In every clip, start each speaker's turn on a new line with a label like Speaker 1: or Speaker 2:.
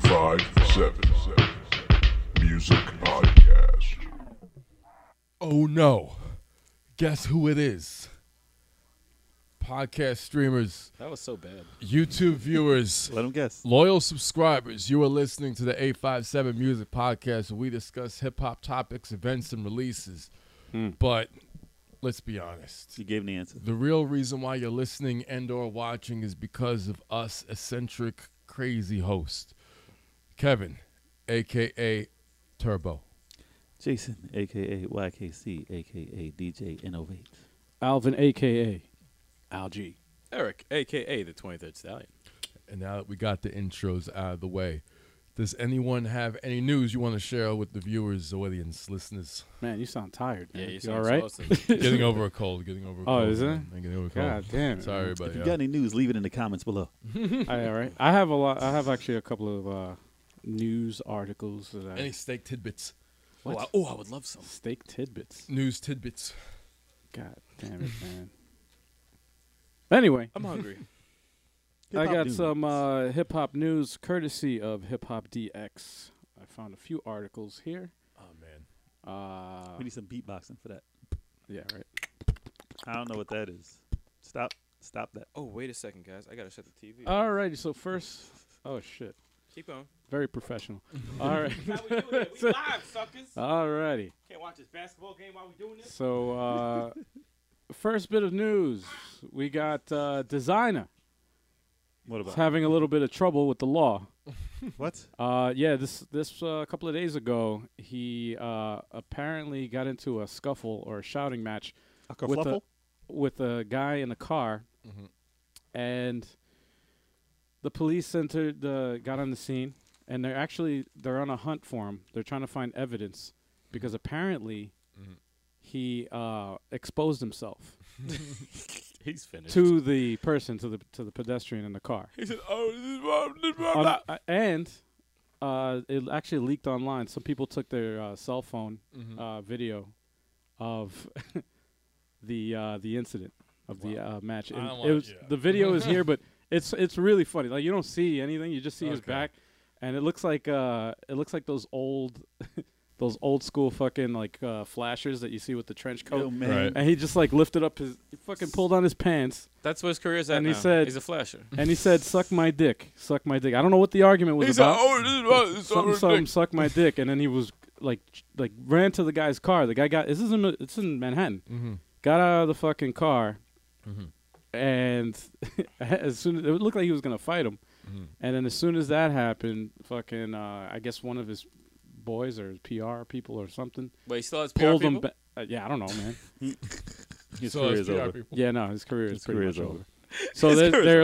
Speaker 1: five seven music podcast.
Speaker 2: Oh no. Guess who it is? Podcast streamers,
Speaker 3: That was so bad.
Speaker 2: YouTube viewers,
Speaker 3: Let him guess.
Speaker 2: loyal subscribers, you are listening to the 857 Music Podcast where we discuss hip hop topics, events, and releases. But let's be honest.
Speaker 3: You gave him the answer.
Speaker 2: The real reason why you're listening and or watching is because of us eccentric crazy host. Kevin, aka Turbo.
Speaker 3: Jason, aka YKC, aka DJ Innovate.
Speaker 4: Alvin, aka Algie.
Speaker 5: Eric, aka the 23rd Stallion.
Speaker 2: And now that we got the intros out of the way, does anyone have any news you want to share with the viewers, audience, listeners?
Speaker 4: Man, you sound tired. Man.
Speaker 5: Yeah, you
Speaker 4: all
Speaker 5: sound
Speaker 4: right?
Speaker 5: exhausted.
Speaker 2: Getting over a cold, getting over a
Speaker 4: Oh,
Speaker 2: cold.
Speaker 4: is it?
Speaker 2: man. I'm Getting over a cold.
Speaker 4: God damn it.
Speaker 2: Sorry,
Speaker 3: If
Speaker 2: everybody.
Speaker 3: you
Speaker 2: yeah.
Speaker 3: got any news, leave it in the comments below.
Speaker 4: I, all right. I have a lot. I have actually a couple of uh, news articles that I
Speaker 2: Uh, any steak tidbits?
Speaker 5: oh, I, oh, I would love some.
Speaker 4: steak tidbits.
Speaker 2: News tidbits.
Speaker 4: God damn it, man. Anyway,
Speaker 5: I'm hungry.
Speaker 4: I
Speaker 3: Hip-hop
Speaker 4: got
Speaker 3: news.
Speaker 4: some uh, hip hop news courtesy of Hip Hop DX. I found a few articles here.
Speaker 2: Oh man.
Speaker 4: Uh,
Speaker 3: We need some beatboxing for that.
Speaker 4: yeah, right.
Speaker 3: I don't know what that is. Stop. Stop that.
Speaker 5: Oh, wait a second, guys. I got to shut the TV. off.
Speaker 4: All righty. So first, oh shit,
Speaker 5: Keep going.
Speaker 4: very professional. All right.
Speaker 5: we doing it. We live, suckers.
Speaker 4: All righty.
Speaker 5: Can't watch this basketball game while we're doing this.
Speaker 4: So, uh, first bit of news we got uh, Designer
Speaker 3: What
Speaker 4: is
Speaker 3: about?
Speaker 4: having a little bit of trouble with the law.
Speaker 3: what?
Speaker 4: Uh, yeah, this this uh, couple of days ago, he uh, apparently got into a scuffle or a shouting match
Speaker 3: A
Speaker 4: with
Speaker 3: kerfluffle?
Speaker 4: a with a guy in a car,
Speaker 2: Mhm.
Speaker 5: Mm-hmm.
Speaker 4: and the police entered the got on the scene, and they're actually they're on a hunt for him. They're trying to find evidence because apparently
Speaker 5: Mm-hmm.
Speaker 2: Mhm.
Speaker 4: he uh, exposed himself.
Speaker 5: He's finished.
Speaker 4: to the person to the to the pedestrian in the car
Speaker 5: He said, oh, this is wrong, this is
Speaker 4: On-
Speaker 5: wrong.
Speaker 4: uh, and uh, it actually leaked online some people took their uh, cell phone
Speaker 2: Mhm.
Speaker 4: uh, video of the uh, the incident of the uh, match
Speaker 2: I
Speaker 4: And
Speaker 2: don't
Speaker 4: it
Speaker 2: wanna-
Speaker 4: was-
Speaker 2: yeah.
Speaker 4: the video is here but it's it's really funny like you don't see anything you just see his
Speaker 2: Okay.
Speaker 4: back and it looks like uh, it looks like those old those old school fucking like uh, flashers that you see with the trench coat
Speaker 3: Yo, man.
Speaker 4: and he just like lifted up his he fucking pulled on his pants
Speaker 5: That's what his career's at
Speaker 4: And he
Speaker 5: now.
Speaker 4: said-
Speaker 5: He's a flasher.
Speaker 4: and he said, "Suck my dick, suck my dick." I don't know what the argument was
Speaker 5: He's
Speaker 4: about.
Speaker 5: oh, this is wrong, this is
Speaker 4: Um, something,
Speaker 5: wrong.
Speaker 4: something, suck my dick, and then he was like, ch- like ran to the guy's car. The guy got this is in Ma- it's in Manhattan.
Speaker 2: Mhm.
Speaker 4: Got out of the fucking car,
Speaker 2: Mhm.
Speaker 4: and as soon as it looked like he was gonna fight him,
Speaker 2: Mhm.
Speaker 4: and then as soon as that happened, fucking, uh, I guess one of his boys or his PR people or something
Speaker 5: Wait, he still has PR
Speaker 4: pulled him.
Speaker 5: people?
Speaker 4: Ba- uh, yeah, I don't know, man.
Speaker 3: His
Speaker 2: So uh,
Speaker 3: career
Speaker 2: it's
Speaker 3: is
Speaker 2: PR
Speaker 3: over.
Speaker 2: people.
Speaker 4: yeah, no, his career is
Speaker 3: His
Speaker 4: pretty
Speaker 3: career
Speaker 4: much
Speaker 3: is
Speaker 4: over.
Speaker 3: over.
Speaker 4: So
Speaker 5: His
Speaker 4: they're,
Speaker 5: career
Speaker 4: they're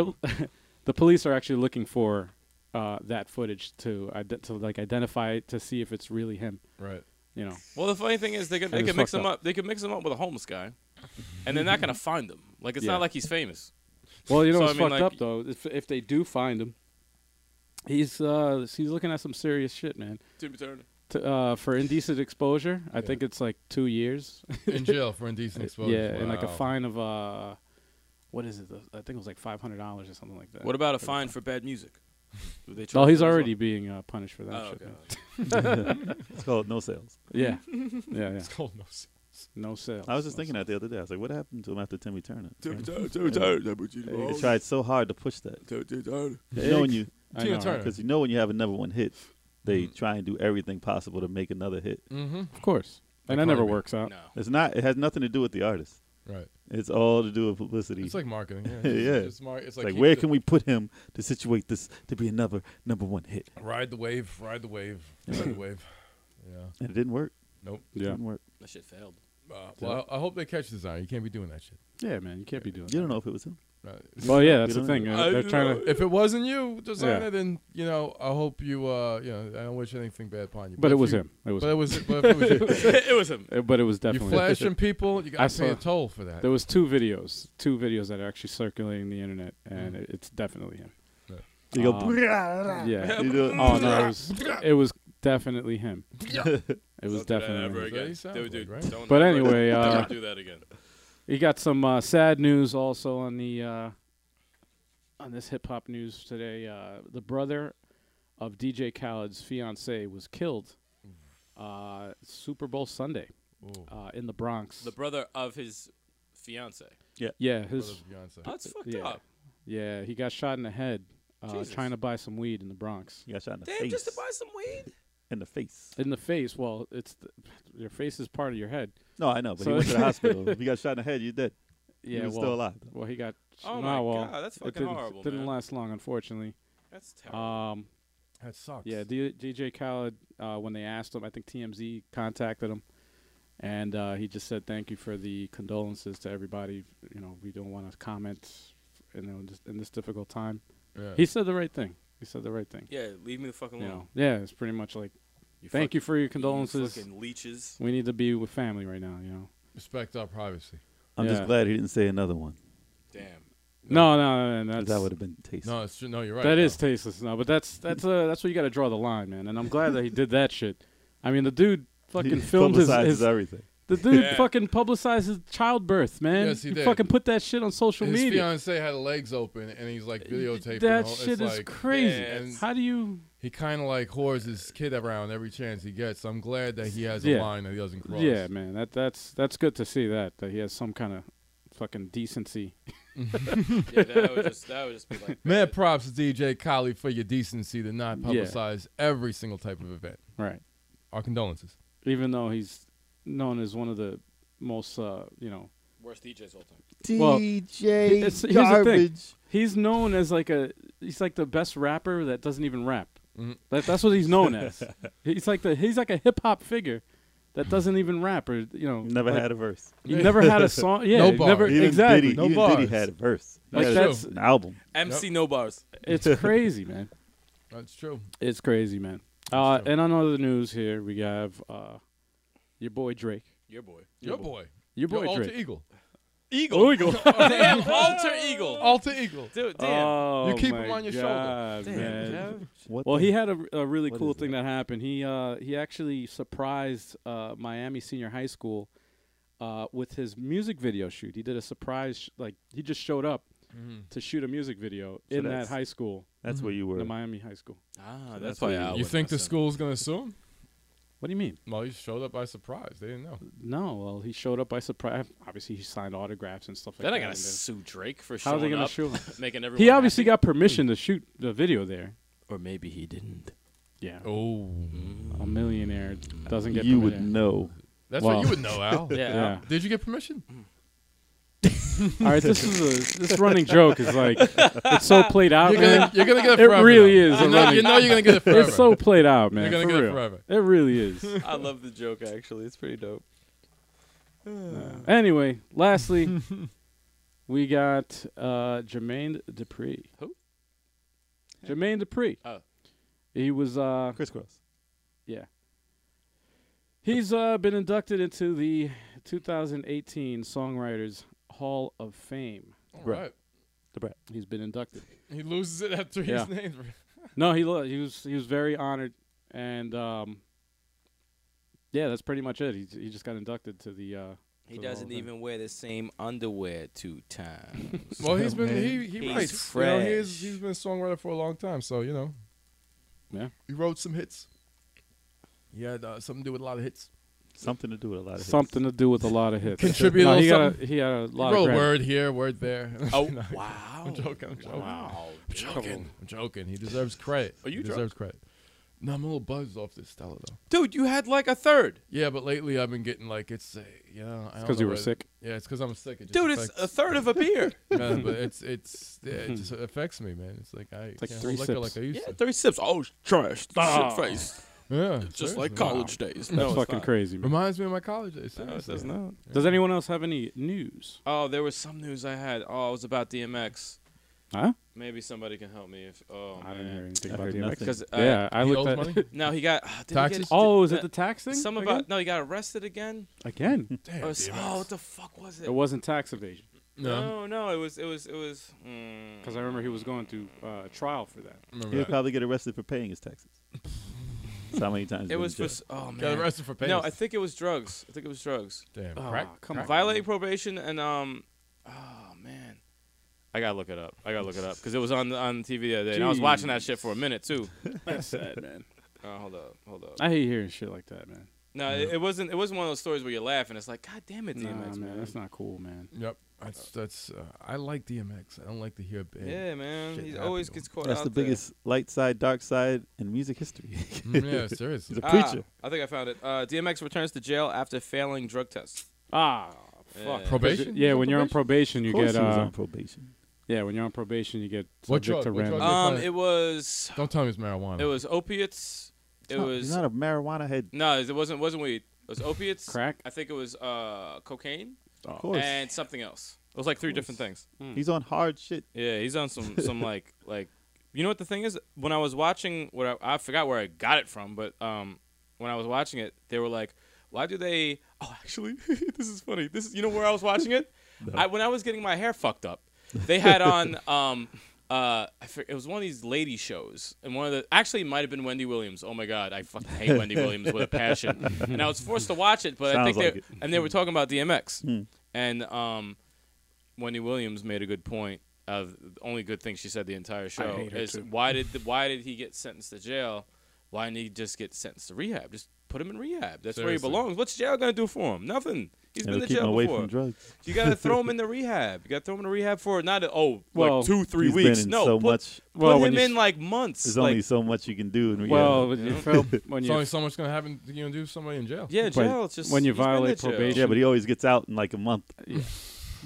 Speaker 5: is
Speaker 4: the police are actually looking for uh, that footage to ide- to like identify it to see if it's really him.
Speaker 2: Right.
Speaker 4: You know,
Speaker 5: Well, the funny thing is, they could, they
Speaker 4: That is
Speaker 5: could mix
Speaker 4: fucked
Speaker 5: him up. They could mix him up with a homeless guy, and they're not going to find him. Like, it's
Speaker 4: Yeah.
Speaker 5: not like he's famous.
Speaker 4: well, you know
Speaker 5: So,
Speaker 4: what's
Speaker 5: I mean,
Speaker 4: fucked
Speaker 5: like-
Speaker 4: up though. If if they do find him, he's uh he's looking at some serious shit, man.
Speaker 5: Timmy Turner.
Speaker 4: To, uh, for indecent exposure, I
Speaker 2: Yeah.
Speaker 4: think it's like two years.
Speaker 2: In jail for indecent exposure.
Speaker 4: yeah, and like a
Speaker 2: Wow.
Speaker 4: fine of uh, what is it? The- I think it was like five hundred dollars or something like that.
Speaker 5: What about a fine for bad music? Do they
Speaker 4: Oh,
Speaker 5: charge
Speaker 4: he's
Speaker 5: that as well?
Speaker 4: already being uh, punished for that
Speaker 5: Oh,
Speaker 4: shit.
Speaker 5: okay.
Speaker 4: man.
Speaker 3: It's called No Sales.
Speaker 4: Yeah, yeah, yeah.
Speaker 2: It's called no s-
Speaker 4: No sales.
Speaker 3: I was just
Speaker 4: No
Speaker 3: thinking that the other day. I was like, what happened to him after Timmy Turner?
Speaker 5: Timmy
Speaker 3: Right?
Speaker 5: Turner, Timmy Turner, Timmy Turner.
Speaker 3: He tried so hard to push that.
Speaker 5: Timmy Turner.
Speaker 3: You know when you,
Speaker 4: I
Speaker 2: Tina
Speaker 4: know, right?
Speaker 2: Turner.
Speaker 3: because you know when you have a number one hit, they
Speaker 4: Mm-hmm.
Speaker 3: try and do everything possible to make another hit.
Speaker 2: Mhm.
Speaker 4: Of course.
Speaker 2: Like
Speaker 4: and that never
Speaker 2: Cardi B.
Speaker 4: works out.
Speaker 5: No.
Speaker 3: It's not. It has nothing to do with the artist.
Speaker 2: Right.
Speaker 3: It's all to do with publicity.
Speaker 2: It's like marketing. Yeah.
Speaker 3: Yeah.
Speaker 2: It's, just mar- it's
Speaker 3: It's
Speaker 2: like,
Speaker 3: like,
Speaker 2: keep
Speaker 3: where
Speaker 2: the-
Speaker 3: can we put him to situate this to be another number one hit?
Speaker 2: ride the wave, ride the wave, ride the wave. Yeah.
Speaker 3: And it didn't work.
Speaker 2: Nope.
Speaker 3: It
Speaker 4: Yeah.
Speaker 3: didn't work.
Speaker 5: That shit failed.
Speaker 2: Uh, well, I, I hope they catch design. You can't be doing that shit.
Speaker 4: Yeah, man, you can't be doing
Speaker 3: You don't know if it was him.
Speaker 2: Right.
Speaker 4: Well, yeah, that's
Speaker 3: You don't
Speaker 4: the thing.
Speaker 3: know.
Speaker 4: They're,
Speaker 5: I
Speaker 4: they're
Speaker 5: don't
Speaker 4: trying to
Speaker 5: know.
Speaker 2: If it wasn't you, designer,
Speaker 4: Yeah.
Speaker 2: then you know I hope you. Uh, you know I don't wish anything bad upon you.
Speaker 4: But it
Speaker 2: if
Speaker 4: was
Speaker 2: you-
Speaker 4: him. It was
Speaker 2: But it was. But if it was you,
Speaker 5: it was him.
Speaker 4: uh, but it was
Speaker 2: you
Speaker 4: definitely
Speaker 2: flashing people. You got to
Speaker 4: saw-
Speaker 2: pay a toll for that.
Speaker 4: There was two videos, two videos that are actually circulating the internet and
Speaker 3: Mm.
Speaker 2: Mhm.
Speaker 4: it it's definitely him.
Speaker 3: You go.
Speaker 4: Um,
Speaker 3: "Brah,
Speaker 4: Yeah.
Speaker 3: brah." You do it.
Speaker 4: oh no, it was it was definitely him. It was
Speaker 5: Don't do that ever
Speaker 4: definitely
Speaker 2: That's what
Speaker 4: him.
Speaker 5: again.
Speaker 2: he sounds
Speaker 5: Dude, dude,
Speaker 2: like, right?
Speaker 5: don't
Speaker 4: But
Speaker 5: ever-
Speaker 4: anyway,
Speaker 5: don't
Speaker 4: uh,
Speaker 5: ever do that again.
Speaker 4: You got some uh, sad news also on the uh, on this hip hop news today. Uh, the brother of DJ Khaled's fiance was killed uh, Super Bowl Sunday
Speaker 2: Ooh.
Speaker 4: uh, in the Bronx.
Speaker 5: The brother of his fiance.
Speaker 4: yeah,
Speaker 2: Brother
Speaker 4: his
Speaker 2: Beyonce.
Speaker 5: Oh, that's fucked
Speaker 4: Yeah.
Speaker 5: up.
Speaker 4: yeah, he got shot in the head uh,
Speaker 5: Jesus.
Speaker 4: trying to buy some weed in the Bronx.
Speaker 3: You got shot in the
Speaker 5: Damn,
Speaker 3: face.
Speaker 5: just to buy some weed.
Speaker 3: in the face.
Speaker 4: In the face. Well, it's the, your face is part of your head.
Speaker 3: No, I know, but
Speaker 4: So-
Speaker 3: he went to the hospital. If he got shot in the head, you're dead.
Speaker 4: Yeah,
Speaker 3: he was
Speaker 4: well,
Speaker 3: still alive.
Speaker 4: well, he got.
Speaker 5: Oh
Speaker 4: nah,
Speaker 5: my
Speaker 4: well,
Speaker 5: God, that's
Speaker 4: it
Speaker 5: fucking
Speaker 4: didn't,
Speaker 5: horrible,
Speaker 4: Didn't
Speaker 5: man.
Speaker 4: last long, unfortunately.
Speaker 5: That's terrible.
Speaker 4: Um,
Speaker 2: That sucks.
Speaker 4: Yeah, D- DJ Khaled, uh, when they asked him, I think TMZ contacted him, and uh, he just said thank you for the condolences to everybody. You know, we don't want to comment, you know, in this, in this difficult time.
Speaker 2: Yeah.
Speaker 4: He said the right thing. He said the right thing.
Speaker 5: yeah, leave me the fuck
Speaker 4: You
Speaker 5: alone.
Speaker 4: know, yeah, it's pretty much like thank
Speaker 5: fuck-
Speaker 4: you for your
Speaker 5: you
Speaker 4: condolences.
Speaker 5: Fucking leeches.
Speaker 4: We need to be with family right now. You know.
Speaker 2: Respect our privacy.
Speaker 3: I'm
Speaker 4: Yeah.
Speaker 3: just glad he didn't say another one.
Speaker 5: Damn.
Speaker 4: No, no, no, no
Speaker 3: 'cause
Speaker 4: that's,
Speaker 3: That would have been tasty.
Speaker 2: No, it's true. No, you're right.
Speaker 4: That
Speaker 2: no.
Speaker 4: is tasteless. No, but that's that's uh that's where you got to draw the line, man. And I'm glad that he did that shit. I mean, the dude fucking
Speaker 3: He
Speaker 4: filmed his,
Speaker 3: publicizes
Speaker 4: his
Speaker 3: everything.
Speaker 4: The dude
Speaker 5: Yeah.
Speaker 4: fucking publicizes childbirth, man.
Speaker 2: Yes, he did.
Speaker 4: fucking put that shit on social
Speaker 2: His
Speaker 4: media.
Speaker 2: fiance had legs open, and he's like videotaping.
Speaker 4: that
Speaker 2: all-
Speaker 4: shit
Speaker 2: it's
Speaker 4: is
Speaker 2: like,
Speaker 4: crazy.
Speaker 5: Yeah, it's-
Speaker 4: How do you?
Speaker 2: He kind of like whores his kid around every chance he gets. I'm glad that he has a
Speaker 4: Yeah.
Speaker 2: line that he doesn't cross.
Speaker 4: Yeah, man. That that's that's good to see that that he has some kind of fucking decency.
Speaker 5: Yeah, that would just that would just be like
Speaker 2: Man, props to DJ Khaled for your decency to not
Speaker 4: Yeah.
Speaker 2: publicize every single type of event.
Speaker 4: Right.
Speaker 2: Our condolences.
Speaker 4: Even though he's known as one of the most, uh, you know,
Speaker 5: worst DJs all time.
Speaker 4: Well,
Speaker 3: DJ
Speaker 4: it's- here's the thing.
Speaker 3: garbage.
Speaker 4: he's known as like a he's like the best rapper that doesn't even rap.
Speaker 2: Mhm.
Speaker 4: That, that's what he's known as. He's like the he's like a hip hop figure that doesn't even rap or you know
Speaker 3: Never
Speaker 4: like,
Speaker 3: had a verse.
Speaker 4: he never had a song. Yeah,
Speaker 2: No
Speaker 4: he never
Speaker 2: bars.
Speaker 3: Even
Speaker 4: exactly.
Speaker 3: Diddy,
Speaker 2: no
Speaker 3: even Diddy
Speaker 2: bars.
Speaker 3: had a verse. He
Speaker 4: Like,
Speaker 3: had
Speaker 4: that's-
Speaker 3: an album.
Speaker 5: MC No Bars.
Speaker 4: It's crazy, man.
Speaker 2: That's true.
Speaker 4: It's crazy, man. Uh,
Speaker 2: true.
Speaker 4: and on other news here, we have uh, your boy Drake.
Speaker 5: Your boy.
Speaker 2: Your boy.
Speaker 4: Your boy
Speaker 2: Your alter
Speaker 4: Drake.
Speaker 2: eagle.
Speaker 5: Eagle.
Speaker 4: Oh, Eagle.
Speaker 5: damn, alter eagle.
Speaker 2: Alter eagle.
Speaker 5: Dude, damn.
Speaker 4: Oh,
Speaker 2: You keep him
Speaker 4: my
Speaker 2: on your shoulder.
Speaker 4: God,
Speaker 5: damn,
Speaker 4: man.
Speaker 5: Kev.
Speaker 3: What
Speaker 4: Well,
Speaker 3: the-
Speaker 4: he had a, a really
Speaker 3: What
Speaker 4: cool
Speaker 3: is
Speaker 4: thing that happened. He uh, he actually surprised uh, Miami Senior High School uh, with his music video shoot. He did a surprise, sh- like he just showed up to shoot a music video
Speaker 3: Mm-hmm. So
Speaker 4: in that
Speaker 3: that's-
Speaker 4: high school,
Speaker 3: That's where you were.
Speaker 4: the Miami High School.
Speaker 5: Ah,
Speaker 3: So
Speaker 5: that's
Speaker 3: that's
Speaker 5: why
Speaker 3: what you-
Speaker 5: I
Speaker 2: You
Speaker 5: wouldn't
Speaker 2: think the
Speaker 5: listen.
Speaker 2: school's gonna sue him?
Speaker 4: What do you mean?
Speaker 2: Well, he showed up by surprise. They didn't know.
Speaker 4: No, well, he showed up by surprise. Obviously, he signed autographs and stuff like
Speaker 5: Then
Speaker 4: that.
Speaker 5: I gotta
Speaker 4: and then-
Speaker 5: sue Drake for
Speaker 4: How are
Speaker 5: showing
Speaker 4: they gonna
Speaker 5: up,
Speaker 4: shoot him?
Speaker 5: making everyone.
Speaker 4: He obviously
Speaker 5: happy.
Speaker 4: got permission to shoot the video there.
Speaker 5: or maybe he didn't.
Speaker 4: Yeah,
Speaker 2: Oh,
Speaker 4: a millionaire doesn't get
Speaker 3: you would
Speaker 4: permission.
Speaker 3: know.
Speaker 2: that's
Speaker 4: Wow.
Speaker 2: what you would know, Al.
Speaker 5: Yeah.
Speaker 4: Yeah.
Speaker 2: Did you get permission?
Speaker 4: All right, this is a this running joke is like it's so played out,
Speaker 2: You're
Speaker 4: man.
Speaker 2: gonna, you're gonna get it
Speaker 4: It
Speaker 2: forever.
Speaker 4: really
Speaker 2: though.
Speaker 4: is
Speaker 2: You
Speaker 4: a
Speaker 2: know, you
Speaker 4: running-
Speaker 2: know you're gonna get it forever.
Speaker 4: It's so played out, man.
Speaker 2: gonna
Speaker 4: for
Speaker 2: get it
Speaker 4: real.
Speaker 2: forever.
Speaker 4: It really is. Uh,
Speaker 5: I love the joke actually. It's pretty dope.
Speaker 4: anyway, lastly, we got uh, Jermaine Dupri.
Speaker 5: Who?
Speaker 4: Jermaine Dupri.
Speaker 5: Oh.
Speaker 4: He was uh,
Speaker 3: Crisscross.
Speaker 4: Yeah. He's uh, been inducted into the 2018 Songwriters Hall of Fame.
Speaker 2: All
Speaker 3: Right.
Speaker 2: right.
Speaker 3: The brat.
Speaker 4: He's been inducted.
Speaker 2: He loses it after
Speaker 4: Yeah.
Speaker 2: his name.
Speaker 4: no, he lo- he was he was very honored, and um, yeah, that's pretty much it. He he just got inducted to the. Uh,
Speaker 5: He
Speaker 4: to the Hall
Speaker 5: doesn't
Speaker 4: of Fame.
Speaker 5: even wear the same underwear two times.
Speaker 2: Well, he's been he he writes.
Speaker 5: He's
Speaker 2: You know, he's
Speaker 5: fresh.
Speaker 2: he's been a songwriter for a long time, so you know.
Speaker 4: Yeah.
Speaker 2: He wrote some hits. He had uh, something to do with a lot of hits.
Speaker 3: Something to do with a lot of hits.
Speaker 4: something to do with a lot of hits.
Speaker 2: Contribute a
Speaker 4: No, he
Speaker 2: little
Speaker 4: got a,
Speaker 2: something.
Speaker 4: he had a lot
Speaker 2: he
Speaker 4: of
Speaker 2: wrote a
Speaker 4: Grammy-
Speaker 2: word here, word there.
Speaker 5: Oh
Speaker 2: No,
Speaker 5: wow!
Speaker 2: I'm joking. I'm joking.
Speaker 5: Wow.
Speaker 2: I'm joking. I'm joking. He deserves credit.
Speaker 5: Are you
Speaker 2: he deserves credit. No, I'm a little buzzed off this Stella though.
Speaker 5: Dude, you had like a third.
Speaker 2: Yeah, but lately I've been getting like it's uh, you know I don't
Speaker 4: Because
Speaker 2: know
Speaker 4: you were
Speaker 2: what-
Speaker 4: sick.
Speaker 2: Yeah, it's because I'm sick. It just
Speaker 5: Dude, it's
Speaker 2: affects-
Speaker 5: a third of a beer.
Speaker 2: Yeah, but it's it's yeah, it just affects me, man. It's like I
Speaker 4: Hmm. like
Speaker 2: can't
Speaker 4: three
Speaker 2: hold liquor
Speaker 4: sips.
Speaker 2: like I used
Speaker 5: yeah, three sips. Oh, it's trash.
Speaker 4: Ah.
Speaker 5: Shit face.
Speaker 2: to. Yeah,
Speaker 5: Just
Speaker 2: seriously.
Speaker 5: like college days.
Speaker 4: That's
Speaker 5: No, it's
Speaker 4: fucking
Speaker 5: not.
Speaker 4: crazy, man.
Speaker 2: Reminds me of my college days.
Speaker 5: No, it
Speaker 2: seriously.
Speaker 5: does not.
Speaker 4: Does anyone else have any news?
Speaker 5: Oh, there was some news I had. Oh, it was about DMX.
Speaker 4: Huh?
Speaker 5: Maybe somebody can help me. If oh
Speaker 4: I didn't hear
Speaker 5: man,
Speaker 4: anything
Speaker 3: I
Speaker 4: about
Speaker 3: heard
Speaker 4: DMX.
Speaker 3: nothing.
Speaker 5: because
Speaker 4: yeah, I
Speaker 2: He
Speaker 4: looked
Speaker 2: owes
Speaker 4: at.
Speaker 2: money.
Speaker 5: now he got did
Speaker 2: Taxes?
Speaker 5: He get,
Speaker 4: Oh, is
Speaker 5: uh,
Speaker 4: it the tax thing?
Speaker 5: Some
Speaker 4: again?
Speaker 5: about no, he got arrested again.
Speaker 4: again.
Speaker 2: Damn,
Speaker 5: Or s-
Speaker 2: DMX.
Speaker 5: oh, what the fuck was it?
Speaker 4: It wasn't tax evasion
Speaker 2: no,
Speaker 5: no, no, it was it was it was. mm.
Speaker 4: because I remember he was going to uh, trial for that.
Speaker 2: remember
Speaker 3: He'll
Speaker 2: that.
Speaker 3: probably get arrested for paying his taxes. That's how many times he's
Speaker 5: it
Speaker 3: been
Speaker 5: was
Speaker 3: in
Speaker 5: for
Speaker 3: jail.
Speaker 5: s- oh man.
Speaker 2: Got arrested for paying.
Speaker 5: No, I Oh, think it was drugs. I think it was drugs.
Speaker 3: Oh,
Speaker 2: damn.
Speaker 4: Ah,
Speaker 2: crack.
Speaker 4: come on.
Speaker 5: Violating probation and um, oh man, I gotta look it up. I gotta look it up because it was on on TV the other day. And I was watching that shit for a minute too.
Speaker 4: That's sad, man.
Speaker 5: Uh, hold up, hold up.
Speaker 4: I hate hearing shit like that, man.
Speaker 5: No, it, it wasn't. It wasn't one of those stories where you're laughing. It's like, God damn it, DMX,
Speaker 4: Nah, man,
Speaker 5: man.
Speaker 4: that's not cool, man.
Speaker 2: Yep. That's that's. Uh, I like DMX. I don't like to hear bad.
Speaker 5: yeah, man.
Speaker 2: shit
Speaker 5: He
Speaker 2: happen
Speaker 5: always
Speaker 2: to
Speaker 5: gets caught
Speaker 3: That's
Speaker 5: out
Speaker 3: the
Speaker 5: there.
Speaker 3: biggest light side, dark side in music history.
Speaker 2: Mm, yeah, seriously.
Speaker 3: He's a
Speaker 5: Ah,
Speaker 3: preacher.
Speaker 5: I think I found it. Uh, DMX returns to jail after failing drug test.
Speaker 4: Ah,
Speaker 5: fuck. Yeah.
Speaker 2: Probation.
Speaker 4: yeah.
Speaker 2: He's on
Speaker 4: When you're on probation, you
Speaker 3: of course
Speaker 4: get
Speaker 3: he was
Speaker 4: uh,
Speaker 3: on probation.
Speaker 4: yeah. When you're on probation, you get
Speaker 2: What
Speaker 4: subject
Speaker 2: drug-
Speaker 4: to
Speaker 2: what drug
Speaker 4: random.
Speaker 2: is-
Speaker 5: Um,
Speaker 2: fine.
Speaker 5: it was
Speaker 2: Don't tell me it's marijuana.
Speaker 5: it was opiates.
Speaker 3: It's
Speaker 5: It
Speaker 3: not-
Speaker 5: was
Speaker 3: He's not a marijuana head.
Speaker 5: no, it wasn't wasn't weed. It was opiates,
Speaker 4: Crack?
Speaker 5: I think it was uh, cocaine
Speaker 3: Of course.
Speaker 5: and something else. It was like three different things.
Speaker 3: He's on hard shit.
Speaker 5: Yeah, he's on some some like like you know what the thing is when I was watching what I, I forgot where I got it from, but um when I was watching it, they were like, why do they? Oh, actually, this is funny. This is you know where I was watching it. I when I was getting my hair fucked up, they had on um. Uh, I for, it was one of these lady shows, and one of the actually it might have been Wendy Williams. Oh my god, I fucking hate Wendy Williams with a passion, and I was forced to watch it. But I
Speaker 3: Sounds
Speaker 5: think they
Speaker 3: like it.
Speaker 5: and they were talking about DMX,
Speaker 3: Hmm.
Speaker 5: and um, Wendy Williams made a good point of the only good thing she said the entire show
Speaker 4: hate her
Speaker 5: is
Speaker 4: too.
Speaker 5: why did the, why did he get sentenced to jail? Why didn't he just get sentenced to rehab? Just put him in rehab. That's where he
Speaker 2: Seriously.
Speaker 5: belongs. What's jail gonna do for him? Nothing. He's
Speaker 3: and
Speaker 5: been to
Speaker 3: it'll keep him
Speaker 5: jail
Speaker 3: away
Speaker 5: before.
Speaker 3: from drugs.
Speaker 5: You gotta throw him in the rehab. You gotta throw him in the rehab for not oh
Speaker 4: Well,
Speaker 5: like two three
Speaker 3: He's
Speaker 5: weeks.
Speaker 3: been in
Speaker 5: no,
Speaker 3: so
Speaker 5: put,
Speaker 3: much.
Speaker 5: put
Speaker 4: Well, when
Speaker 5: him
Speaker 4: you
Speaker 5: in
Speaker 4: s-
Speaker 5: like months.
Speaker 3: There's
Speaker 5: like,
Speaker 3: only so much you can do. In reality.
Speaker 4: Well, when you
Speaker 5: Yeah.
Speaker 4: fail, when
Speaker 2: It's
Speaker 4: you
Speaker 2: only so much gonna happen. You know, do somebody in jail.
Speaker 5: yeah,
Speaker 4: but
Speaker 5: jail. It's just
Speaker 4: when you
Speaker 5: he's been to
Speaker 4: violate
Speaker 5: jail.
Speaker 4: probation-
Speaker 3: yeah, but he always gets out in like a month.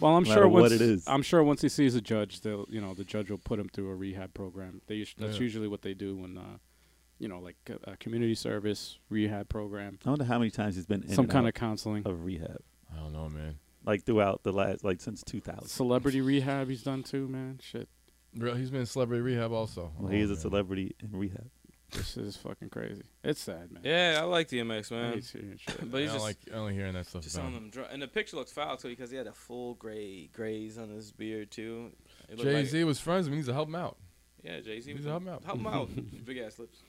Speaker 4: well, I'm
Speaker 3: no
Speaker 4: sure
Speaker 3: matter what
Speaker 4: once
Speaker 3: it is.
Speaker 4: I'm sure once he sees a judge, they'll you know the judge will put him through a rehab program. They us- that's
Speaker 2: Yeah.
Speaker 4: usually what they do when uh, you know like uh, a, a community service rehab program,
Speaker 3: I wonder how many times he's been in
Speaker 4: some
Speaker 3: and
Speaker 4: kind
Speaker 3: out
Speaker 4: of counseling,
Speaker 3: of rehab,
Speaker 2: I don't know, man.
Speaker 3: like throughout the last, like since 2000.
Speaker 4: celebrity rehab. He's done too, man. Shit,
Speaker 2: Real, he's been in celebrity rehab also. Oh,
Speaker 3: Well, he is a
Speaker 2: man.
Speaker 3: celebrity in rehab.
Speaker 4: this is fucking crazy. It's sad, man.
Speaker 5: Yeah, I like DMX
Speaker 4: I
Speaker 5: man,
Speaker 4: hate hearing shit.
Speaker 5: but
Speaker 2: I
Speaker 5: he's
Speaker 2: don't
Speaker 5: just
Speaker 2: like I don't like hearing that stuff.
Speaker 5: just
Speaker 2: about
Speaker 5: on
Speaker 2: him.
Speaker 5: them. Dr- and the picture looks foul too because he had a full gray graze on his beard too. It looked
Speaker 2: Jay
Speaker 5: like-
Speaker 2: Z was friends with me. He needs to help him out.
Speaker 5: Yeah, Jay Z.
Speaker 2: He's a help him out.
Speaker 5: Help him out. Big ass lips.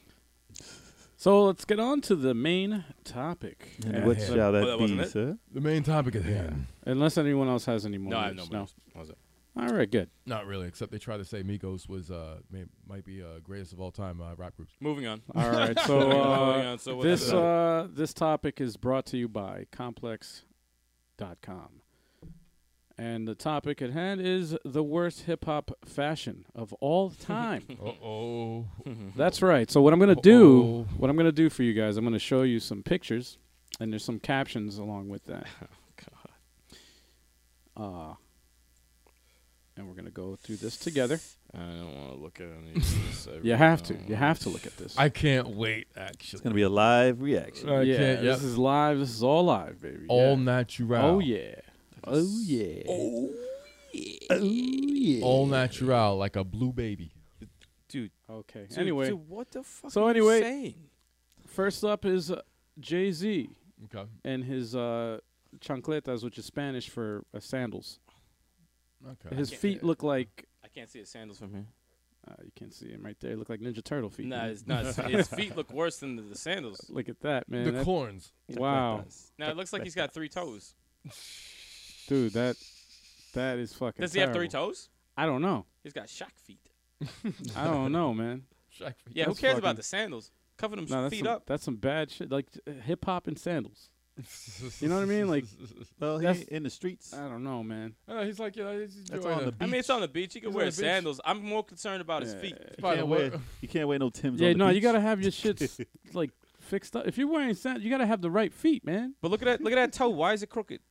Speaker 4: So let's get on to the main topic.
Speaker 3: And
Speaker 2: Yeah.
Speaker 3: what
Speaker 2: Yeah.
Speaker 3: shall that,
Speaker 5: that wasn't
Speaker 3: be,
Speaker 5: it?
Speaker 3: sir?
Speaker 2: The main topic at
Speaker 4: Yeah.
Speaker 2: hand.
Speaker 4: Unless anyone else has any more.
Speaker 5: No, I have no
Speaker 4: news.
Speaker 5: more.
Speaker 4: All right, good.
Speaker 2: Not really, except they try to say Migos was uh may, might be uh, greatest of all time uh, rap groups.
Speaker 5: Moving on.
Speaker 4: All right. So
Speaker 5: Moving on,
Speaker 4: uh,
Speaker 5: moving on. So what
Speaker 4: this
Speaker 5: happened?
Speaker 4: uh, this topic is brought to you by complex.com and the topic at hand is the worst hip-hop fashion of all time
Speaker 2: Uh oh.
Speaker 4: that's right so what i'm gonna do
Speaker 2: Uh-oh.
Speaker 4: what i'm gonna do for you guys i'm gonna show you some pictures and there's some captions along with that
Speaker 2: Oh,
Speaker 4: uh, and we're gonna go through this together
Speaker 5: I don't want to look at any of this. I
Speaker 4: you
Speaker 5: really
Speaker 4: have to
Speaker 5: don't
Speaker 4: you
Speaker 5: wanna.
Speaker 4: have to look at this
Speaker 2: I can't wait.
Speaker 3: It's
Speaker 2: Actually,
Speaker 3: going to be a live reaction.
Speaker 2: I
Speaker 4: yeah,
Speaker 2: can't- yep.
Speaker 4: this is live. This is all live, baby.
Speaker 2: all
Speaker 4: yeah.
Speaker 2: natural.
Speaker 4: Oh yeah. Oh yeah. Oh yeah.
Speaker 2: All natural, like a blue baby.
Speaker 5: Dude,
Speaker 4: Okay.
Speaker 5: dude,
Speaker 4: anyway,
Speaker 5: dude, what the fuck?
Speaker 4: So
Speaker 5: are
Speaker 4: anyway-
Speaker 5: you saying?
Speaker 4: first up is Jay Z
Speaker 2: Okay.
Speaker 4: and his uh, chancletas, which is Spanish for uh, sandals.
Speaker 2: Okay.
Speaker 4: His
Speaker 5: can't-
Speaker 4: feet look like
Speaker 5: I can't see his sandals from here.
Speaker 4: uh, you can see him right there. Look like Ninja Turtle feet.
Speaker 5: Nah,
Speaker 4: man.
Speaker 5: it's not. His, his feet look worse than the, the sandals.
Speaker 4: Look at that, man.
Speaker 2: the
Speaker 4: That-
Speaker 2: corns.
Speaker 4: wow,
Speaker 5: Now it looks like he's got three toes.
Speaker 4: dude, that that is fucking.
Speaker 5: Does he have three
Speaker 4: terrible.
Speaker 5: toes?
Speaker 4: I don't know.
Speaker 5: He's got shock feet.
Speaker 4: I don't know, man.
Speaker 2: Shaq feet.
Speaker 5: Yeah, who
Speaker 4: That's
Speaker 5: cares about
Speaker 4: fucking-
Speaker 5: the sandals? Cover them
Speaker 4: No, that's
Speaker 5: feet
Speaker 4: some,
Speaker 5: up.
Speaker 4: That's some bad shit. Like hip hop and sandals. You know what I mean? Like
Speaker 3: Well, he
Speaker 4: That's- Uh,
Speaker 3: ain't in the streets.
Speaker 4: I don't know, man.
Speaker 2: I know, he's like, you know, he's just
Speaker 3: That's
Speaker 2: doing
Speaker 3: on
Speaker 2: a-
Speaker 3: the
Speaker 5: I mean, it's on the beach. He
Speaker 2: He's
Speaker 5: can
Speaker 2: on
Speaker 5: wear
Speaker 2: the beach.
Speaker 5: sandals. I'm more concerned about his feet.
Speaker 4: Yeah.
Speaker 3: you,
Speaker 2: by the
Speaker 3: can't
Speaker 2: way-
Speaker 3: wear, you can't wear no Tim's
Speaker 4: Yeah,
Speaker 3: on the
Speaker 4: no, you
Speaker 3: beach.
Speaker 4: gotta have your shit s- like fixed up. If you're wearing sandals, you gotta have the right feet, man.
Speaker 5: But look at that. Look at that toe. Why is it crooked?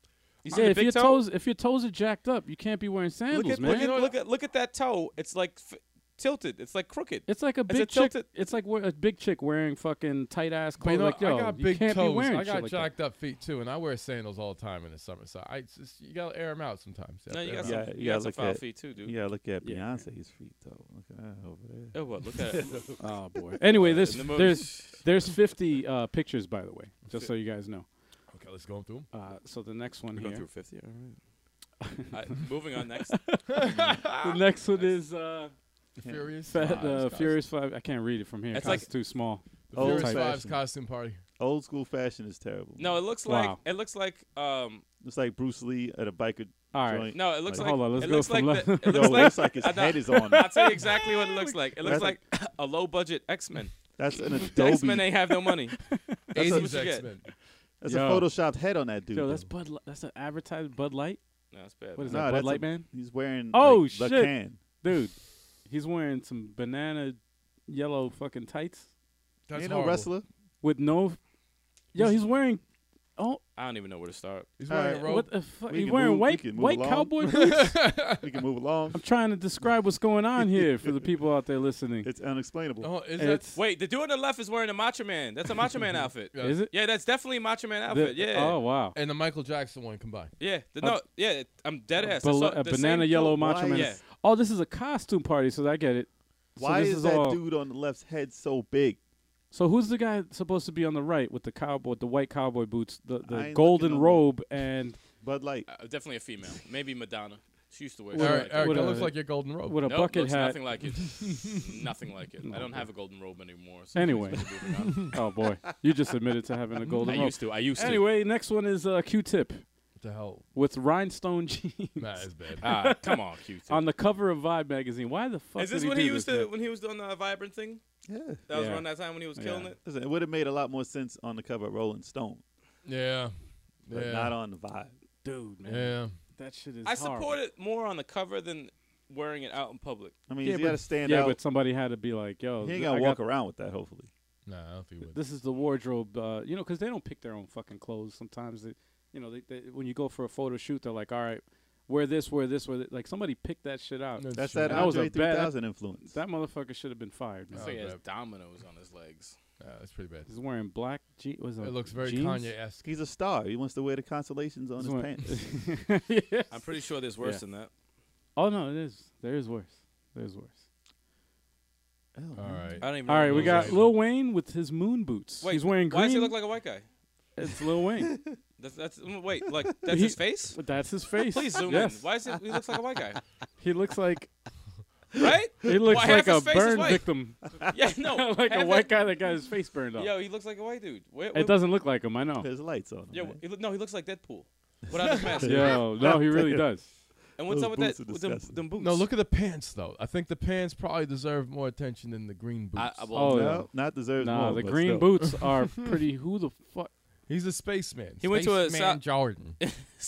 Speaker 5: You see
Speaker 4: yeah,
Speaker 5: the
Speaker 4: if
Speaker 5: big
Speaker 4: your
Speaker 5: toe?
Speaker 4: toes if your toes are jacked up, you can't be wearing sandals,
Speaker 5: look at,
Speaker 4: man.
Speaker 5: look at look at look at that toe. It's like f- tilted. It's like crooked.
Speaker 4: it's like a
Speaker 5: a
Speaker 4: big chick.
Speaker 5: tilted-
Speaker 4: It's like wear- a big chick wearing fucking tight ass
Speaker 2: But
Speaker 4: clothes.
Speaker 2: you know,
Speaker 4: like yo,
Speaker 2: I got
Speaker 4: you
Speaker 2: big
Speaker 4: can't
Speaker 2: toes.
Speaker 4: be wearing
Speaker 2: I
Speaker 4: shit
Speaker 2: got
Speaker 4: like that.
Speaker 2: jacked up feet too, and I wear sandals all the time in the summer. So I it's just you gotta air them out sometimes.
Speaker 5: No, you got
Speaker 2: have
Speaker 5: some.
Speaker 2: to air 'em
Speaker 3: Yeah,
Speaker 5: you
Speaker 3: yeah,
Speaker 5: got some
Speaker 3: look
Speaker 5: foul
Speaker 3: at-
Speaker 5: feet too, dude.
Speaker 3: You gotta look at
Speaker 4: Yeah.
Speaker 3: Beyonce's feet, though. Look at that over there.
Speaker 5: Oh, what? Look at it.
Speaker 4: Oh boy.
Speaker 3: Uh,
Speaker 4: Anyway, there's
Speaker 5: In the movie.
Speaker 4: there's there's 50 uh, pictures by the way, just so you guys know.
Speaker 2: out. Okay, let's go through 'em.
Speaker 4: Uh, so the next one
Speaker 5: We're going
Speaker 4: here.
Speaker 5: through 50. All right. All right, moving on next.
Speaker 4: The next one is uh,
Speaker 2: The Furious
Speaker 4: Fat-
Speaker 2: Fives
Speaker 4: uh,
Speaker 2: costume-
Speaker 4: Furious Five. I can't read it from here.
Speaker 5: It's
Speaker 4: It's
Speaker 5: like-
Speaker 4: too small.
Speaker 2: The Furious
Speaker 3: old
Speaker 2: Fives
Speaker 3: fashioned.
Speaker 2: costume party.
Speaker 3: old school fashion is terrible.
Speaker 5: No, it looks like
Speaker 4: Wow.
Speaker 5: it looks like um
Speaker 3: it's like Bruce Lee at a biker
Speaker 4: All right.
Speaker 3: joint.
Speaker 5: no, it looks
Speaker 3: Like-
Speaker 5: like
Speaker 4: Hold on, let's
Speaker 5: it
Speaker 4: go
Speaker 5: looks
Speaker 4: from
Speaker 5: like
Speaker 4: left-
Speaker 5: the, it
Speaker 3: No,
Speaker 5: looks like
Speaker 3: his
Speaker 5: I know-
Speaker 3: head is on.
Speaker 5: I'll tell you exactly what it looks like. It looks
Speaker 3: That's-
Speaker 5: like a low budget X Men.
Speaker 3: That's an
Speaker 5: X Men,
Speaker 3: Adobe.
Speaker 5: they have no money.
Speaker 3: a-
Speaker 5: what
Speaker 2: 80s
Speaker 5: you get.
Speaker 2: X Men.
Speaker 3: That's
Speaker 4: Yo.
Speaker 3: a photoshopped head on that dude.
Speaker 4: Yo, that's
Speaker 3: though.
Speaker 4: Bud. Li- That's an advertised Bud Light.
Speaker 5: No, that's bad.
Speaker 4: What is
Speaker 5: man.
Speaker 3: Nah,
Speaker 4: that? Bud
Speaker 3: that's
Speaker 4: Light
Speaker 3: a-
Speaker 4: man,
Speaker 3: He's wearing
Speaker 4: Oh,
Speaker 3: like, the
Speaker 4: shit.
Speaker 3: can.
Speaker 4: dude. He's wearing some banana yellow fucking tights
Speaker 2: That's
Speaker 3: Ain't no
Speaker 2: horrible.
Speaker 3: wrestler.
Speaker 4: with no. Yo, he's wearing. Oh,
Speaker 5: I don't even know where to start.
Speaker 2: He's
Speaker 3: All
Speaker 2: wearing
Speaker 3: right,
Speaker 2: a robe.
Speaker 4: what the fuck?
Speaker 3: We
Speaker 4: He's
Speaker 3: can
Speaker 4: wearing
Speaker 3: move- we
Speaker 4: white
Speaker 3: can move
Speaker 4: white
Speaker 3: along.
Speaker 4: cowboy boots.
Speaker 3: We can move along.
Speaker 4: I'm trying to describe what's going on here for the people out there listening.
Speaker 3: It's unexplainable.
Speaker 2: Oh, is
Speaker 4: It's-
Speaker 2: that?
Speaker 5: Wait, the dude on the left is wearing a Macho Man. That's a Macho Man outfit.
Speaker 2: Yeah.
Speaker 4: Is it?
Speaker 5: Yeah, that's definitely a Macho Man
Speaker 4: The-
Speaker 5: outfit. yeah,
Speaker 4: Oh wow.
Speaker 2: And the Michael Jackson one combined.
Speaker 5: yeah. The- no, yeah. I'm dead ass. I
Speaker 4: Bal-
Speaker 5: saw
Speaker 4: a
Speaker 5: the
Speaker 4: uh, banana
Speaker 5: same-
Speaker 4: yellow
Speaker 3: coat.
Speaker 4: macho
Speaker 3: Why
Speaker 4: man.
Speaker 5: is-
Speaker 4: Oh, this is a costume party, so I get it. So
Speaker 3: Why
Speaker 4: this
Speaker 3: is,
Speaker 4: is
Speaker 3: that
Speaker 4: all-
Speaker 3: dude on the left's head so big?
Speaker 4: So who's the guy supposed to be on the right with the cowboy, with the white cowboy boots, the,
Speaker 3: I
Speaker 4: the
Speaker 3: ain't
Speaker 4: golden
Speaker 3: looking no-
Speaker 4: robe, and
Speaker 3: Bud Light.
Speaker 5: Uh, definitely a female. Maybe Madonna. She used to wear.
Speaker 4: What
Speaker 5: shit
Speaker 4: a-
Speaker 2: Eric,
Speaker 5: like that.
Speaker 2: Eric,
Speaker 4: what
Speaker 2: that
Speaker 4: a-
Speaker 2: looks like your golden robe.
Speaker 4: with a
Speaker 5: Nope,
Speaker 4: bucket
Speaker 5: looks
Speaker 4: hat?
Speaker 5: Nothing like it. nothing like it. I don't have a golden robe anymore. So
Speaker 4: Anyway.
Speaker 5: please keep moving on.
Speaker 4: Oh boy, you just admitted to having a golden
Speaker 5: I
Speaker 4: robe.
Speaker 5: used to. I used to.
Speaker 4: Anyway, next one is uh, Q-Tip
Speaker 2: What the hell?
Speaker 4: with rhinestone jeans
Speaker 2: Nah, it's bad.
Speaker 5: Ah, come on, Q-tip.
Speaker 4: on the cover of Vibe magazine. Why the fuck?
Speaker 5: Is this
Speaker 4: did he
Speaker 5: when
Speaker 4: do
Speaker 5: he used
Speaker 4: this,
Speaker 5: to
Speaker 4: man?
Speaker 5: when he was doing the vibrant thing?
Speaker 3: Yeah.
Speaker 5: That was
Speaker 4: Yeah.
Speaker 5: around that time when he was killing
Speaker 4: Yeah.
Speaker 5: it.
Speaker 3: Listen, it would have made a lot more sense on the cover of Rolling Stone,
Speaker 2: yeah.
Speaker 3: but
Speaker 2: yeah.
Speaker 3: not on the vibe.
Speaker 4: Dude, man,
Speaker 2: yeah.
Speaker 4: that shit is.
Speaker 5: I
Speaker 4: horrible.
Speaker 5: support it more on the cover than wearing it out in public.
Speaker 3: I mean,
Speaker 4: Yeah,
Speaker 3: you
Speaker 4: but-
Speaker 3: got to stand
Speaker 4: yeah,
Speaker 3: out.
Speaker 4: but somebody had to be like, "Yo,
Speaker 3: he ain't
Speaker 4: th-
Speaker 3: got
Speaker 4: I
Speaker 3: to walk around with that, hopefully.
Speaker 2: Nah, I don't think he would.
Speaker 4: this is the wardrobe, uh, you know, because they don't pick their own fucking clothes. Sometimes, they, you know, they, they, when you go for a photo shoot, they're like, all right, wear this, wear this, wear that. Like somebody picked that shit out.
Speaker 3: That's
Speaker 2: true.
Speaker 3: that
Speaker 4: That was
Speaker 3: Andre
Speaker 4: a bad-
Speaker 3: 3000 influence.
Speaker 4: That motherfucker should have been fired. Man.
Speaker 5: It's
Speaker 2: Oh,
Speaker 5: like he has
Speaker 2: crap.
Speaker 5: dominoes on his legs.
Speaker 2: Yeah, Uh, that's pretty bad.
Speaker 4: He's wearing black jeans. Was
Speaker 2: It looks very
Speaker 4: jeans?
Speaker 2: Kanye-esque.
Speaker 3: He's a star. He wants to wear the constellations on
Speaker 4: He's
Speaker 3: his
Speaker 4: wearing-
Speaker 3: pants.
Speaker 4: Yes.
Speaker 5: I'm pretty sure there's worse
Speaker 4: Yeah.
Speaker 5: than that.
Speaker 4: Oh no, it is. There is worse. There is worse. Mm-hmm.
Speaker 3: Oh,
Speaker 2: All right.
Speaker 5: I don't even.
Speaker 4: All right, we
Speaker 2: Lil
Speaker 4: got
Speaker 2: Wayne.
Speaker 4: Lil Wayne with his moon boots.
Speaker 5: Wait,
Speaker 4: He's wearing green.
Speaker 5: Why does he look like a white guy?
Speaker 4: it's Lil Wayne.
Speaker 5: That's, that's mm, wait, like that's
Speaker 4: He-
Speaker 5: his face.
Speaker 4: But that's his face.
Speaker 5: Please zoom
Speaker 4: yes.
Speaker 5: in. Why is it? He looks like a white guy,
Speaker 4: He looks like
Speaker 5: right?
Speaker 4: he looks
Speaker 5: Why half
Speaker 4: like a
Speaker 5: his face is
Speaker 4: burn
Speaker 5: white?
Speaker 4: victim.
Speaker 5: Yeah, no,
Speaker 4: like a
Speaker 5: half that-
Speaker 4: white guy that got his face burned off.
Speaker 5: Yo, he looks like a white dude. Where, where,
Speaker 4: it doesn't look like him. I know.
Speaker 3: There's lights on him.
Speaker 5: Yo,
Speaker 3: man.
Speaker 5: he look- no, he looks like Deadpool without his mask.
Speaker 4: Yo, no, he really does.
Speaker 5: And what's
Speaker 3: Those
Speaker 5: up with
Speaker 3: boots
Speaker 5: that?
Speaker 3: are
Speaker 5: With them,
Speaker 3: disgusting.
Speaker 5: them boots.
Speaker 2: No, look at the pants though. I think the pants probably deserve more attention than the green boots.
Speaker 5: I- I will-
Speaker 4: Oh,
Speaker 3: No,
Speaker 4: yeah.
Speaker 3: not deserves
Speaker 4: Nah,
Speaker 3: more,
Speaker 4: the
Speaker 3: but
Speaker 4: green
Speaker 3: still.
Speaker 4: boots are pretty. Who the fuck?
Speaker 2: He's a spaceman.
Speaker 5: He went to a
Speaker 2: Spaceman
Speaker 5: so-
Speaker 2: Jordan. Space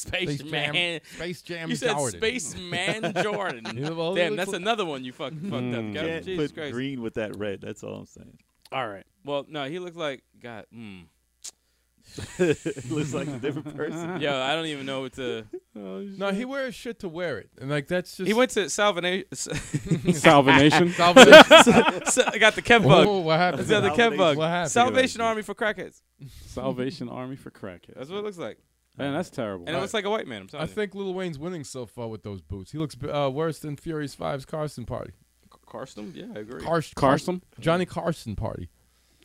Speaker 5: Spaceman.
Speaker 2: Space Jam
Speaker 5: You said
Speaker 2: Jordan.
Speaker 5: Spaceman
Speaker 2: You
Speaker 5: Jordan.
Speaker 2: know, well, he
Speaker 5: Damn,
Speaker 2: looks
Speaker 5: that's
Speaker 2: like-
Speaker 5: another one you fuck, fucked up.
Speaker 4: Mm.
Speaker 5: Gavin.
Speaker 3: Can't
Speaker 5: Jesus
Speaker 3: put
Speaker 5: Christ.
Speaker 3: green with that red. That's all I'm saying.
Speaker 4: All right.
Speaker 5: Well, no, he looked like God. Mm.
Speaker 3: looks like a different person.
Speaker 5: Yo, I don't even know what to. Oh,
Speaker 2: No, he wears shit to wear it, and like that's just
Speaker 5: He went to Salvation.
Speaker 4: Salvation.
Speaker 2: Salvation.
Speaker 5: I got the Kev bug.
Speaker 2: Whoa, what happened?
Speaker 5: That's the other Kev
Speaker 3: Salvation.
Speaker 2: What
Speaker 5: bug.
Speaker 2: happened?
Speaker 5: Salvation Army for crackheads.
Speaker 4: Salvation Army for crackhead.
Speaker 5: That's what it looks like.
Speaker 4: Man, that's terrible.
Speaker 5: And it looks like a white man. I'm telling
Speaker 2: I think Lil Wayne's winning so far with those boots. He looks uh, worse than Furious 5's Carson party.
Speaker 5: you. Carson. Yeah, I agree.
Speaker 2: Carson,
Speaker 4: Carson,
Speaker 2: Johnny Carson party.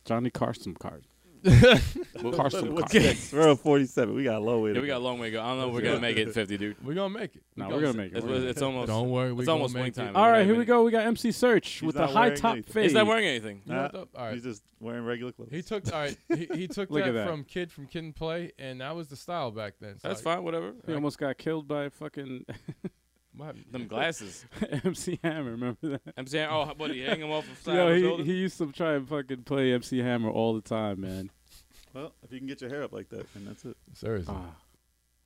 Speaker 4: Johnny Carson card.
Speaker 3: What-
Speaker 4: Carson
Speaker 3: What's
Speaker 4: card.
Speaker 3: next? We're on 47. We got a low way.
Speaker 5: yeah,
Speaker 3: to
Speaker 5: we
Speaker 3: go.
Speaker 5: got a long way to go. I don't know if we're gonna make it 50, dude.
Speaker 2: We're gonna make it.
Speaker 4: No, we're gonna make it.
Speaker 5: It's,
Speaker 4: We're gonna
Speaker 5: it's
Speaker 4: make
Speaker 5: almost.
Speaker 2: Don't worry, we
Speaker 5: it's
Speaker 2: gonna
Speaker 5: almost
Speaker 2: make
Speaker 5: wing
Speaker 2: it.
Speaker 5: time.
Speaker 4: it. All right, here we
Speaker 5: Even-
Speaker 4: go. We got MC Search with the
Speaker 3: not
Speaker 4: high
Speaker 3: wearing
Speaker 4: top
Speaker 3: anything.
Speaker 4: fade.
Speaker 5: He's not wearing anything.
Speaker 2: You know what
Speaker 3: Nah,
Speaker 2: though? All right.
Speaker 3: He's just wearing regular clothes.
Speaker 2: He took all right. He, he took
Speaker 4: Look
Speaker 2: that,
Speaker 4: at that.
Speaker 2: from Kid from Kid and Play, and that was the style back then. So
Speaker 5: That's
Speaker 2: I-
Speaker 5: fine. Whatever.
Speaker 4: He almost got killed by fucking
Speaker 2: my-
Speaker 5: Them glasses.
Speaker 4: MC Hammer. Remember that?
Speaker 5: I'm saying, oh, buddy, hang him off the side
Speaker 4: Yo,
Speaker 5: of the
Speaker 4: he,
Speaker 5: building.
Speaker 4: he used to try and fucking play MC Hammer all the time, man.
Speaker 3: well, if you can get your hair up like that, and that's it.
Speaker 2: seriously,
Speaker 4: Ah,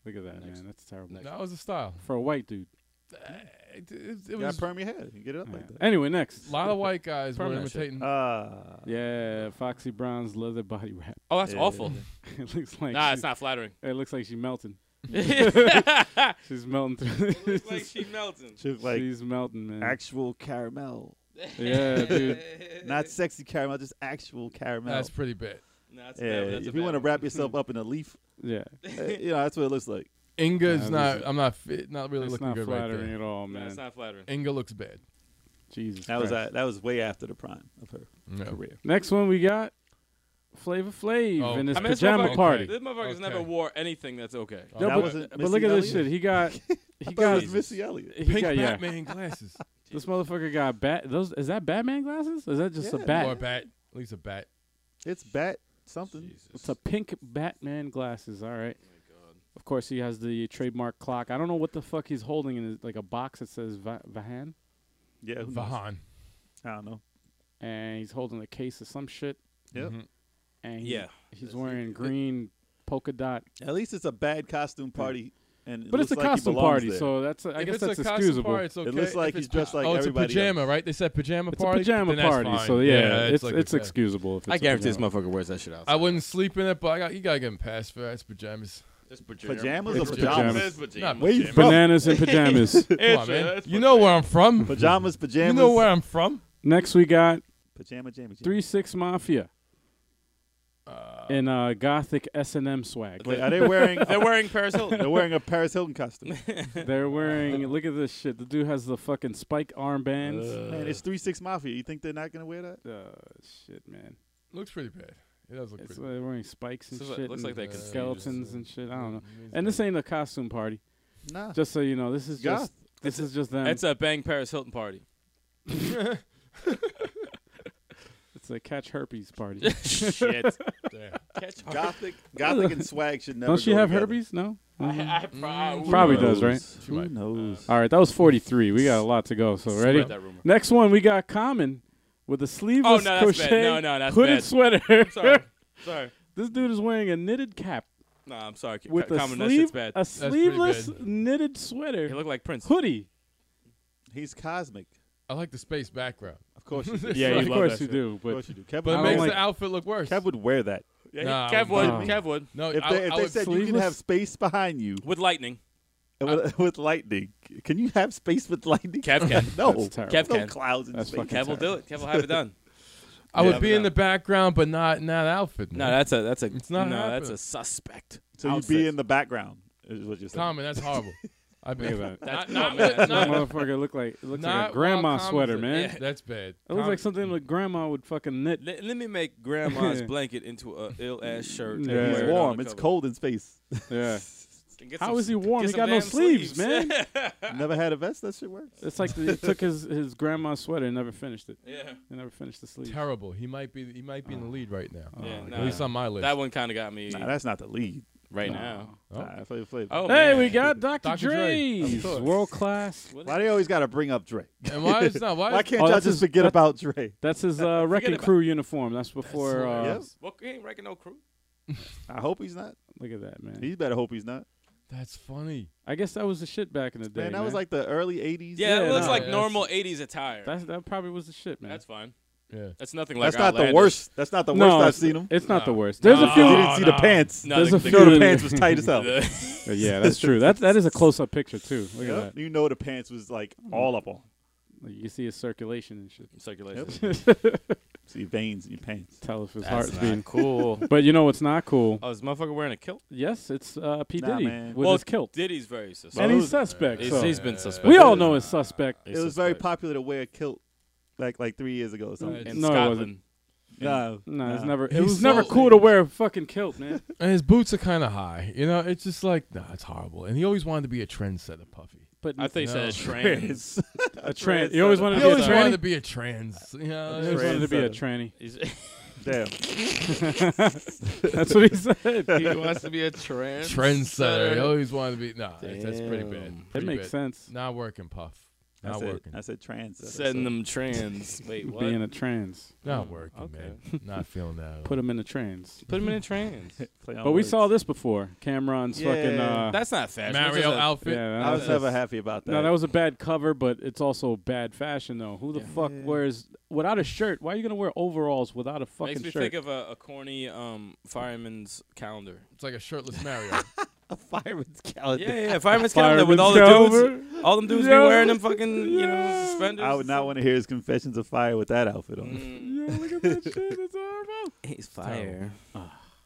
Speaker 4: look at that,
Speaker 5: Next.
Speaker 4: man. That's terrible.
Speaker 2: that was the style.
Speaker 4: For a white dude.
Speaker 2: It, it- it
Speaker 3: You
Speaker 2: was
Speaker 3: got perm your hair. You get it up
Speaker 4: Yeah.
Speaker 3: like that.
Speaker 4: Anyway, next.
Speaker 2: a lot of white guys were
Speaker 4: Permanent shit. Uh,
Speaker 2: imitating.
Speaker 3: Ah.
Speaker 4: Yeah, Foxy Brown's leather body wrap.
Speaker 5: Oh, that's
Speaker 3: Yeah.
Speaker 5: awful.
Speaker 4: it looks like
Speaker 5: Nah,
Speaker 4: she-
Speaker 5: it's not flattering.
Speaker 4: It looks like she's melting.
Speaker 5: Looks
Speaker 4: She's melting through.
Speaker 5: like she melting.
Speaker 3: She look like
Speaker 4: she's melting, man.
Speaker 3: actual caramel.
Speaker 4: yeah, dude.
Speaker 3: Not sexy caramel, just actual caramel.
Speaker 2: That's pretty bad.
Speaker 5: Nah, that's
Speaker 3: yeah,
Speaker 5: bad, that's a
Speaker 3: if you
Speaker 5: bad
Speaker 3: want to
Speaker 5: one.
Speaker 3: wrap yourself up in a leaf,
Speaker 4: Yeah,
Speaker 3: eh, you know that's what it looks like.
Speaker 2: Inga's
Speaker 4: Nah, this
Speaker 2: not. I'm not fit. Not really
Speaker 4: it's
Speaker 2: looking
Speaker 4: not
Speaker 2: good
Speaker 4: flattering
Speaker 2: right
Speaker 4: at all,
Speaker 5: Nah, it's
Speaker 4: man.
Speaker 5: not flattering.
Speaker 2: there. Inga looks bad.
Speaker 4: Jesus.
Speaker 3: That was
Speaker 4: Christ.
Speaker 3: that. That was way after the prime of her
Speaker 2: Yeah.
Speaker 3: career.
Speaker 4: Next one we got Flavor Flav
Speaker 2: Oh.
Speaker 4: and his
Speaker 5: I mean, this
Speaker 4: pajama
Speaker 5: motherfucker-
Speaker 4: party.
Speaker 5: This motherfucker's never
Speaker 2: Okay.
Speaker 5: wore anything that's okay.
Speaker 2: Oh,
Speaker 4: No,
Speaker 3: That
Speaker 4: but,
Speaker 3: wasn't
Speaker 4: but
Speaker 3: Missy
Speaker 4: look at this
Speaker 3: Elliott?
Speaker 4: shit. He got.
Speaker 3: I
Speaker 4: He
Speaker 3: thought it
Speaker 4: got.
Speaker 3: was Missy Elliott.
Speaker 4: He
Speaker 2: Pink
Speaker 4: got yeah.
Speaker 2: Batman glasses.
Speaker 4: This motherfucker got bat. Those is that Batman glasses? Is that just a
Speaker 3: Yeah.
Speaker 4: bat?
Speaker 2: Or a bat. At least a bat.
Speaker 3: It's bat something.
Speaker 4: It's a pink Batman glasses. All right. Of course, he has the trademark clock. I don't know what the fuck he's holding in his, like a box that says Va- Vahan,
Speaker 3: Yeah, who knows?
Speaker 2: Vahan.
Speaker 3: I don't know.
Speaker 4: and he's holding a case of some shit,
Speaker 3: Yep.
Speaker 2: Mhm.
Speaker 4: and he-
Speaker 5: Yeah.
Speaker 4: he's wearing green polka dot.
Speaker 3: At least it's a bad costume party, and it
Speaker 4: But it's a
Speaker 3: looks like he
Speaker 4: costume
Speaker 3: belongs
Speaker 4: party,
Speaker 3: there.
Speaker 4: so that's a, I
Speaker 2: If
Speaker 4: guess
Speaker 2: it's a
Speaker 4: that's
Speaker 2: costume
Speaker 4: excusable.
Speaker 2: party, it's okay.
Speaker 3: it looks
Speaker 2: If
Speaker 3: like
Speaker 2: it's
Speaker 3: he's dressed like
Speaker 2: oh, it's a
Speaker 3: everybody.
Speaker 2: pajama, right? They said pajama
Speaker 4: it's
Speaker 2: party.
Speaker 4: a pajama
Speaker 2: Then that's
Speaker 4: party,
Speaker 2: fine.
Speaker 4: so yeah, it's
Speaker 2: like
Speaker 4: it's
Speaker 2: a-
Speaker 4: excusable. If it's
Speaker 6: I
Speaker 4: a
Speaker 6: guarantee this
Speaker 4: pajama.
Speaker 6: motherfucker wears that shit outside.
Speaker 2: I wouldn't sleep in it, but I got you gotta get him passed for that. It's pajamas.
Speaker 5: It's
Speaker 3: Pajamas
Speaker 4: or pajamas?
Speaker 2: Not
Speaker 3: Where you
Speaker 2: pajamas.
Speaker 3: from?
Speaker 4: Bananas and pajamas.
Speaker 2: Come
Speaker 5: uh,
Speaker 2: on, man. You know where I'm from.
Speaker 3: Pajamas,
Speaker 2: You
Speaker 3: pajamas.
Speaker 2: know where I'm from.
Speaker 4: Next, we got
Speaker 3: Pajama, jammy.
Speaker 4: Three Six Mafia in uh, gothic S and M swag.
Speaker 3: Wait, are they uh, wearing?
Speaker 5: They're wearing Paris
Speaker 3: they're
Speaker 5: Hilton.
Speaker 3: wearing a Paris Hilton costume.
Speaker 4: They're wearing. Look at this shit. The dude has the fucking spike armbands.
Speaker 3: Man, it's three six mafia. You think they're not gonna wear that?
Speaker 4: Uh, shit, man.
Speaker 2: Looks pretty bad. It does look
Speaker 4: It's, uh,
Speaker 2: pretty.
Speaker 4: they're wearing spikes and
Speaker 5: Looks like-
Speaker 4: shit.
Speaker 5: looks like
Speaker 4: and
Speaker 5: they
Speaker 2: confused.
Speaker 4: skeletons and shit. I don't know.
Speaker 2: bad.
Speaker 4: And this ain't a costume party.
Speaker 3: Nah.
Speaker 4: Just so you know, this is
Speaker 3: Goth.
Speaker 4: just this is just them.
Speaker 5: It's a bang Paris Hilton party.
Speaker 4: It's a catch herpes party.
Speaker 5: Shit.
Speaker 2: Damn.
Speaker 5: Catch
Speaker 3: Gothic, gothic, and swag should never.
Speaker 4: Don't she
Speaker 3: go
Speaker 4: have
Speaker 3: together.
Speaker 4: herpes? No. Mhm.
Speaker 2: Mm,
Speaker 4: Probably
Speaker 3: Who
Speaker 4: does, right?
Speaker 3: knows?
Speaker 2: She
Speaker 3: Who
Speaker 2: might.
Speaker 3: knows?
Speaker 5: Uh,
Speaker 4: All right, that was 43. We got a lot to go. So ready?
Speaker 5: Spread that rumor.
Speaker 4: Next one, we got Common with a
Speaker 5: Oh no,
Speaker 4: sleeveless
Speaker 5: that's
Speaker 4: crochet
Speaker 5: bad. No, no, that's
Speaker 4: hooded
Speaker 5: bad.
Speaker 4: sweater.
Speaker 5: Sorry, sorry.
Speaker 4: this dude is wearing a knitted cap
Speaker 5: No, I'm sorry. Ca-
Speaker 4: with a
Speaker 5: Common, that shit's
Speaker 4: sleeve,
Speaker 5: bad.
Speaker 4: a
Speaker 2: pretty
Speaker 4: sleeveless
Speaker 2: bad.
Speaker 4: knitted sweater
Speaker 5: He looked like Prince.
Speaker 4: hoodie.
Speaker 3: He's cosmic.
Speaker 2: I like the space background,
Speaker 3: Of course you do.
Speaker 4: Yeah,
Speaker 3: I
Speaker 4: of
Speaker 3: love
Speaker 4: course
Speaker 3: that
Speaker 4: you
Speaker 3: shit.
Speaker 4: do.
Speaker 3: Of
Speaker 4: But
Speaker 3: course you do. Kev,
Speaker 2: but
Speaker 4: I
Speaker 2: it
Speaker 3: would,
Speaker 4: don't
Speaker 2: makes
Speaker 4: like-
Speaker 2: the outfit look worse.
Speaker 3: Kev would wear that.
Speaker 5: Yeah,
Speaker 2: Nah,
Speaker 5: Kev would.
Speaker 4: nah.
Speaker 5: Kev would.
Speaker 2: no,
Speaker 3: If
Speaker 2: I,
Speaker 3: they, if
Speaker 2: I
Speaker 3: they
Speaker 2: would,
Speaker 3: said you can
Speaker 4: sleeveless?
Speaker 3: have space behind you
Speaker 5: With lightning.
Speaker 3: with, with lightning, can you have space with lightning?
Speaker 5: Kev can.
Speaker 3: no,
Speaker 4: That's terrible.
Speaker 5: Kev
Speaker 3: no
Speaker 5: can.
Speaker 3: clouds in
Speaker 4: That's
Speaker 3: space.
Speaker 4: fucking
Speaker 5: Kev will do it. Kev will have it done.
Speaker 2: I would
Speaker 5: Yeah.
Speaker 2: be in the background, but not in that outfit.
Speaker 5: No,
Speaker 2: man.
Speaker 5: that's a that's a
Speaker 2: It's not
Speaker 5: no,
Speaker 2: happening.
Speaker 5: that's a suspect.
Speaker 3: So you'd
Speaker 5: outfit.
Speaker 3: be in the background, is what you're saying.
Speaker 2: Common. That's horrible. I
Speaker 4: look
Speaker 2: mean,
Speaker 4: at that.
Speaker 5: That's
Speaker 2: Not-
Speaker 5: not
Speaker 2: not-
Speaker 5: bad.
Speaker 4: That motherfucker look like it looks like
Speaker 2: not
Speaker 4: a grandma
Speaker 2: while Common's
Speaker 4: sweater,
Speaker 2: in-
Speaker 4: man.
Speaker 5: Yeah.
Speaker 2: That's bad.
Speaker 4: It looks
Speaker 2: Com-
Speaker 4: like something like grandma would fucking knit.
Speaker 5: Let, let me make grandma's blanket into a ill ass shirt. and
Speaker 4: Yeah.
Speaker 5: wear
Speaker 3: It's
Speaker 5: it on
Speaker 3: warm.
Speaker 5: the
Speaker 3: It's
Speaker 5: cover.
Speaker 3: cold in space.
Speaker 4: Yeah.
Speaker 5: Can get
Speaker 4: How
Speaker 5: some-
Speaker 4: is he warm?
Speaker 5: get
Speaker 4: He
Speaker 5: some
Speaker 4: got no
Speaker 5: damn
Speaker 4: sleeves, man.
Speaker 3: Never had a vest. That shit works.
Speaker 4: It's like he took his his grandma's sweater and never finished it.
Speaker 5: yeah.
Speaker 4: He never finished the sleeve.
Speaker 2: terrible. He might be. He might be in the lead right now.
Speaker 5: Yeah,
Speaker 4: Oh,
Speaker 5: nah.
Speaker 2: At least on my list.
Speaker 5: That one kind of got me
Speaker 3: Nah, that's not the lead.
Speaker 5: right
Speaker 4: Nah.
Speaker 5: now.
Speaker 2: Oh.
Speaker 3: Nah, Flavor Flav.
Speaker 5: Oh,
Speaker 4: Hey,
Speaker 5: man.
Speaker 4: we got Dr.
Speaker 2: Dr. Dre, of
Speaker 4: Dre's
Speaker 2: course.
Speaker 4: world class.
Speaker 3: Why they always got to bring up Dre?
Speaker 2: and why is not? Why?
Speaker 3: Why
Speaker 2: is-
Speaker 3: can't
Speaker 4: Oh,
Speaker 3: y'all
Speaker 4: that's
Speaker 3: just
Speaker 4: his-
Speaker 3: forget
Speaker 4: that-
Speaker 3: about Dre?
Speaker 4: That's his uh, Wrecking
Speaker 5: about-
Speaker 4: Crew uniform. That's before. Uh,
Speaker 3: Yep.
Speaker 5: Well, he ain't wrecking no crew.
Speaker 3: I hope he's not.
Speaker 4: Look at that, man.
Speaker 3: He better hope he's not.
Speaker 2: That's funny.
Speaker 4: I guess that was the shit back in the day.
Speaker 3: Man, that was like the early '80s.
Speaker 5: Yeah, it
Speaker 4: Yeah,
Speaker 5: looks
Speaker 4: nah,
Speaker 5: like
Speaker 2: that's-
Speaker 5: normal '80s attire. That's,
Speaker 4: That's, that probably was the shit, man.
Speaker 5: fine.
Speaker 2: Yeah.
Speaker 5: That's nothing like.
Speaker 3: that's not the
Speaker 5: Outlandish.
Speaker 3: worst. That's not the worst
Speaker 4: no,
Speaker 3: I've
Speaker 4: it's-
Speaker 3: seen him.
Speaker 4: It's not the
Speaker 5: No.
Speaker 4: worst. There's a
Speaker 5: No.
Speaker 4: few.
Speaker 3: you didn't see the pants.
Speaker 5: No,
Speaker 4: There's
Speaker 5: the,
Speaker 4: a
Speaker 5: the-
Speaker 3: You
Speaker 4: few-
Speaker 3: know the pants was tight as hell.
Speaker 5: the-
Speaker 4: Uh, yeah, that's true. That that is a close up picture too. Look
Speaker 3: Yep.
Speaker 4: at that.
Speaker 3: You know the pants was like
Speaker 4: Hmm.
Speaker 3: all up on.
Speaker 4: Like, you can see his circulation and shit.
Speaker 5: circulation.
Speaker 3: See veins in your pants.
Speaker 4: Tell if his
Speaker 5: That's
Speaker 4: heart's
Speaker 5: not
Speaker 4: beating.
Speaker 5: cool.
Speaker 4: But you know what's not cool?
Speaker 5: Oh, is this motherfucker wearing a kilt?
Speaker 4: Yes, it's uh, P
Speaker 3: Nah,
Speaker 4: Diddy
Speaker 3: man.
Speaker 4: with
Speaker 5: Well,
Speaker 4: his kilt,
Speaker 5: Diddy's very suspicious.
Speaker 4: and he's
Speaker 3: those-
Speaker 4: suspect.
Speaker 5: He's,
Speaker 4: so.
Speaker 5: he's been suspect.
Speaker 4: we all know his suspect.
Speaker 5: He's
Speaker 3: it was very
Speaker 5: suspect.
Speaker 3: popular to wear a kilt, like like three years ago or something.
Speaker 2: Right.
Speaker 5: in
Speaker 4: No, it
Speaker 5: Scotland.
Speaker 4: wasn't.
Speaker 3: No,
Speaker 4: No, it's
Speaker 3: uh, nah.
Speaker 4: never. It
Speaker 2: He's
Speaker 4: was never
Speaker 2: so-
Speaker 4: cool to wear a fucking kilt, man.
Speaker 2: And his boots are kind of high. You know, it's just like, nah, it's horrible. And he always wanted to be a trendsetter, Puffy.
Speaker 4: But
Speaker 5: I think he
Speaker 2: No.
Speaker 5: said trans.
Speaker 4: a trans. You always wanted
Speaker 2: He
Speaker 4: to be a
Speaker 2: always wanted to
Speaker 4: tranny.
Speaker 2: be a trans. You know,
Speaker 4: He always wanted to be a tranny.
Speaker 5: He's-
Speaker 3: Damn.
Speaker 4: That's what he said.
Speaker 6: he wants to be a trans.
Speaker 2: trendsetter. He always wanted to be. Nah, that's, that's pretty bad.
Speaker 6: Damn.
Speaker 4: That
Speaker 2: Pretty
Speaker 4: makes
Speaker 2: bad.
Speaker 4: sense.
Speaker 2: Not working, Puff.
Speaker 3: I
Speaker 2: Not
Speaker 3: said,
Speaker 2: working.
Speaker 3: I said trans.
Speaker 5: Sending them trans. Wait, what?
Speaker 4: Being a trans,
Speaker 2: Not working,
Speaker 5: okay.
Speaker 2: man. Not feeling that. at all.
Speaker 4: put him in a trans.
Speaker 5: Put him in a trans.
Speaker 4: But we saw this before. Cameron's fucking.
Speaker 3: Yeah.
Speaker 4: Uh,
Speaker 5: That's not fashion. That's
Speaker 2: Mario
Speaker 5: just a-
Speaker 2: outfit.
Speaker 4: yeah, that
Speaker 3: I was never happy about that.
Speaker 4: No, that was a bad cover, but it's also bad fashion though. Who the fuck wears without a shirt? Why are you gonna wear overalls without a fucking
Speaker 5: Makes me
Speaker 4: shirt?
Speaker 5: think of a, a corny um, fireman's calendar.
Speaker 2: It's like a shirtless Mario.
Speaker 3: a fireman's calendar.
Speaker 5: Yeah, yeah, fireman's calendar
Speaker 4: Fireman's
Speaker 5: with all the dudes,
Speaker 4: cover.
Speaker 5: all them dudes be
Speaker 4: Yeah.
Speaker 5: wearing them fucking, you know, suspenders.
Speaker 3: I would not want to hear his confessions of fire with that outfit on.
Speaker 5: Mm.
Speaker 4: Yeah, look at that shit. It's horrible.
Speaker 5: He's
Speaker 2: fire.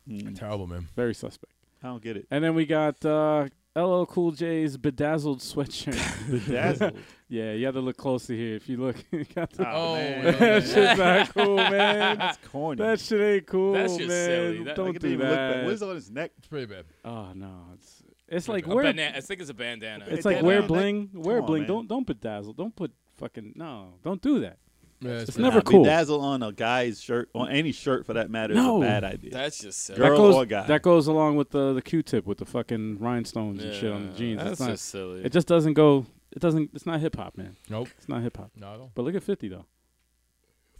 Speaker 3: Mm.
Speaker 2: Terrible, man.
Speaker 4: Very suspect.
Speaker 3: I don't get it.
Speaker 4: And then we got uh, LL Cool J's bedazzled sweatshirt.
Speaker 3: Bedazzled.
Speaker 4: yeah, you have to look closer here. If you look, you got the-
Speaker 3: Oh,
Speaker 2: Oh,
Speaker 3: man.
Speaker 2: no,
Speaker 4: that
Speaker 2: man.
Speaker 4: shit's not cool, man.
Speaker 3: That's corny.
Speaker 4: That shit ain't cool,
Speaker 5: That shit's
Speaker 4: man.
Speaker 5: silly. That-
Speaker 4: Don't
Speaker 3: Like, it didn't
Speaker 4: do
Speaker 3: even look bad.
Speaker 4: that.
Speaker 3: What is on his neck?
Speaker 2: It's pretty bad.
Speaker 4: oh no, it's it's
Speaker 2: Look
Speaker 4: like
Speaker 2: at
Speaker 5: A
Speaker 4: wear
Speaker 5: bana- I think it's a bandana.
Speaker 4: it's
Speaker 3: Hey,
Speaker 4: like
Speaker 3: that-
Speaker 4: wear
Speaker 3: that-
Speaker 4: bling, wear
Speaker 3: come on,
Speaker 4: bling.
Speaker 3: man.
Speaker 4: Don't don't bedazzle. Don't put fucking no. Don't do that.
Speaker 2: Yeah, it's
Speaker 4: It's
Speaker 2: pretty-
Speaker 4: never
Speaker 3: Nah,
Speaker 4: cool.
Speaker 3: Bedazzle on a guy's shirt, on any shirt for that matter,
Speaker 4: No.
Speaker 3: is a bad idea.
Speaker 6: That's just silly.
Speaker 3: Girl
Speaker 4: that goes,
Speaker 3: or guy.
Speaker 4: That goes along with the the Q-tip with the fucking rhinestones and shit on the
Speaker 6: Yeah,
Speaker 4: jeans.
Speaker 5: That's
Speaker 4: It's not,
Speaker 5: just silly.
Speaker 4: it just doesn't go. It doesn't. It's not hip hop, man.
Speaker 2: Nope.
Speaker 4: It's not hip hop.
Speaker 2: Not at all.
Speaker 4: But look at Fifty though.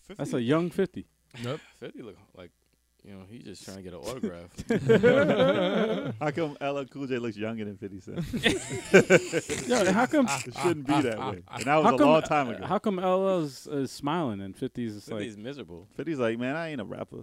Speaker 5: 50,
Speaker 4: That's a young Fifty.
Speaker 2: Nope.
Speaker 5: 50 look like, you know, he's just trying to get an autograph.
Speaker 3: How come LL Cool J looks younger than 50 Cent?
Speaker 4: Yo, how come?
Speaker 3: it shouldn't be that way. And that was
Speaker 4: how
Speaker 3: a
Speaker 4: come?
Speaker 3: long time ago.
Speaker 4: How come LL is, is smiling and 50's is like
Speaker 5: he's miserable.
Speaker 3: 50's like, man, I ain't a rapper.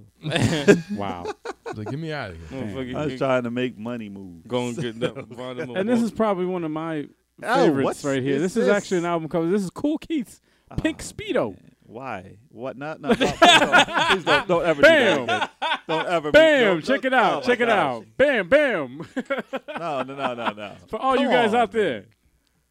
Speaker 4: wow.
Speaker 2: Like, get me out of here.
Speaker 5: Motherfucker,
Speaker 3: I was
Speaker 5: you
Speaker 3: trying to make money move.
Speaker 5: Go and get that Vonda
Speaker 4: and this is probably one of my
Speaker 3: Oh,
Speaker 4: favorites
Speaker 3: what's-
Speaker 4: right here.
Speaker 3: is
Speaker 4: This is
Speaker 3: this?
Speaker 4: actually an album cover. This is Cool Keith's Pink
Speaker 3: Ah,
Speaker 4: Speedo.
Speaker 3: Why? What? Not? No. no, please don't, please don't, don't ever do that. again. Don't ever.
Speaker 4: Bam!
Speaker 3: don't-
Speaker 4: check
Speaker 3: don't-
Speaker 4: it out.
Speaker 3: oh my
Speaker 4: check it
Speaker 3: gosh.
Speaker 4: out. Bam! Bam!
Speaker 3: No, no, no, no, no.
Speaker 4: For all you
Speaker 3: Come
Speaker 4: guys
Speaker 3: on,
Speaker 4: out
Speaker 3: man.
Speaker 4: there,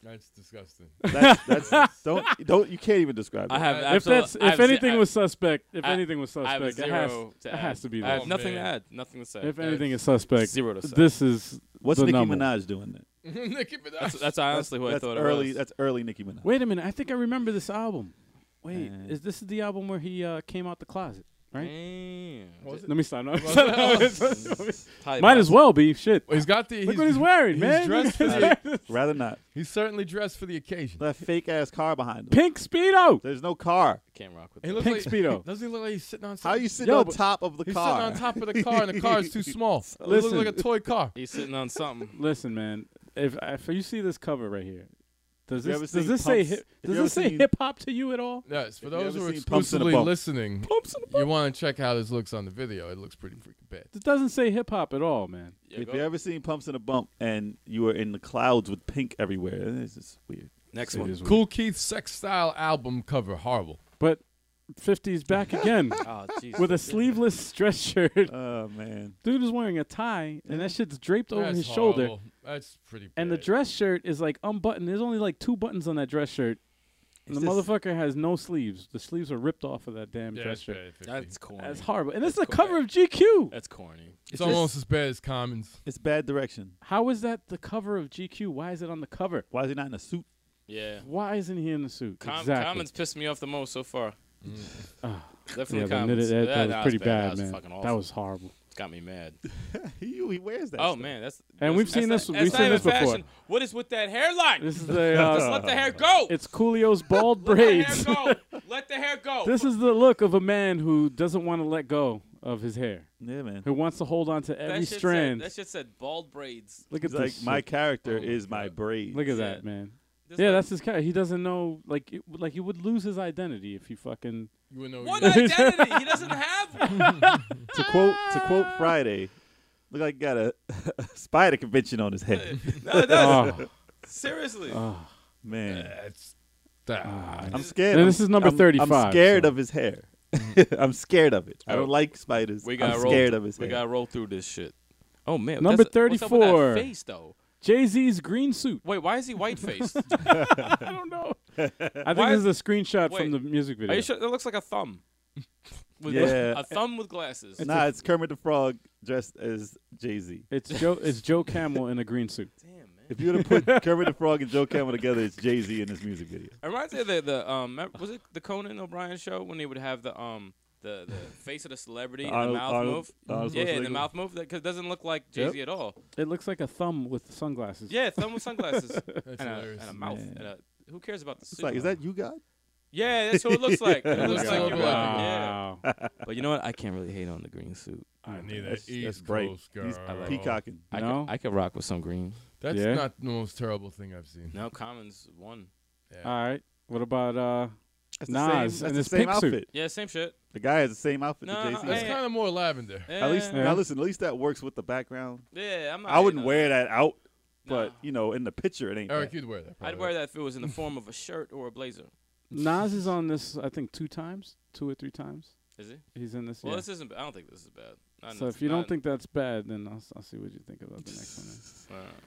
Speaker 2: That's disgusting.
Speaker 3: That's, that's don't don't you can't even describe
Speaker 5: I
Speaker 3: it.
Speaker 5: have
Speaker 2: If
Speaker 4: if
Speaker 5: absolute-
Speaker 4: that's
Speaker 5: I have
Speaker 4: if
Speaker 5: ze-
Speaker 4: anything
Speaker 5: I-
Speaker 4: was suspect, if
Speaker 5: I-
Speaker 4: anything was
Speaker 5: I have
Speaker 4: suspect, it has
Speaker 5: zero to
Speaker 4: it
Speaker 5: add.
Speaker 4: has to be
Speaker 5: I have
Speaker 4: this.
Speaker 2: Oh,
Speaker 5: nothing
Speaker 2: man.
Speaker 5: to add. Nothing to say.
Speaker 4: If
Speaker 5: That's
Speaker 4: anything is suspect,
Speaker 5: zero to say.
Speaker 4: this is
Speaker 3: What's
Speaker 4: the
Speaker 3: Nicki
Speaker 4: number.
Speaker 3: Minaj doing? Then?
Speaker 2: Nicki Minaj.
Speaker 5: that's, that's honestly what
Speaker 3: that's
Speaker 5: I thought
Speaker 3: early.
Speaker 5: it was.
Speaker 3: That's early Nicki Minaj.
Speaker 4: Wait a minute, I think I remember this album. Wait,
Speaker 3: Uh,
Speaker 4: is this the album where he uh, came out the closet? Right?
Speaker 5: Damn.
Speaker 2: Was it?
Speaker 4: Let me stop. No.
Speaker 5: Probably
Speaker 4: Might
Speaker 5: about-
Speaker 4: as well be shit.
Speaker 2: He's got the.
Speaker 4: Look what he's wearing,
Speaker 2: he's
Speaker 4: man.
Speaker 2: dressed for
Speaker 4: Look
Speaker 2: the-
Speaker 4: at that.
Speaker 3: Rather not.
Speaker 2: He's certainly dressed for the occasion.
Speaker 3: That fake ass car behind them.
Speaker 4: Pink speedo.
Speaker 3: There's no car.
Speaker 5: Can't rock with
Speaker 2: He
Speaker 5: that.
Speaker 2: looks
Speaker 4: Pink
Speaker 2: like,
Speaker 4: Speedo.
Speaker 2: Doesn't he look like he's sitting on?
Speaker 3: How
Speaker 2: something?
Speaker 3: you sitting
Speaker 4: Yo,
Speaker 3: on
Speaker 4: but-
Speaker 3: top of the
Speaker 2: He's
Speaker 3: car?
Speaker 2: sitting on top of the car, and the car is too small. It looks
Speaker 4: Listen.
Speaker 2: like a toy car.
Speaker 5: He's sitting on something.
Speaker 4: Listen, man. If if you see this cover right here, does
Speaker 3: You
Speaker 4: this
Speaker 3: ever
Speaker 4: does
Speaker 3: seen
Speaker 4: this say
Speaker 3: Pumps-
Speaker 4: hip,
Speaker 3: if
Speaker 4: does
Speaker 3: you ever
Speaker 4: this say
Speaker 3: seen-
Speaker 4: hip hop to you at all?
Speaker 2: Yes, for
Speaker 3: If you
Speaker 2: those
Speaker 3: ever
Speaker 2: who are
Speaker 3: seen Pumps in a
Speaker 2: exclusively
Speaker 3: Bump.
Speaker 2: listening, you want to check how this looks on the video. It looks pretty freaking bad.
Speaker 4: This doesn't say hip hop at all, man.
Speaker 5: Yeah,
Speaker 3: if
Speaker 5: go-
Speaker 3: you ever seen Pumps in a Bump and you were in the clouds with pink everywhere, it's just weird.
Speaker 5: Next
Speaker 4: It
Speaker 5: one.
Speaker 4: is weird.
Speaker 2: Cool Keith's sex style album cover, horrible.
Speaker 4: But 50's back again
Speaker 5: Oh, jeez.
Speaker 4: with a sleeveless dress shirt.
Speaker 3: Oh man.
Speaker 4: Dude is wearing a tie and that shit's draped over
Speaker 2: That's
Speaker 4: his shoulder.
Speaker 2: horrible. That's pretty.
Speaker 4: And the
Speaker 2: bad.
Speaker 4: dress shirt is like unbuttoned. There's only like two buttons on that dress shirt. And
Speaker 3: Is
Speaker 4: the
Speaker 3: this-
Speaker 4: motherfucker has no sleeves. The sleeves are ripped off of that damn
Speaker 2: Yeah, that's
Speaker 4: dress shirt.
Speaker 2: bad, 50.
Speaker 5: That's corny.
Speaker 4: That's horrible. And this
Speaker 5: That's
Speaker 4: is a
Speaker 5: cool.
Speaker 4: cover of GQ.
Speaker 5: That's corny.
Speaker 2: It's
Speaker 3: It's
Speaker 2: almost as bad as Commons.
Speaker 3: It's bad direction.
Speaker 4: How is that the cover of GQ? Why is it on the cover?
Speaker 3: Why is he not in a suit?
Speaker 5: Yeah.
Speaker 4: Why isn't he in the suit?
Speaker 5: Com-
Speaker 4: exactly.
Speaker 5: Comments pissed me off the most so far. Mm.
Speaker 4: Ah.
Speaker 5: Definitely
Speaker 4: yeah, the
Speaker 5: comments.
Speaker 4: knitted, that,
Speaker 5: Yeah,
Speaker 4: that was
Speaker 5: nah, it's
Speaker 4: pretty
Speaker 5: bad.
Speaker 4: bad,
Speaker 5: That was
Speaker 4: man.
Speaker 5: fucking awesome.
Speaker 4: That was horrible.
Speaker 5: got me mad.
Speaker 3: He, he wears that.
Speaker 5: Oh
Speaker 3: stuff.
Speaker 5: man, that's
Speaker 4: And we've
Speaker 5: that's
Speaker 4: seen
Speaker 5: not-
Speaker 4: this- we've
Speaker 5: that's not
Speaker 4: seen
Speaker 5: even
Speaker 4: this before.
Speaker 5: Fashion. What is with that hairline?
Speaker 4: This is the uh,
Speaker 5: Just let the hair go.
Speaker 4: it's Coolio's bald
Speaker 5: let the hair
Speaker 4: braids.
Speaker 5: go. Let the hair go.
Speaker 4: This is the look of a man who doesn't want to let go of his hair,
Speaker 3: Yeah, man.
Speaker 4: who wants to hold on to
Speaker 5: that
Speaker 4: every
Speaker 5: shit
Speaker 4: strand.
Speaker 5: Said, that shit said bald braids.
Speaker 4: look at
Speaker 3: He's
Speaker 4: this.
Speaker 3: like my
Speaker 4: shit.
Speaker 3: character
Speaker 2: Oh, my
Speaker 3: is my
Speaker 2: God.
Speaker 3: braid.
Speaker 4: look
Speaker 5: Yeah.
Speaker 4: at that man.
Speaker 5: This
Speaker 4: Yeah,
Speaker 5: like-
Speaker 4: that's his character. He doesn't know, like, it, like he would lose his identity if he fucking.
Speaker 2: You would know.
Speaker 5: what
Speaker 2: you-
Speaker 5: identity. he doesn't have one.
Speaker 3: to quote to quote
Speaker 5: Ah.
Speaker 3: Friday, look like he got a, spider convention on his head.
Speaker 5: No, it doesn't.
Speaker 4: Oh,
Speaker 5: Seriously.
Speaker 4: oh.
Speaker 3: Man,
Speaker 2: That's that.
Speaker 4: Ah.
Speaker 3: I'm scared.
Speaker 4: And
Speaker 3: I'm-
Speaker 4: this is number
Speaker 3: I'm-
Speaker 4: 35,
Speaker 3: I'm scared
Speaker 4: so-
Speaker 3: of his hair. I'm scared of it. I
Speaker 5: Mm. Oh.
Speaker 3: don't like spiders.
Speaker 5: We gotta
Speaker 3: I'm
Speaker 5: roll.
Speaker 3: scared of his
Speaker 5: we
Speaker 3: hair.
Speaker 5: gotta roll through this shit. Oh man.
Speaker 4: Number
Speaker 5: that's- what's up with that
Speaker 4: 34.
Speaker 5: face though.
Speaker 4: Jay Z's green suit.
Speaker 5: Wait, why is he white faced?
Speaker 4: I don't know. I think
Speaker 5: Why-
Speaker 4: this is a screenshot
Speaker 5: Wait.
Speaker 4: from the music video.
Speaker 5: Are you sure? That looks like a thumb. With
Speaker 3: Yeah.
Speaker 5: a thumb with glasses.
Speaker 3: nah, it's Kermit the Frog dressed as Jay Z.
Speaker 4: It's Joe. It's Joe Camel in a green suit.
Speaker 5: Damn man.
Speaker 3: If you would have put Kermit the Frog and Joe Camel together, it's Jay Z in this music video.
Speaker 5: It reminds me of the, the um me- was it the Conan O'Brien show when they would have the um the, the face of the celebrity and
Speaker 3: Arnold-
Speaker 5: the mouth
Speaker 3: Arnold-
Speaker 5: move.
Speaker 3: Arnold
Speaker 5: yeah, and the
Speaker 3: Schwarzenegger.
Speaker 5: mouth move because it doesn't look like Jay Z at all.
Speaker 4: It looks like a thumb with sunglasses.
Speaker 5: Yeah, thumb with sunglasses
Speaker 2: That's
Speaker 5: and, a,
Speaker 2: hilarious.
Speaker 5: and a mouth.
Speaker 3: Man.
Speaker 5: And a, who cares about the suit?
Speaker 3: It's like, is that you God?
Speaker 5: yeah, that's what it looks like. It looks
Speaker 2: Yeah.
Speaker 4: Oh,
Speaker 5: like you're
Speaker 2: Wow.
Speaker 5: yeah. Oh But you know what? I can't really hate on the green suit.
Speaker 2: I need that
Speaker 3: That's, that's
Speaker 2: East
Speaker 3: bright.
Speaker 2: Coast girl.
Speaker 3: He's peacocking.
Speaker 5: I
Speaker 4: No?
Speaker 5: could, I could rock with some green.
Speaker 2: That's
Speaker 4: Yeah.
Speaker 2: not the most terrible thing I've seen.
Speaker 5: No, Commons won.
Speaker 2: Yeah.
Speaker 4: All right. What about uh?
Speaker 3: That's the
Speaker 4: Nas
Speaker 3: same,
Speaker 4: in
Speaker 3: that's
Speaker 4: his
Speaker 3: the same
Speaker 4: pink suit.
Speaker 3: outfit.
Speaker 5: Yeah, same shit.
Speaker 3: The guy has the same outfit
Speaker 5: No,
Speaker 3: that Jay Z.
Speaker 2: That's
Speaker 5: Yeah.
Speaker 2: kind of more lavender.
Speaker 5: Yeah.
Speaker 3: At least
Speaker 4: Yeah.
Speaker 3: now, listen. At least that works with the background.
Speaker 5: yeah, I'm not
Speaker 3: I
Speaker 5: hating
Speaker 3: wouldn't
Speaker 5: on
Speaker 3: wear
Speaker 5: it.
Speaker 3: that out,
Speaker 5: Nah.
Speaker 3: but you know, in the picture, it ain't.
Speaker 2: Eric,
Speaker 3: that.
Speaker 2: Oh, you'd wear that.
Speaker 5: I'd
Speaker 2: probably.
Speaker 5: wear that if it was in the form of a shirt or a blazer.
Speaker 4: Nas is on this. I think two times, two or three times.
Speaker 5: Is it?
Speaker 4: He's in this.
Speaker 5: Well,
Speaker 4: yeah.
Speaker 5: this isn't. I don't think this is bad. Not in
Speaker 4: so
Speaker 5: this-
Speaker 4: if you
Speaker 5: not
Speaker 4: don't
Speaker 5: in-
Speaker 4: think that's bad, then I'll, s- I'll see what you think about the next one. then.
Speaker 5: Alright.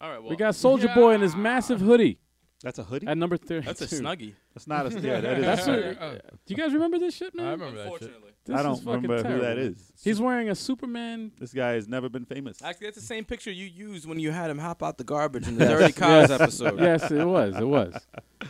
Speaker 5: All right. Well,
Speaker 4: we got Soldier Boy in his massive hoodie
Speaker 3: That's a hoodie.
Speaker 4: at number thirty-two.
Speaker 5: that's a snuggie.
Speaker 3: That's not a. Yeah, that is.
Speaker 4: That's
Speaker 3: a
Speaker 4: what-
Speaker 3: hoodie.
Speaker 2: Uh,
Speaker 4: Do you guys remember this shit, man?
Speaker 2: I remember that shit.
Speaker 5: Hmm. Unfortunately,
Speaker 4: This
Speaker 3: I
Speaker 4: is
Speaker 3: don't
Speaker 4: fucking
Speaker 3: remember who that
Speaker 4: terrible.
Speaker 3: is.
Speaker 4: He's wearing a Superman.
Speaker 3: This guy has never been famous.
Speaker 5: actually, that's the same picture you used when you had him hop out the garbage in the Dirty Cows episode.
Speaker 4: yes, it was. It was.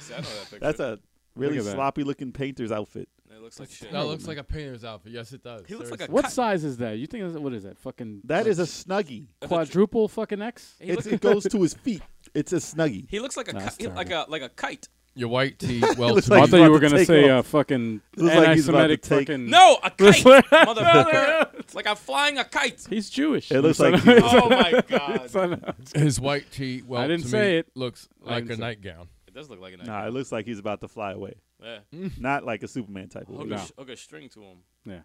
Speaker 5: See, I know that picture.
Speaker 3: That's a really
Speaker 4: at that.
Speaker 3: sloppy looking painter's outfit.
Speaker 5: It looks like shit.
Speaker 2: That looks like a painter's outfit. Yes, it does.
Speaker 5: He looks
Speaker 2: There's-
Speaker 5: like a
Speaker 4: What
Speaker 5: cut-
Speaker 4: size is that? You think that's, what is that? Fucking
Speaker 3: That is a snuggie.
Speaker 5: a tr-
Speaker 4: quadruple fucking X.
Speaker 5: He
Speaker 3: It's,
Speaker 5: looks,
Speaker 3: it goes to his feet. It's a snuggie.
Speaker 5: he looks like a
Speaker 4: Nah,
Speaker 5: ki-
Speaker 4: that's
Speaker 5: he- like a like a kite.
Speaker 2: your white tee. Well,
Speaker 3: looks
Speaker 2: to me,
Speaker 3: like
Speaker 4: I
Speaker 3: he's
Speaker 4: thought you
Speaker 3: about
Speaker 4: were
Speaker 3: to
Speaker 4: gonna
Speaker 3: take
Speaker 4: say
Speaker 3: off.
Speaker 4: uh, fucking
Speaker 3: Looks like he's about to
Speaker 4: anti-Semitic
Speaker 3: take-
Speaker 4: fucking.
Speaker 5: No, a kite, motherfucker!
Speaker 4: Motherfucker.
Speaker 5: It's like I'm flying a kite.
Speaker 4: he's Jewish.
Speaker 3: It looks
Speaker 4: Son
Speaker 3: like
Speaker 4: of-
Speaker 3: he-
Speaker 5: Oh my god!
Speaker 4: son of-
Speaker 2: his white tee. Well,
Speaker 4: I didn't
Speaker 2: to
Speaker 4: say
Speaker 2: me,
Speaker 4: it.
Speaker 2: Looks
Speaker 4: I
Speaker 2: like
Speaker 4: didn't
Speaker 2: a
Speaker 4: say-
Speaker 2: nightgown.
Speaker 5: It does look like an.
Speaker 3: Nah, it looks like he's about to fly away.
Speaker 5: Yeah.
Speaker 4: Mm.
Speaker 3: Not like a Superman type. of
Speaker 5: Hook,
Speaker 4: No.
Speaker 5: a, sh- hook a string to him.
Speaker 4: Yeah.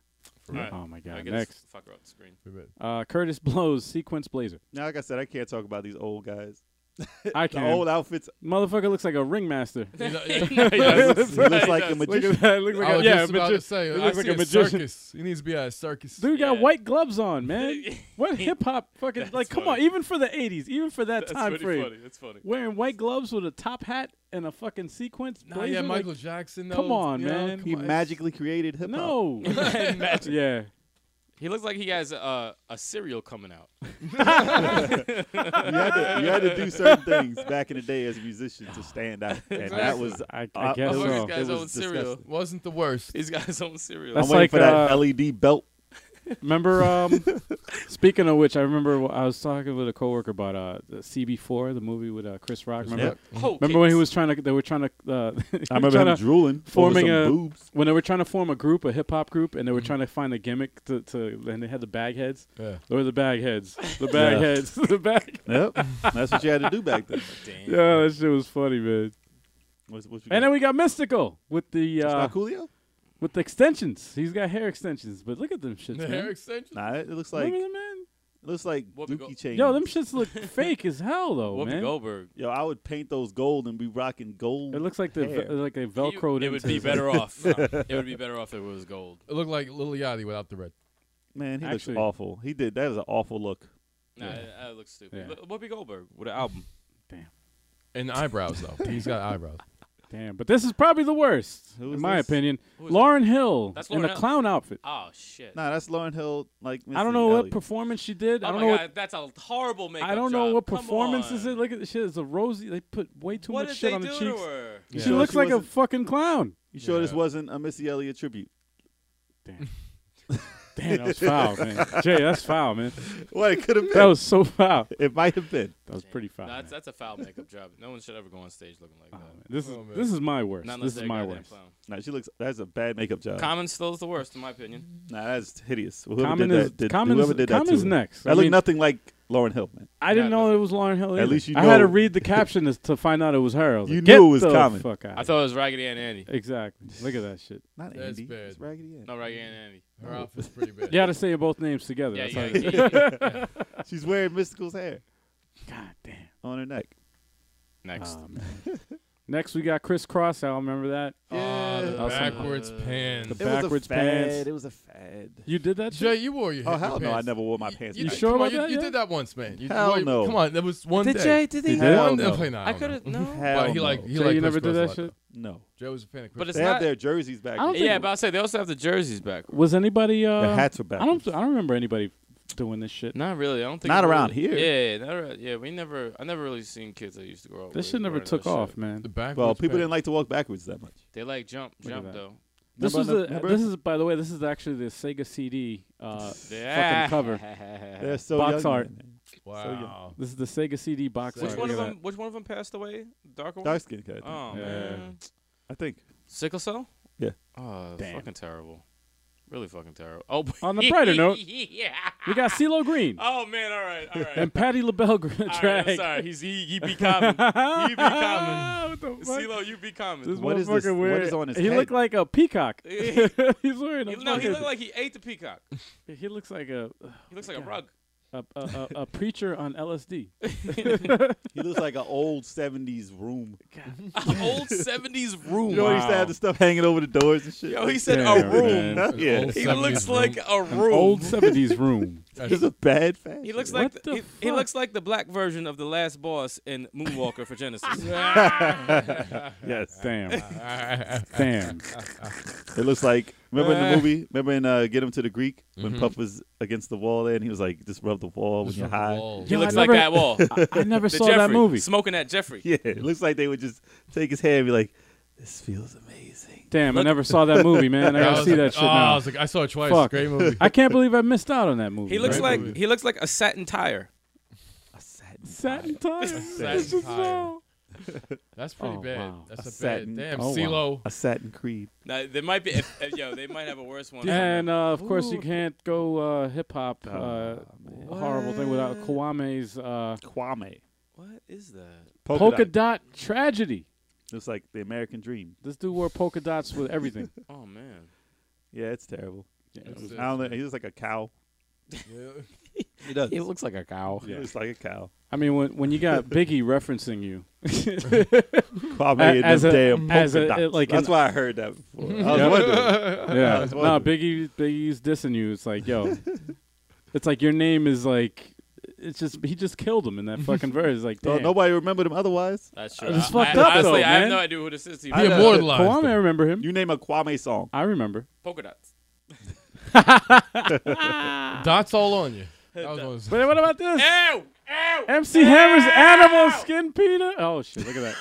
Speaker 5: All right.
Speaker 4: Oh my
Speaker 5: All
Speaker 4: god.
Speaker 5: right, get this
Speaker 4: Next,
Speaker 5: fucker off the screen.
Speaker 4: uh, Curtis Blow's sequence blazer.
Speaker 3: Now, like I said, I can't talk about these old guys.
Speaker 4: I
Speaker 3: The
Speaker 4: can.
Speaker 3: old outfits.
Speaker 4: Motherfucker looks like a ringmaster.
Speaker 3: He looks like a
Speaker 4: Look
Speaker 3: magician.
Speaker 4: at that. Looks
Speaker 2: I
Speaker 4: like a,
Speaker 2: was
Speaker 4: yeah,
Speaker 2: just about
Speaker 4: magi-
Speaker 2: to say.
Speaker 4: it
Speaker 2: I see
Speaker 4: looks like a
Speaker 2: a
Speaker 4: magician.
Speaker 2: circus. He needs to be at a circus.
Speaker 4: Dude got
Speaker 5: Yeah.
Speaker 4: white gloves on, man. what hip hop fucking
Speaker 5: That's
Speaker 4: like? Come on,
Speaker 5: funny.
Speaker 4: even for the '80s, even for that
Speaker 5: That's
Speaker 4: time
Speaker 5: pretty
Speaker 4: frame,
Speaker 5: funny. That's funny.
Speaker 4: wearing white gloves with a top hat and a fucking sequence
Speaker 2: Nah,
Speaker 4: blazer.
Speaker 2: yeah,
Speaker 4: like-
Speaker 2: Michael Jackson. Though,
Speaker 4: come on,
Speaker 2: you know,
Speaker 4: man.
Speaker 2: come
Speaker 3: He
Speaker 2: on, it's-
Speaker 3: magically created hip hop.
Speaker 4: no. yeah.
Speaker 5: He looks like he has a, a cereal coming out.
Speaker 3: you, had to, you had to do certain things back in the day as a musician to stand out, and that
Speaker 5: Exactly.
Speaker 3: was.
Speaker 4: I, I
Speaker 3: Uh,
Speaker 4: guess
Speaker 5: Look at
Speaker 4: so.
Speaker 5: this guy's
Speaker 3: It was
Speaker 5: own cereal.
Speaker 3: disgusting.
Speaker 2: Wasn't the worst.
Speaker 5: He's got his own cereal.
Speaker 4: That's
Speaker 3: I'm waiting
Speaker 4: like,
Speaker 3: for that
Speaker 4: uh,
Speaker 3: LED belt.
Speaker 4: Remember, um, speaking of which, I remember wh- I was talking with a coworker about uh, the CB4, the movie with uh, Chris Rock. Remember,
Speaker 3: Rock.
Speaker 5: Oh,
Speaker 4: remember when he
Speaker 5: cakes.
Speaker 4: was trying to? They were trying to. Uh, he was
Speaker 3: I remember
Speaker 4: trying
Speaker 3: him
Speaker 4: to-
Speaker 3: drooling,
Speaker 4: forming
Speaker 3: over
Speaker 4: a-
Speaker 3: some boobs.
Speaker 4: when they were trying to form a group, a hip hop group, and they were
Speaker 3: Mm-hmm.
Speaker 4: trying to find a gimmick to, to and they had the bag heads.
Speaker 2: Yeah.
Speaker 4: They were the bag heads. The bag
Speaker 3: Yeah.
Speaker 4: heads. The bag.
Speaker 3: Yep, that's what you had to do back then.
Speaker 5: Damn.
Speaker 4: Yeah, that shit was funny, man.
Speaker 3: What's, what you
Speaker 4: And
Speaker 3: got?
Speaker 4: then we got Mystical with the
Speaker 3: It's
Speaker 4: uh,
Speaker 3: not Coolio.
Speaker 4: with the extensions. He's got hair extensions, but look at them shits,
Speaker 2: The
Speaker 4: man.
Speaker 2: hair extension.
Speaker 3: Nah, it it looks
Speaker 4: Look
Speaker 3: like
Speaker 4: at
Speaker 3: it
Speaker 4: them, man.
Speaker 3: looks like
Speaker 5: Whoopi Gold-
Speaker 3: Dookie chains.
Speaker 4: Yo, them shits look fake as hell though,
Speaker 5: Whoopi
Speaker 4: man.
Speaker 5: Goldberg.
Speaker 3: Yo, I would paint those gold and be rocking gold.
Speaker 4: It looks like uh, they
Speaker 3: Hair.
Speaker 4: like they velcroed
Speaker 5: It would be
Speaker 4: into-
Speaker 5: better off. It would be better off if it was gold.
Speaker 2: It looked like Lil Yachty without the red.
Speaker 3: man. He
Speaker 4: actually-
Speaker 3: looks awful. He did that was an awful look.
Speaker 5: Nah,
Speaker 4: Yeah.
Speaker 5: that- that looks stupid.
Speaker 4: Yeah.
Speaker 5: But Whoopi Goldberg with an album.
Speaker 2: And eyebrows though. He's got eyebrows.
Speaker 4: Damn, but this is probably the worst,
Speaker 3: Who
Speaker 4: in
Speaker 3: is
Speaker 4: my
Speaker 3: this?
Speaker 4: opinion.
Speaker 5: Who is
Speaker 4: Lauren Hill
Speaker 5: That's
Speaker 4: in
Speaker 5: Lauryn
Speaker 4: a
Speaker 5: Hill.
Speaker 4: clown outfit.
Speaker 5: Oh shit.
Speaker 3: Nah, that's Lauren Hill. Like
Speaker 4: I don't
Speaker 3: Missy
Speaker 4: know what
Speaker 3: Elliott.
Speaker 4: performance she did.
Speaker 5: Oh
Speaker 4: I don't
Speaker 5: my
Speaker 4: know what
Speaker 5: God, that's a horrible makeup
Speaker 4: I don't
Speaker 5: job.
Speaker 4: know what
Speaker 5: Come
Speaker 4: performance is
Speaker 5: on.
Speaker 4: it. Look at the shit. It's a rosy. They put way too
Speaker 5: what did
Speaker 4: much shit
Speaker 5: they
Speaker 4: on the
Speaker 5: do
Speaker 4: cheeks.
Speaker 5: to her?
Speaker 3: You
Speaker 4: She
Speaker 3: sure
Speaker 4: looks
Speaker 3: she
Speaker 4: like a
Speaker 3: wasn't-
Speaker 4: fucking clown.
Speaker 3: You sure this
Speaker 2: Yeah.
Speaker 3: wasn't a Missy Elliott tribute?
Speaker 4: Damn. Damn, that was foul, man. Jay, that's foul, man.
Speaker 3: What it could have
Speaker 4: That
Speaker 3: been.
Speaker 4: was so foul.
Speaker 3: It might have been.
Speaker 4: That was pretty
Speaker 5: No,
Speaker 4: foul.
Speaker 5: that's,
Speaker 4: man.
Speaker 5: that's a foul makeup job. No one should ever go on stage looking like
Speaker 4: Oh,
Speaker 5: that.
Speaker 4: man. This is
Speaker 2: Oh, man.
Speaker 4: this is my worst.
Speaker 5: Not unless
Speaker 4: This
Speaker 5: they're
Speaker 4: is
Speaker 5: a
Speaker 4: my
Speaker 5: goddamn
Speaker 4: worst.
Speaker 5: clown.
Speaker 3: Nah, she looks. That's a bad makeup
Speaker 4: Oh.
Speaker 3: job.
Speaker 5: Common still is the worst, in my opinion.
Speaker 3: Nah, that's hideous. Whoever
Speaker 4: Common
Speaker 3: did
Speaker 4: is
Speaker 3: that, did,
Speaker 4: common
Speaker 3: whoever
Speaker 4: is,
Speaker 3: did that
Speaker 4: common
Speaker 3: to
Speaker 4: is
Speaker 3: her.
Speaker 4: next.
Speaker 3: That
Speaker 4: I
Speaker 3: looked
Speaker 4: mean,
Speaker 3: nothing like Lauren Hill, man.
Speaker 4: I didn't
Speaker 5: Yeah,
Speaker 4: know it was Lauren Hill.
Speaker 3: At
Speaker 4: either.
Speaker 3: least you
Speaker 4: I had to
Speaker 3: know-
Speaker 4: read the caption to- to find out it was her. I was
Speaker 3: You
Speaker 4: like,
Speaker 3: knew
Speaker 4: "Get
Speaker 3: it was
Speaker 4: the
Speaker 3: Common."
Speaker 4: Fuck out.
Speaker 5: I thought it was Raggedy Ann Andy.
Speaker 4: exactly. Look at that shit.
Speaker 3: Not
Speaker 2: That's
Speaker 3: Andy.
Speaker 2: bad.
Speaker 3: It's Raggedy Ann.
Speaker 5: No, Raggedy Ann Andy.
Speaker 2: Her outfit's pretty bad.
Speaker 4: You got to say both names together.
Speaker 5: Yeah,
Speaker 4: That's
Speaker 5: yeah,
Speaker 4: how it is.
Speaker 5: yeah, yeah.
Speaker 3: She's wearing Mystical's hair
Speaker 4: God damn.
Speaker 3: on her neck. Ah,
Speaker 5: Next.
Speaker 4: Oh, man. Next, we got Chris Cross. I remember that.
Speaker 2: Ah, the
Speaker 3: Yeah.
Speaker 2: backwards
Speaker 5: Uh,
Speaker 2: pants.
Speaker 4: the- backwards
Speaker 3: it was a fad.
Speaker 4: pants.
Speaker 3: It was a fad.
Speaker 4: You did that
Speaker 2: Jay,
Speaker 4: shit?
Speaker 2: you wore your
Speaker 3: Oh
Speaker 2: your
Speaker 3: hell no! I
Speaker 2: pants.
Speaker 3: never wore my pants.
Speaker 4: you
Speaker 3: back.
Speaker 4: sure
Speaker 2: come on,
Speaker 4: about that?
Speaker 2: You,
Speaker 4: Yeah.
Speaker 2: did that once, man. You
Speaker 3: Hell
Speaker 2: wore your-
Speaker 3: no.
Speaker 2: Come on, that was one
Speaker 5: Did
Speaker 2: day.
Speaker 5: Jay? Did
Speaker 4: He
Speaker 5: he?
Speaker 4: did?
Speaker 2: One
Speaker 3: Hell
Speaker 2: day.
Speaker 3: no.
Speaker 2: play- nah,
Speaker 5: I
Speaker 2: no.
Speaker 5: could have no.
Speaker 3: Hell
Speaker 2: But he
Speaker 3: no.
Speaker 2: like he
Speaker 4: Jay,
Speaker 2: like
Speaker 4: you never
Speaker 2: Chris Cross a
Speaker 4: did that
Speaker 2: lot,
Speaker 4: shit?
Speaker 2: though.
Speaker 3: no.
Speaker 2: Jay was a fan of Chris.
Speaker 5: But
Speaker 2: Cross.
Speaker 5: it's
Speaker 3: They
Speaker 5: not.
Speaker 3: have their jerseys back.
Speaker 4: I don't
Speaker 5: yeah, but I say they also have the jerseys back.
Speaker 4: Was anybody? Uh,
Speaker 3: their hats were
Speaker 4: I
Speaker 3: back.
Speaker 4: don't. I don't remember anybody doing this shit.
Speaker 5: Not really. I don't think
Speaker 3: Not
Speaker 5: it really-
Speaker 3: around here.
Speaker 5: Yeah, yeah, not around, yeah. We never. I never really seen kids that used to grow up.
Speaker 4: This
Speaker 5: with
Speaker 4: shit never
Speaker 5: wearing
Speaker 4: took
Speaker 5: that shit.
Speaker 4: off, man.
Speaker 2: the backwards.
Speaker 3: Well, people didn't
Speaker 2: pants.
Speaker 3: like to walk backwards that much.
Speaker 5: They like jump,
Speaker 4: Look at
Speaker 5: jump
Speaker 4: that.
Speaker 5: though.
Speaker 4: This was
Speaker 3: Remember-
Speaker 4: the.
Speaker 3: remember?
Speaker 4: This is by the way. This is actually the Sega CD. Uh,
Speaker 5: Yeah.
Speaker 4: cover.
Speaker 3: They're so
Speaker 4: Box
Speaker 3: young,
Speaker 4: art.
Speaker 3: man.
Speaker 2: Wow.
Speaker 4: this is the Sega CD box.
Speaker 5: Which
Speaker 4: art.
Speaker 5: one of
Speaker 4: Look at
Speaker 5: them? Which one of them passed away? The darker one.
Speaker 3: Dark skin cut.
Speaker 5: Oh
Speaker 4: Yeah.
Speaker 5: man.
Speaker 3: I think.
Speaker 5: Sickle cell.
Speaker 3: Yeah.
Speaker 5: Oh,
Speaker 4: Damn.
Speaker 5: fucking terrible. Really fucking terrible. Oh.
Speaker 4: that. On the brighter note,
Speaker 5: yeah.
Speaker 4: we got CeeLo Green
Speaker 5: Oh man. All right. All right.
Speaker 4: and Patty LaBelle Gr-
Speaker 5: All right,
Speaker 4: drag.
Speaker 5: I'm sorry. He's he, he be common. he be common.
Speaker 4: Ah, what the fuck?
Speaker 5: CeeLo, you be
Speaker 4: This
Speaker 5: common.
Speaker 3: What is this-
Speaker 4: motherfucker
Speaker 3: what
Speaker 4: wearing-
Speaker 3: is on his
Speaker 4: He looked
Speaker 3: head?
Speaker 4: like a peacock.
Speaker 5: He-
Speaker 4: He's wearing a.
Speaker 5: He- no, he
Speaker 4: fucking-
Speaker 5: looked like he ate the peacock.
Speaker 4: He looks like a
Speaker 5: He looks like a
Speaker 4: God.
Speaker 5: rug.
Speaker 4: a, a, a, a preacher on LSD.
Speaker 3: He looks like an old '70s room.
Speaker 5: Old 70s room.
Speaker 3: You know, he used to have the stuff hanging over the doors and shit.
Speaker 5: Yo, he said
Speaker 4: Damn,
Speaker 5: a room.
Speaker 4: man.
Speaker 3: Hell yeah.
Speaker 2: Old
Speaker 5: He
Speaker 2: 70s
Speaker 5: looks
Speaker 2: room.
Speaker 5: like a
Speaker 4: An
Speaker 5: room.
Speaker 4: old seventies room.
Speaker 2: That's-
Speaker 3: It's a bad fashion.
Speaker 5: he looks
Speaker 4: What
Speaker 5: like
Speaker 4: the
Speaker 5: he, he
Speaker 4: fuck?
Speaker 5: looks like the black version of the last boss in Moonwalker for Genesis.
Speaker 3: Yes.
Speaker 4: Damn. Damn.
Speaker 3: It looks like. Remember in the movie? Remember in uh, Get Him to the Greek when Puff was against the wall there and he was like, "Just rub the wall when
Speaker 2: Just
Speaker 3: you're
Speaker 2: from the
Speaker 3: high."
Speaker 2: walls.
Speaker 5: he
Speaker 4: Yo, I
Speaker 5: looks like
Speaker 4: never-
Speaker 5: that wall.
Speaker 4: I never
Speaker 5: The
Speaker 4: saw that
Speaker 5: Jeffrey,
Speaker 4: movie.
Speaker 5: Smoking that Jeffrey.
Speaker 3: Yeah. It looks like they would just take his hair and be like,
Speaker 6: This feels amazing.
Speaker 4: Damn, I never saw that movie, man. I gotta
Speaker 2: was
Speaker 4: see
Speaker 2: like-
Speaker 4: that shit
Speaker 2: oh, I
Speaker 4: now.
Speaker 2: was like, I saw it twice.
Speaker 4: Fuck.
Speaker 2: Great movie.
Speaker 4: I can't believe I missed out on that movie.
Speaker 5: He looks
Speaker 4: man.
Speaker 5: like he looks like a satin tire.
Speaker 6: A satin.
Speaker 4: satin tire. This
Speaker 2: satin tire.
Speaker 4: is so-
Speaker 2: That's pretty
Speaker 4: Oh,
Speaker 2: bad.
Speaker 4: wow.
Speaker 2: That's a,
Speaker 3: satin-
Speaker 2: bad. Damn,
Speaker 3: oh, wow.
Speaker 2: CeeLo.
Speaker 3: A satin creed.
Speaker 5: Now, there might be if, if- yo, they might have a worse one.
Speaker 4: And uh, of course, you can't go uh, hip hop.
Speaker 3: Oh,
Speaker 4: Uh, horrible thing without Kwame's uh,
Speaker 3: Kwame.
Speaker 5: what is that?
Speaker 3: Polka,
Speaker 4: polka
Speaker 3: dot.
Speaker 4: dot tragedy.
Speaker 3: It's like the American dream.
Speaker 4: This dude wore polka dots with everything.
Speaker 5: Oh man,
Speaker 3: Yeah, it's terrible.
Speaker 4: Yeah,
Speaker 2: That's
Speaker 3: I don't know. He looks like a cow.
Speaker 2: Yeah.
Speaker 3: He does.
Speaker 6: It looks like a cow.
Speaker 3: He looks like a cow.
Speaker 4: I mean, when when you got Biggie referencing you,
Speaker 3: Kwame
Speaker 4: A-
Speaker 3: in
Speaker 4: as
Speaker 3: them
Speaker 4: a-
Speaker 3: damn polka
Speaker 4: as a-
Speaker 3: dots.
Speaker 4: it- like
Speaker 3: That's
Speaker 4: an-
Speaker 3: why I heard that before. I was
Speaker 4: Yep.
Speaker 3: wondering.
Speaker 4: yeah,
Speaker 3: that's
Speaker 4: no,
Speaker 3: wonderful.
Speaker 4: Biggie Biggie's dissing you. It's like, yo, it's like your name is like, it's just he just killed him in that fucking verse. It's Like,
Speaker 3: Well,
Speaker 4: damn.
Speaker 3: nobody remembered him otherwise.
Speaker 5: that's true.
Speaker 4: It was
Speaker 5: I-
Speaker 4: fucked
Speaker 5: I,
Speaker 4: up,
Speaker 5: honestly,
Speaker 4: though,
Speaker 5: I have
Speaker 4: man.
Speaker 5: no idea who this is. He
Speaker 3: I
Speaker 2: He
Speaker 3: know.
Speaker 2: immortalized.
Speaker 4: Kwame, I
Speaker 2: them.
Speaker 4: remember him.
Speaker 3: You name a Kwame song.
Speaker 4: I remember.
Speaker 5: polka dots.
Speaker 2: Dots all on you. That was one of the-
Speaker 4: But what about this?
Speaker 5: Ow! Ow!
Speaker 4: MC Hammer's animal skin Peter. Oh shit! Look at that.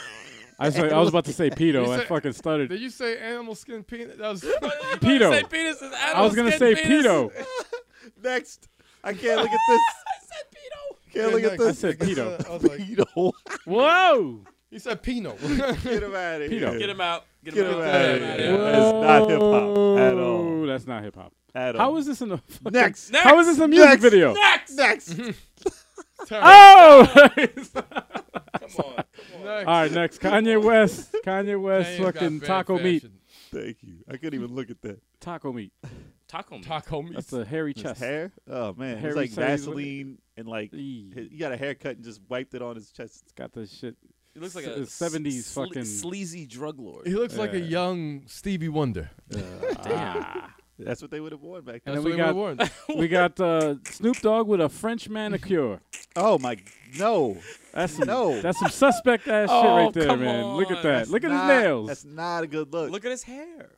Speaker 4: I was, I was about to say pedo.
Speaker 2: You
Speaker 4: I
Speaker 2: said-
Speaker 4: fucking stuttered.
Speaker 2: Did you say animal skin peanut? That was
Speaker 4: Pedo.
Speaker 5: Say penis is
Speaker 4: I was gonna say pedo.
Speaker 3: Next. I can't look at this. Can't look at
Speaker 2: I
Speaker 3: this.
Speaker 4: said pedo.
Speaker 2: I was like,
Speaker 3: Pedo.
Speaker 4: Whoa!
Speaker 2: he said Pino.
Speaker 3: Get him out of
Speaker 4: Pedo.
Speaker 3: here.
Speaker 5: Get him out. Get,
Speaker 3: Get
Speaker 5: him,
Speaker 3: him
Speaker 5: out.
Speaker 3: outta
Speaker 5: Get him
Speaker 3: here.
Speaker 5: out of here.
Speaker 3: It's not hip hop at all.
Speaker 4: Whoa, That's not hip hop.
Speaker 3: At all.
Speaker 4: How is this in the fucking,
Speaker 3: Next.
Speaker 4: How is this a music
Speaker 3: Next.
Speaker 4: video?
Speaker 5: Next!
Speaker 3: Next.
Speaker 4: Oh!
Speaker 5: Come on.
Speaker 4: All right, next Kanye West. Kanye West, fucking taco meat.
Speaker 3: Thank you. I couldn't even look at that.
Speaker 4: Taco meat.
Speaker 5: Taco meat.
Speaker 2: Taco meat.
Speaker 4: That's a hairy
Speaker 3: His
Speaker 4: chest.
Speaker 3: hair? Oh man,
Speaker 4: Hairy
Speaker 3: it's like
Speaker 4: sides with it.
Speaker 3: Vaseline and like
Speaker 4: Eee.
Speaker 3: he he got a haircut and just wiped it on his chest.
Speaker 4: Got the shit.
Speaker 5: It looks like
Speaker 4: S-
Speaker 5: a
Speaker 4: 70s
Speaker 5: sle-
Speaker 4: fucking-
Speaker 5: sleazy drug lord.
Speaker 2: He looks like a
Speaker 4: Yeah.
Speaker 2: young Stevie Wonder.
Speaker 3: That's what they would have worn back then.
Speaker 2: That's
Speaker 4: then
Speaker 2: what
Speaker 4: we
Speaker 2: he would've
Speaker 4: got-
Speaker 2: worn.
Speaker 4: Ah. we got uh, Snoop Dogg with a French manicure.
Speaker 3: Oh my no,
Speaker 4: That's some,
Speaker 3: No.
Speaker 4: That's some suspect ass
Speaker 5: Oh,
Speaker 4: shit right there,
Speaker 5: come
Speaker 4: man. Look at
Speaker 5: on.
Speaker 4: that. Look at
Speaker 3: Nah,
Speaker 4: his nails.
Speaker 3: That's not a good look.
Speaker 5: Look at his hair.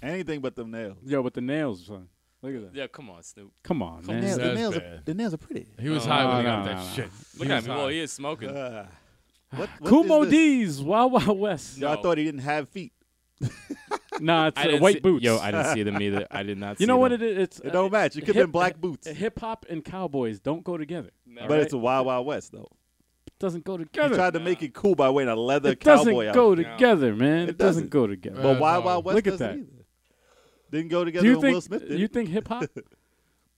Speaker 3: Anything but them nails.
Speaker 4: Yo, with the nails, son. Look at that.
Speaker 5: Yeah, come on, Snoop.
Speaker 4: Come on,
Speaker 5: Come
Speaker 4: man.
Speaker 3: Nails- the
Speaker 2: That's
Speaker 3: nails, are,
Speaker 2: bad.
Speaker 3: the nails are pretty.
Speaker 2: He was
Speaker 5: No,
Speaker 2: high when he
Speaker 4: Oh, no,
Speaker 2: got
Speaker 4: no,
Speaker 2: that
Speaker 4: no.
Speaker 2: shit.
Speaker 5: Look
Speaker 2: He
Speaker 5: at
Speaker 2: was
Speaker 5: him. Well,
Speaker 2: high.
Speaker 5: he is smoking.
Speaker 3: Uh, what, what
Speaker 4: Kumo
Speaker 3: is this?
Speaker 4: D's Wild Wild West.
Speaker 5: No.
Speaker 3: I thought he didn't have feet.
Speaker 4: Nah, it's
Speaker 5: I
Speaker 4: uh,
Speaker 5: didn't
Speaker 4: white
Speaker 5: see-
Speaker 4: boots.
Speaker 5: Yo, I didn't see them either. I did not.
Speaker 4: you know what it is? It's
Speaker 3: It don't match. It could have been black boots,
Speaker 4: Hip hop and cowboys don't go together.
Speaker 5: is?
Speaker 3: but it's a Wild Wild West though.
Speaker 4: It doesn't go
Speaker 3: He
Speaker 4: together.
Speaker 3: tried to make it cool by wearing a leather
Speaker 4: it doesn't
Speaker 3: cowboy outfit,
Speaker 5: No.
Speaker 4: go together, man.
Speaker 3: It
Speaker 4: It, doesn't,
Speaker 3: doesn't.
Speaker 4: go together.
Speaker 2: Uh,
Speaker 3: but Wild
Speaker 2: no.
Speaker 3: Wild West
Speaker 4: Look at
Speaker 3: doesn't
Speaker 4: that.
Speaker 3: either. Didn't go together.
Speaker 4: Do you
Speaker 3: when Will
Speaker 4: think
Speaker 3: Smith did.
Speaker 4: you think hip hop?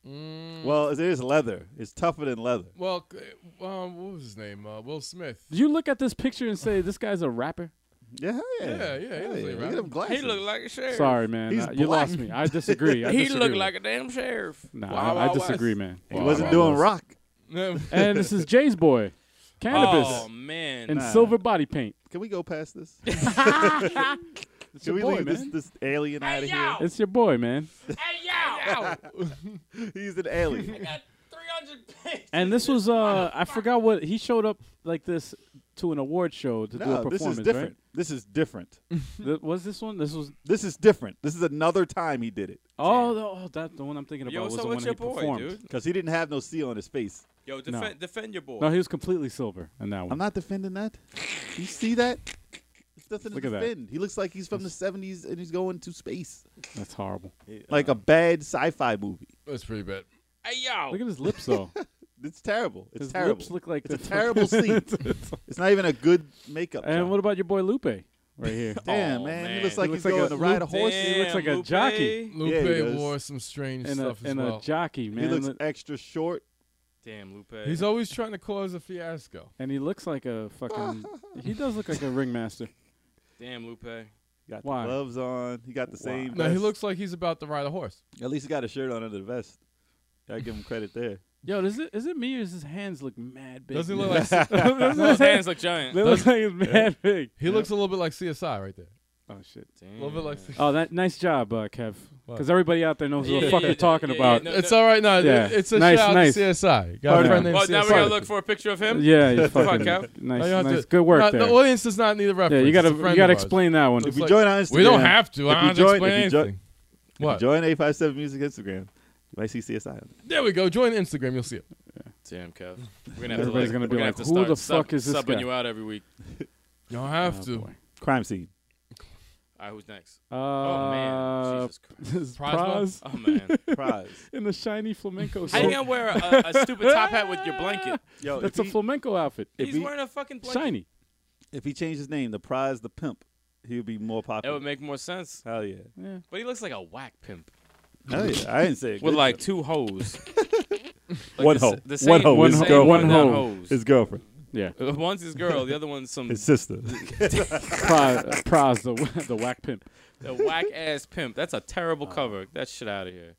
Speaker 2: Mm,
Speaker 3: well, it is leather. It's tougher than leather.
Speaker 2: well, c- um, what was his name? Uh, Will Smith.
Speaker 4: Do you look at this picture and say this guy's a rapper?
Speaker 3: Yeah, hell yeah,
Speaker 2: Yeah, yeah, he
Speaker 3: hell
Speaker 2: was
Speaker 3: yeah.
Speaker 2: like
Speaker 3: Look at
Speaker 2: rapping.
Speaker 3: them glasses.
Speaker 5: He looked like a sheriff.
Speaker 4: Sorry, man.
Speaker 3: He's
Speaker 4: Uh, you
Speaker 3: black.
Speaker 4: lost me. I disagree. I
Speaker 5: He
Speaker 4: disagree
Speaker 5: looked
Speaker 4: with-
Speaker 5: like a damn sheriff.
Speaker 4: Nah,
Speaker 5: Wow,
Speaker 4: I, I
Speaker 5: wow, wow.
Speaker 4: disagree, man.
Speaker 3: he wasn't
Speaker 4: Wow, wow,
Speaker 3: doing
Speaker 4: wow.
Speaker 3: rock.
Speaker 4: And this is Jay's boy, cannabis
Speaker 5: Oh man.
Speaker 4: and
Speaker 3: nah.
Speaker 4: silver body paint.
Speaker 3: Can we go past this?
Speaker 4: It's
Speaker 3: Can
Speaker 4: your
Speaker 3: we
Speaker 4: boy,
Speaker 3: leave this,
Speaker 4: man.
Speaker 3: this alien out of here?
Speaker 4: It's your boy, man.
Speaker 3: He's an alien.
Speaker 4: And this was uh, I forgot what he showed up like this to an award show to do a
Speaker 3: no, this
Speaker 4: performance.
Speaker 3: is
Speaker 4: right?
Speaker 3: different. This is different.
Speaker 4: Th- was this one? This was
Speaker 3: This is different. This is another time he did it
Speaker 4: oh, the, oh that the one I'm thinking about
Speaker 5: Yo,
Speaker 4: was
Speaker 5: so
Speaker 4: the one
Speaker 5: what's
Speaker 4: he
Speaker 5: your boy,
Speaker 4: performed.
Speaker 5: dude?
Speaker 3: because he didn't have no C on his face.
Speaker 5: Yo, defend defend your boy.
Speaker 4: No, he was completely silver in that one.
Speaker 3: I'm not defending that. You see that? It's nothing
Speaker 4: Look
Speaker 3: to
Speaker 4: at that.
Speaker 3: defend. He looks like he's from the 70s and he's going to space,
Speaker 4: That's horrible.
Speaker 3: like a bad sci-fi movie.
Speaker 2: That's pretty bad.
Speaker 5: hey yo.
Speaker 4: Look at his lips though.
Speaker 3: It's terrible. It's
Speaker 4: his
Speaker 3: terrible.
Speaker 4: lips look like
Speaker 3: it's a
Speaker 4: they're
Speaker 3: terrible
Speaker 4: fucking-
Speaker 3: scene. It's not even a good makeup.
Speaker 4: and
Speaker 3: job.
Speaker 4: what about your boy Lupe right here?
Speaker 3: Damn,
Speaker 5: Oh,
Speaker 3: man.
Speaker 5: man.
Speaker 3: He looks
Speaker 5: He
Speaker 3: like
Speaker 4: looks
Speaker 3: he's
Speaker 4: like
Speaker 3: going
Speaker 4: a
Speaker 3: to ride a
Speaker 4: Lupe.
Speaker 3: horse.
Speaker 4: He looks
Speaker 5: Damn,
Speaker 4: like a
Speaker 5: Lupe.
Speaker 4: jockey.
Speaker 2: Lupe
Speaker 3: does.
Speaker 2: wore some strange
Speaker 4: And a
Speaker 2: stuff as
Speaker 4: and
Speaker 2: well.
Speaker 4: a jockey man,
Speaker 3: He looks
Speaker 4: Look-
Speaker 3: extra short.
Speaker 5: Damn, Lupe.
Speaker 2: He's always trying to cause a fiasco.
Speaker 4: and he looks like a fucking. he does look like a ringmaster.
Speaker 5: Damn, Lupe.
Speaker 3: Got
Speaker 4: Why?
Speaker 3: the gloves on. He got the
Speaker 4: Why?
Speaker 3: same.
Speaker 2: No, he
Speaker 3: vest.
Speaker 2: looks like he's about to ride a horse.
Speaker 3: At least he got a shirt on under the vest. I give him credit there.
Speaker 4: Yo, is it is it me or does his hands look mad big?
Speaker 2: Doesn't he
Speaker 4: man?
Speaker 2: look like
Speaker 5: No, his hands look giant.
Speaker 4: They look like it's mad big.
Speaker 2: he looks a little bit like CSI right there?
Speaker 4: Oh shit.
Speaker 2: A little bit like. CSI.
Speaker 4: Oh, that nice job, uh, Kev.
Speaker 2: What?
Speaker 4: Because everybody out there knows
Speaker 5: Yeah,
Speaker 4: what the
Speaker 5: yeah,
Speaker 4: fuck
Speaker 5: yeah,
Speaker 4: you're talking
Speaker 5: yeah, yeah,
Speaker 4: about.
Speaker 5: no.
Speaker 2: It's all right now.
Speaker 4: Yeah.
Speaker 2: It's a
Speaker 4: Nice,
Speaker 2: shout
Speaker 4: nice.
Speaker 2: out to CSI. Got
Speaker 4: Pardon.
Speaker 2: a friend named
Speaker 5: Well,
Speaker 2: CSI.
Speaker 5: now we gotta look for a picture of him.
Speaker 4: Yeah, you fucking
Speaker 5: Kev.
Speaker 2: No,
Speaker 4: nice,
Speaker 2: you don't have
Speaker 4: nice,
Speaker 2: to-
Speaker 4: good
Speaker 2: no,
Speaker 4: work
Speaker 2: The
Speaker 4: there.
Speaker 2: audience does not need a
Speaker 4: Yeah,
Speaker 2: reference.
Speaker 4: you gotta
Speaker 2: It's a friend
Speaker 4: you gotta
Speaker 2: of ours.
Speaker 4: explain that one.
Speaker 3: If
Speaker 2: Looks
Speaker 3: you
Speaker 2: like-
Speaker 3: join our Instagram,
Speaker 2: We don't have to.
Speaker 3: if
Speaker 2: I
Speaker 3: you
Speaker 2: don't
Speaker 3: join-
Speaker 2: explain
Speaker 3: if you join-
Speaker 2: anything.
Speaker 3: If
Speaker 2: What?
Speaker 3: you join eight five seven music Instagram, you might see CSI. on it.
Speaker 2: There we go. Join Instagram. You'll see it.
Speaker 5: Damn, Kev. We're gonna have to,
Speaker 4: Everybody's
Speaker 5: like,
Speaker 4: gonna
Speaker 5: we're
Speaker 4: be
Speaker 5: gonna
Speaker 4: like,
Speaker 5: have to
Speaker 4: "Who
Speaker 5: start
Speaker 4: the
Speaker 5: sub-
Speaker 4: fuck is this
Speaker 5: subbing
Speaker 4: guy?"
Speaker 5: you out every week.
Speaker 2: You don't have
Speaker 4: Oh,
Speaker 2: to.
Speaker 4: boy.
Speaker 3: Crime scene.
Speaker 5: All right, Ah, who's next?
Speaker 4: Uh,
Speaker 5: oh man, Jesus Christ.
Speaker 4: this is
Speaker 2: Prize
Speaker 4: Praz
Speaker 5: Oh man,
Speaker 3: Prize.
Speaker 4: in the shiny flamenco
Speaker 5: how you
Speaker 4: suit.
Speaker 5: gonna wear a, a stupid top hat with your blanket?
Speaker 3: Yo,
Speaker 4: That's
Speaker 3: if,
Speaker 4: a
Speaker 3: he,
Speaker 4: flamenco outfit.
Speaker 3: If
Speaker 5: He's
Speaker 3: he-
Speaker 5: wearing a fucking blanket.
Speaker 4: Shiny.
Speaker 3: if he changed his name, the prize, the pimp, he would be more
Speaker 5: That
Speaker 3: popular.
Speaker 5: would make more sense.
Speaker 3: Hell yeah.
Speaker 4: Yeah.
Speaker 5: But he looks like a whack pimp
Speaker 3: Hell yeah. I didn't say it.
Speaker 5: with
Speaker 3: Good
Speaker 5: like
Speaker 3: job.
Speaker 5: two hoes. Like
Speaker 3: one
Speaker 5: the,
Speaker 3: hoe.
Speaker 5: s- The same,
Speaker 3: one hoe.
Speaker 4: one
Speaker 3: his,
Speaker 4: hoe.
Speaker 5: same
Speaker 3: girl,
Speaker 4: one
Speaker 5: one
Speaker 4: hoe.
Speaker 5: hoes.
Speaker 3: his girlfriend.
Speaker 4: Yeah.
Speaker 5: Uh, One's his girl, the other one's some
Speaker 3: His sister.
Speaker 4: Praz, Praz the, the whack pimp.
Speaker 5: the whack ass pimp. That's a
Speaker 4: Uh,
Speaker 5: terrible cover. Get That shit out of here.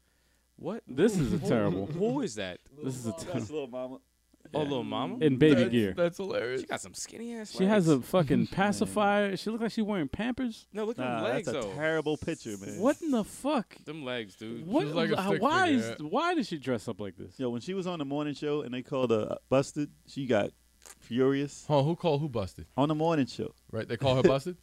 Speaker 5: What?
Speaker 4: This is a
Speaker 5: Who-
Speaker 4: terrible.
Speaker 5: Who is that?
Speaker 4: This is a terrible.
Speaker 3: That's little mama.
Speaker 5: Oh, little mama.
Speaker 4: In baby
Speaker 2: that's,
Speaker 4: gear.
Speaker 2: That's hilarious.
Speaker 5: She got some skinny ass.
Speaker 4: She has a
Speaker 5: legs.
Speaker 4: fucking pacifier. She looks like she's wearing Pampers.
Speaker 5: no. Look at
Speaker 3: Nah,
Speaker 5: them legs
Speaker 3: that's a
Speaker 5: though.
Speaker 3: terrible picture, man.
Speaker 4: What in the fuck?
Speaker 5: them legs, dude.
Speaker 4: What?
Speaker 2: She's like a
Speaker 4: uh,
Speaker 2: stick
Speaker 4: why
Speaker 2: figure,
Speaker 4: is?
Speaker 2: yeah.
Speaker 4: Why does she dress up like this?
Speaker 3: Yo, when she was on the morning show and they called her uh, busted, she got furious
Speaker 2: Huh, who called who busted?
Speaker 3: on the morning show.
Speaker 2: Right? They call her busted?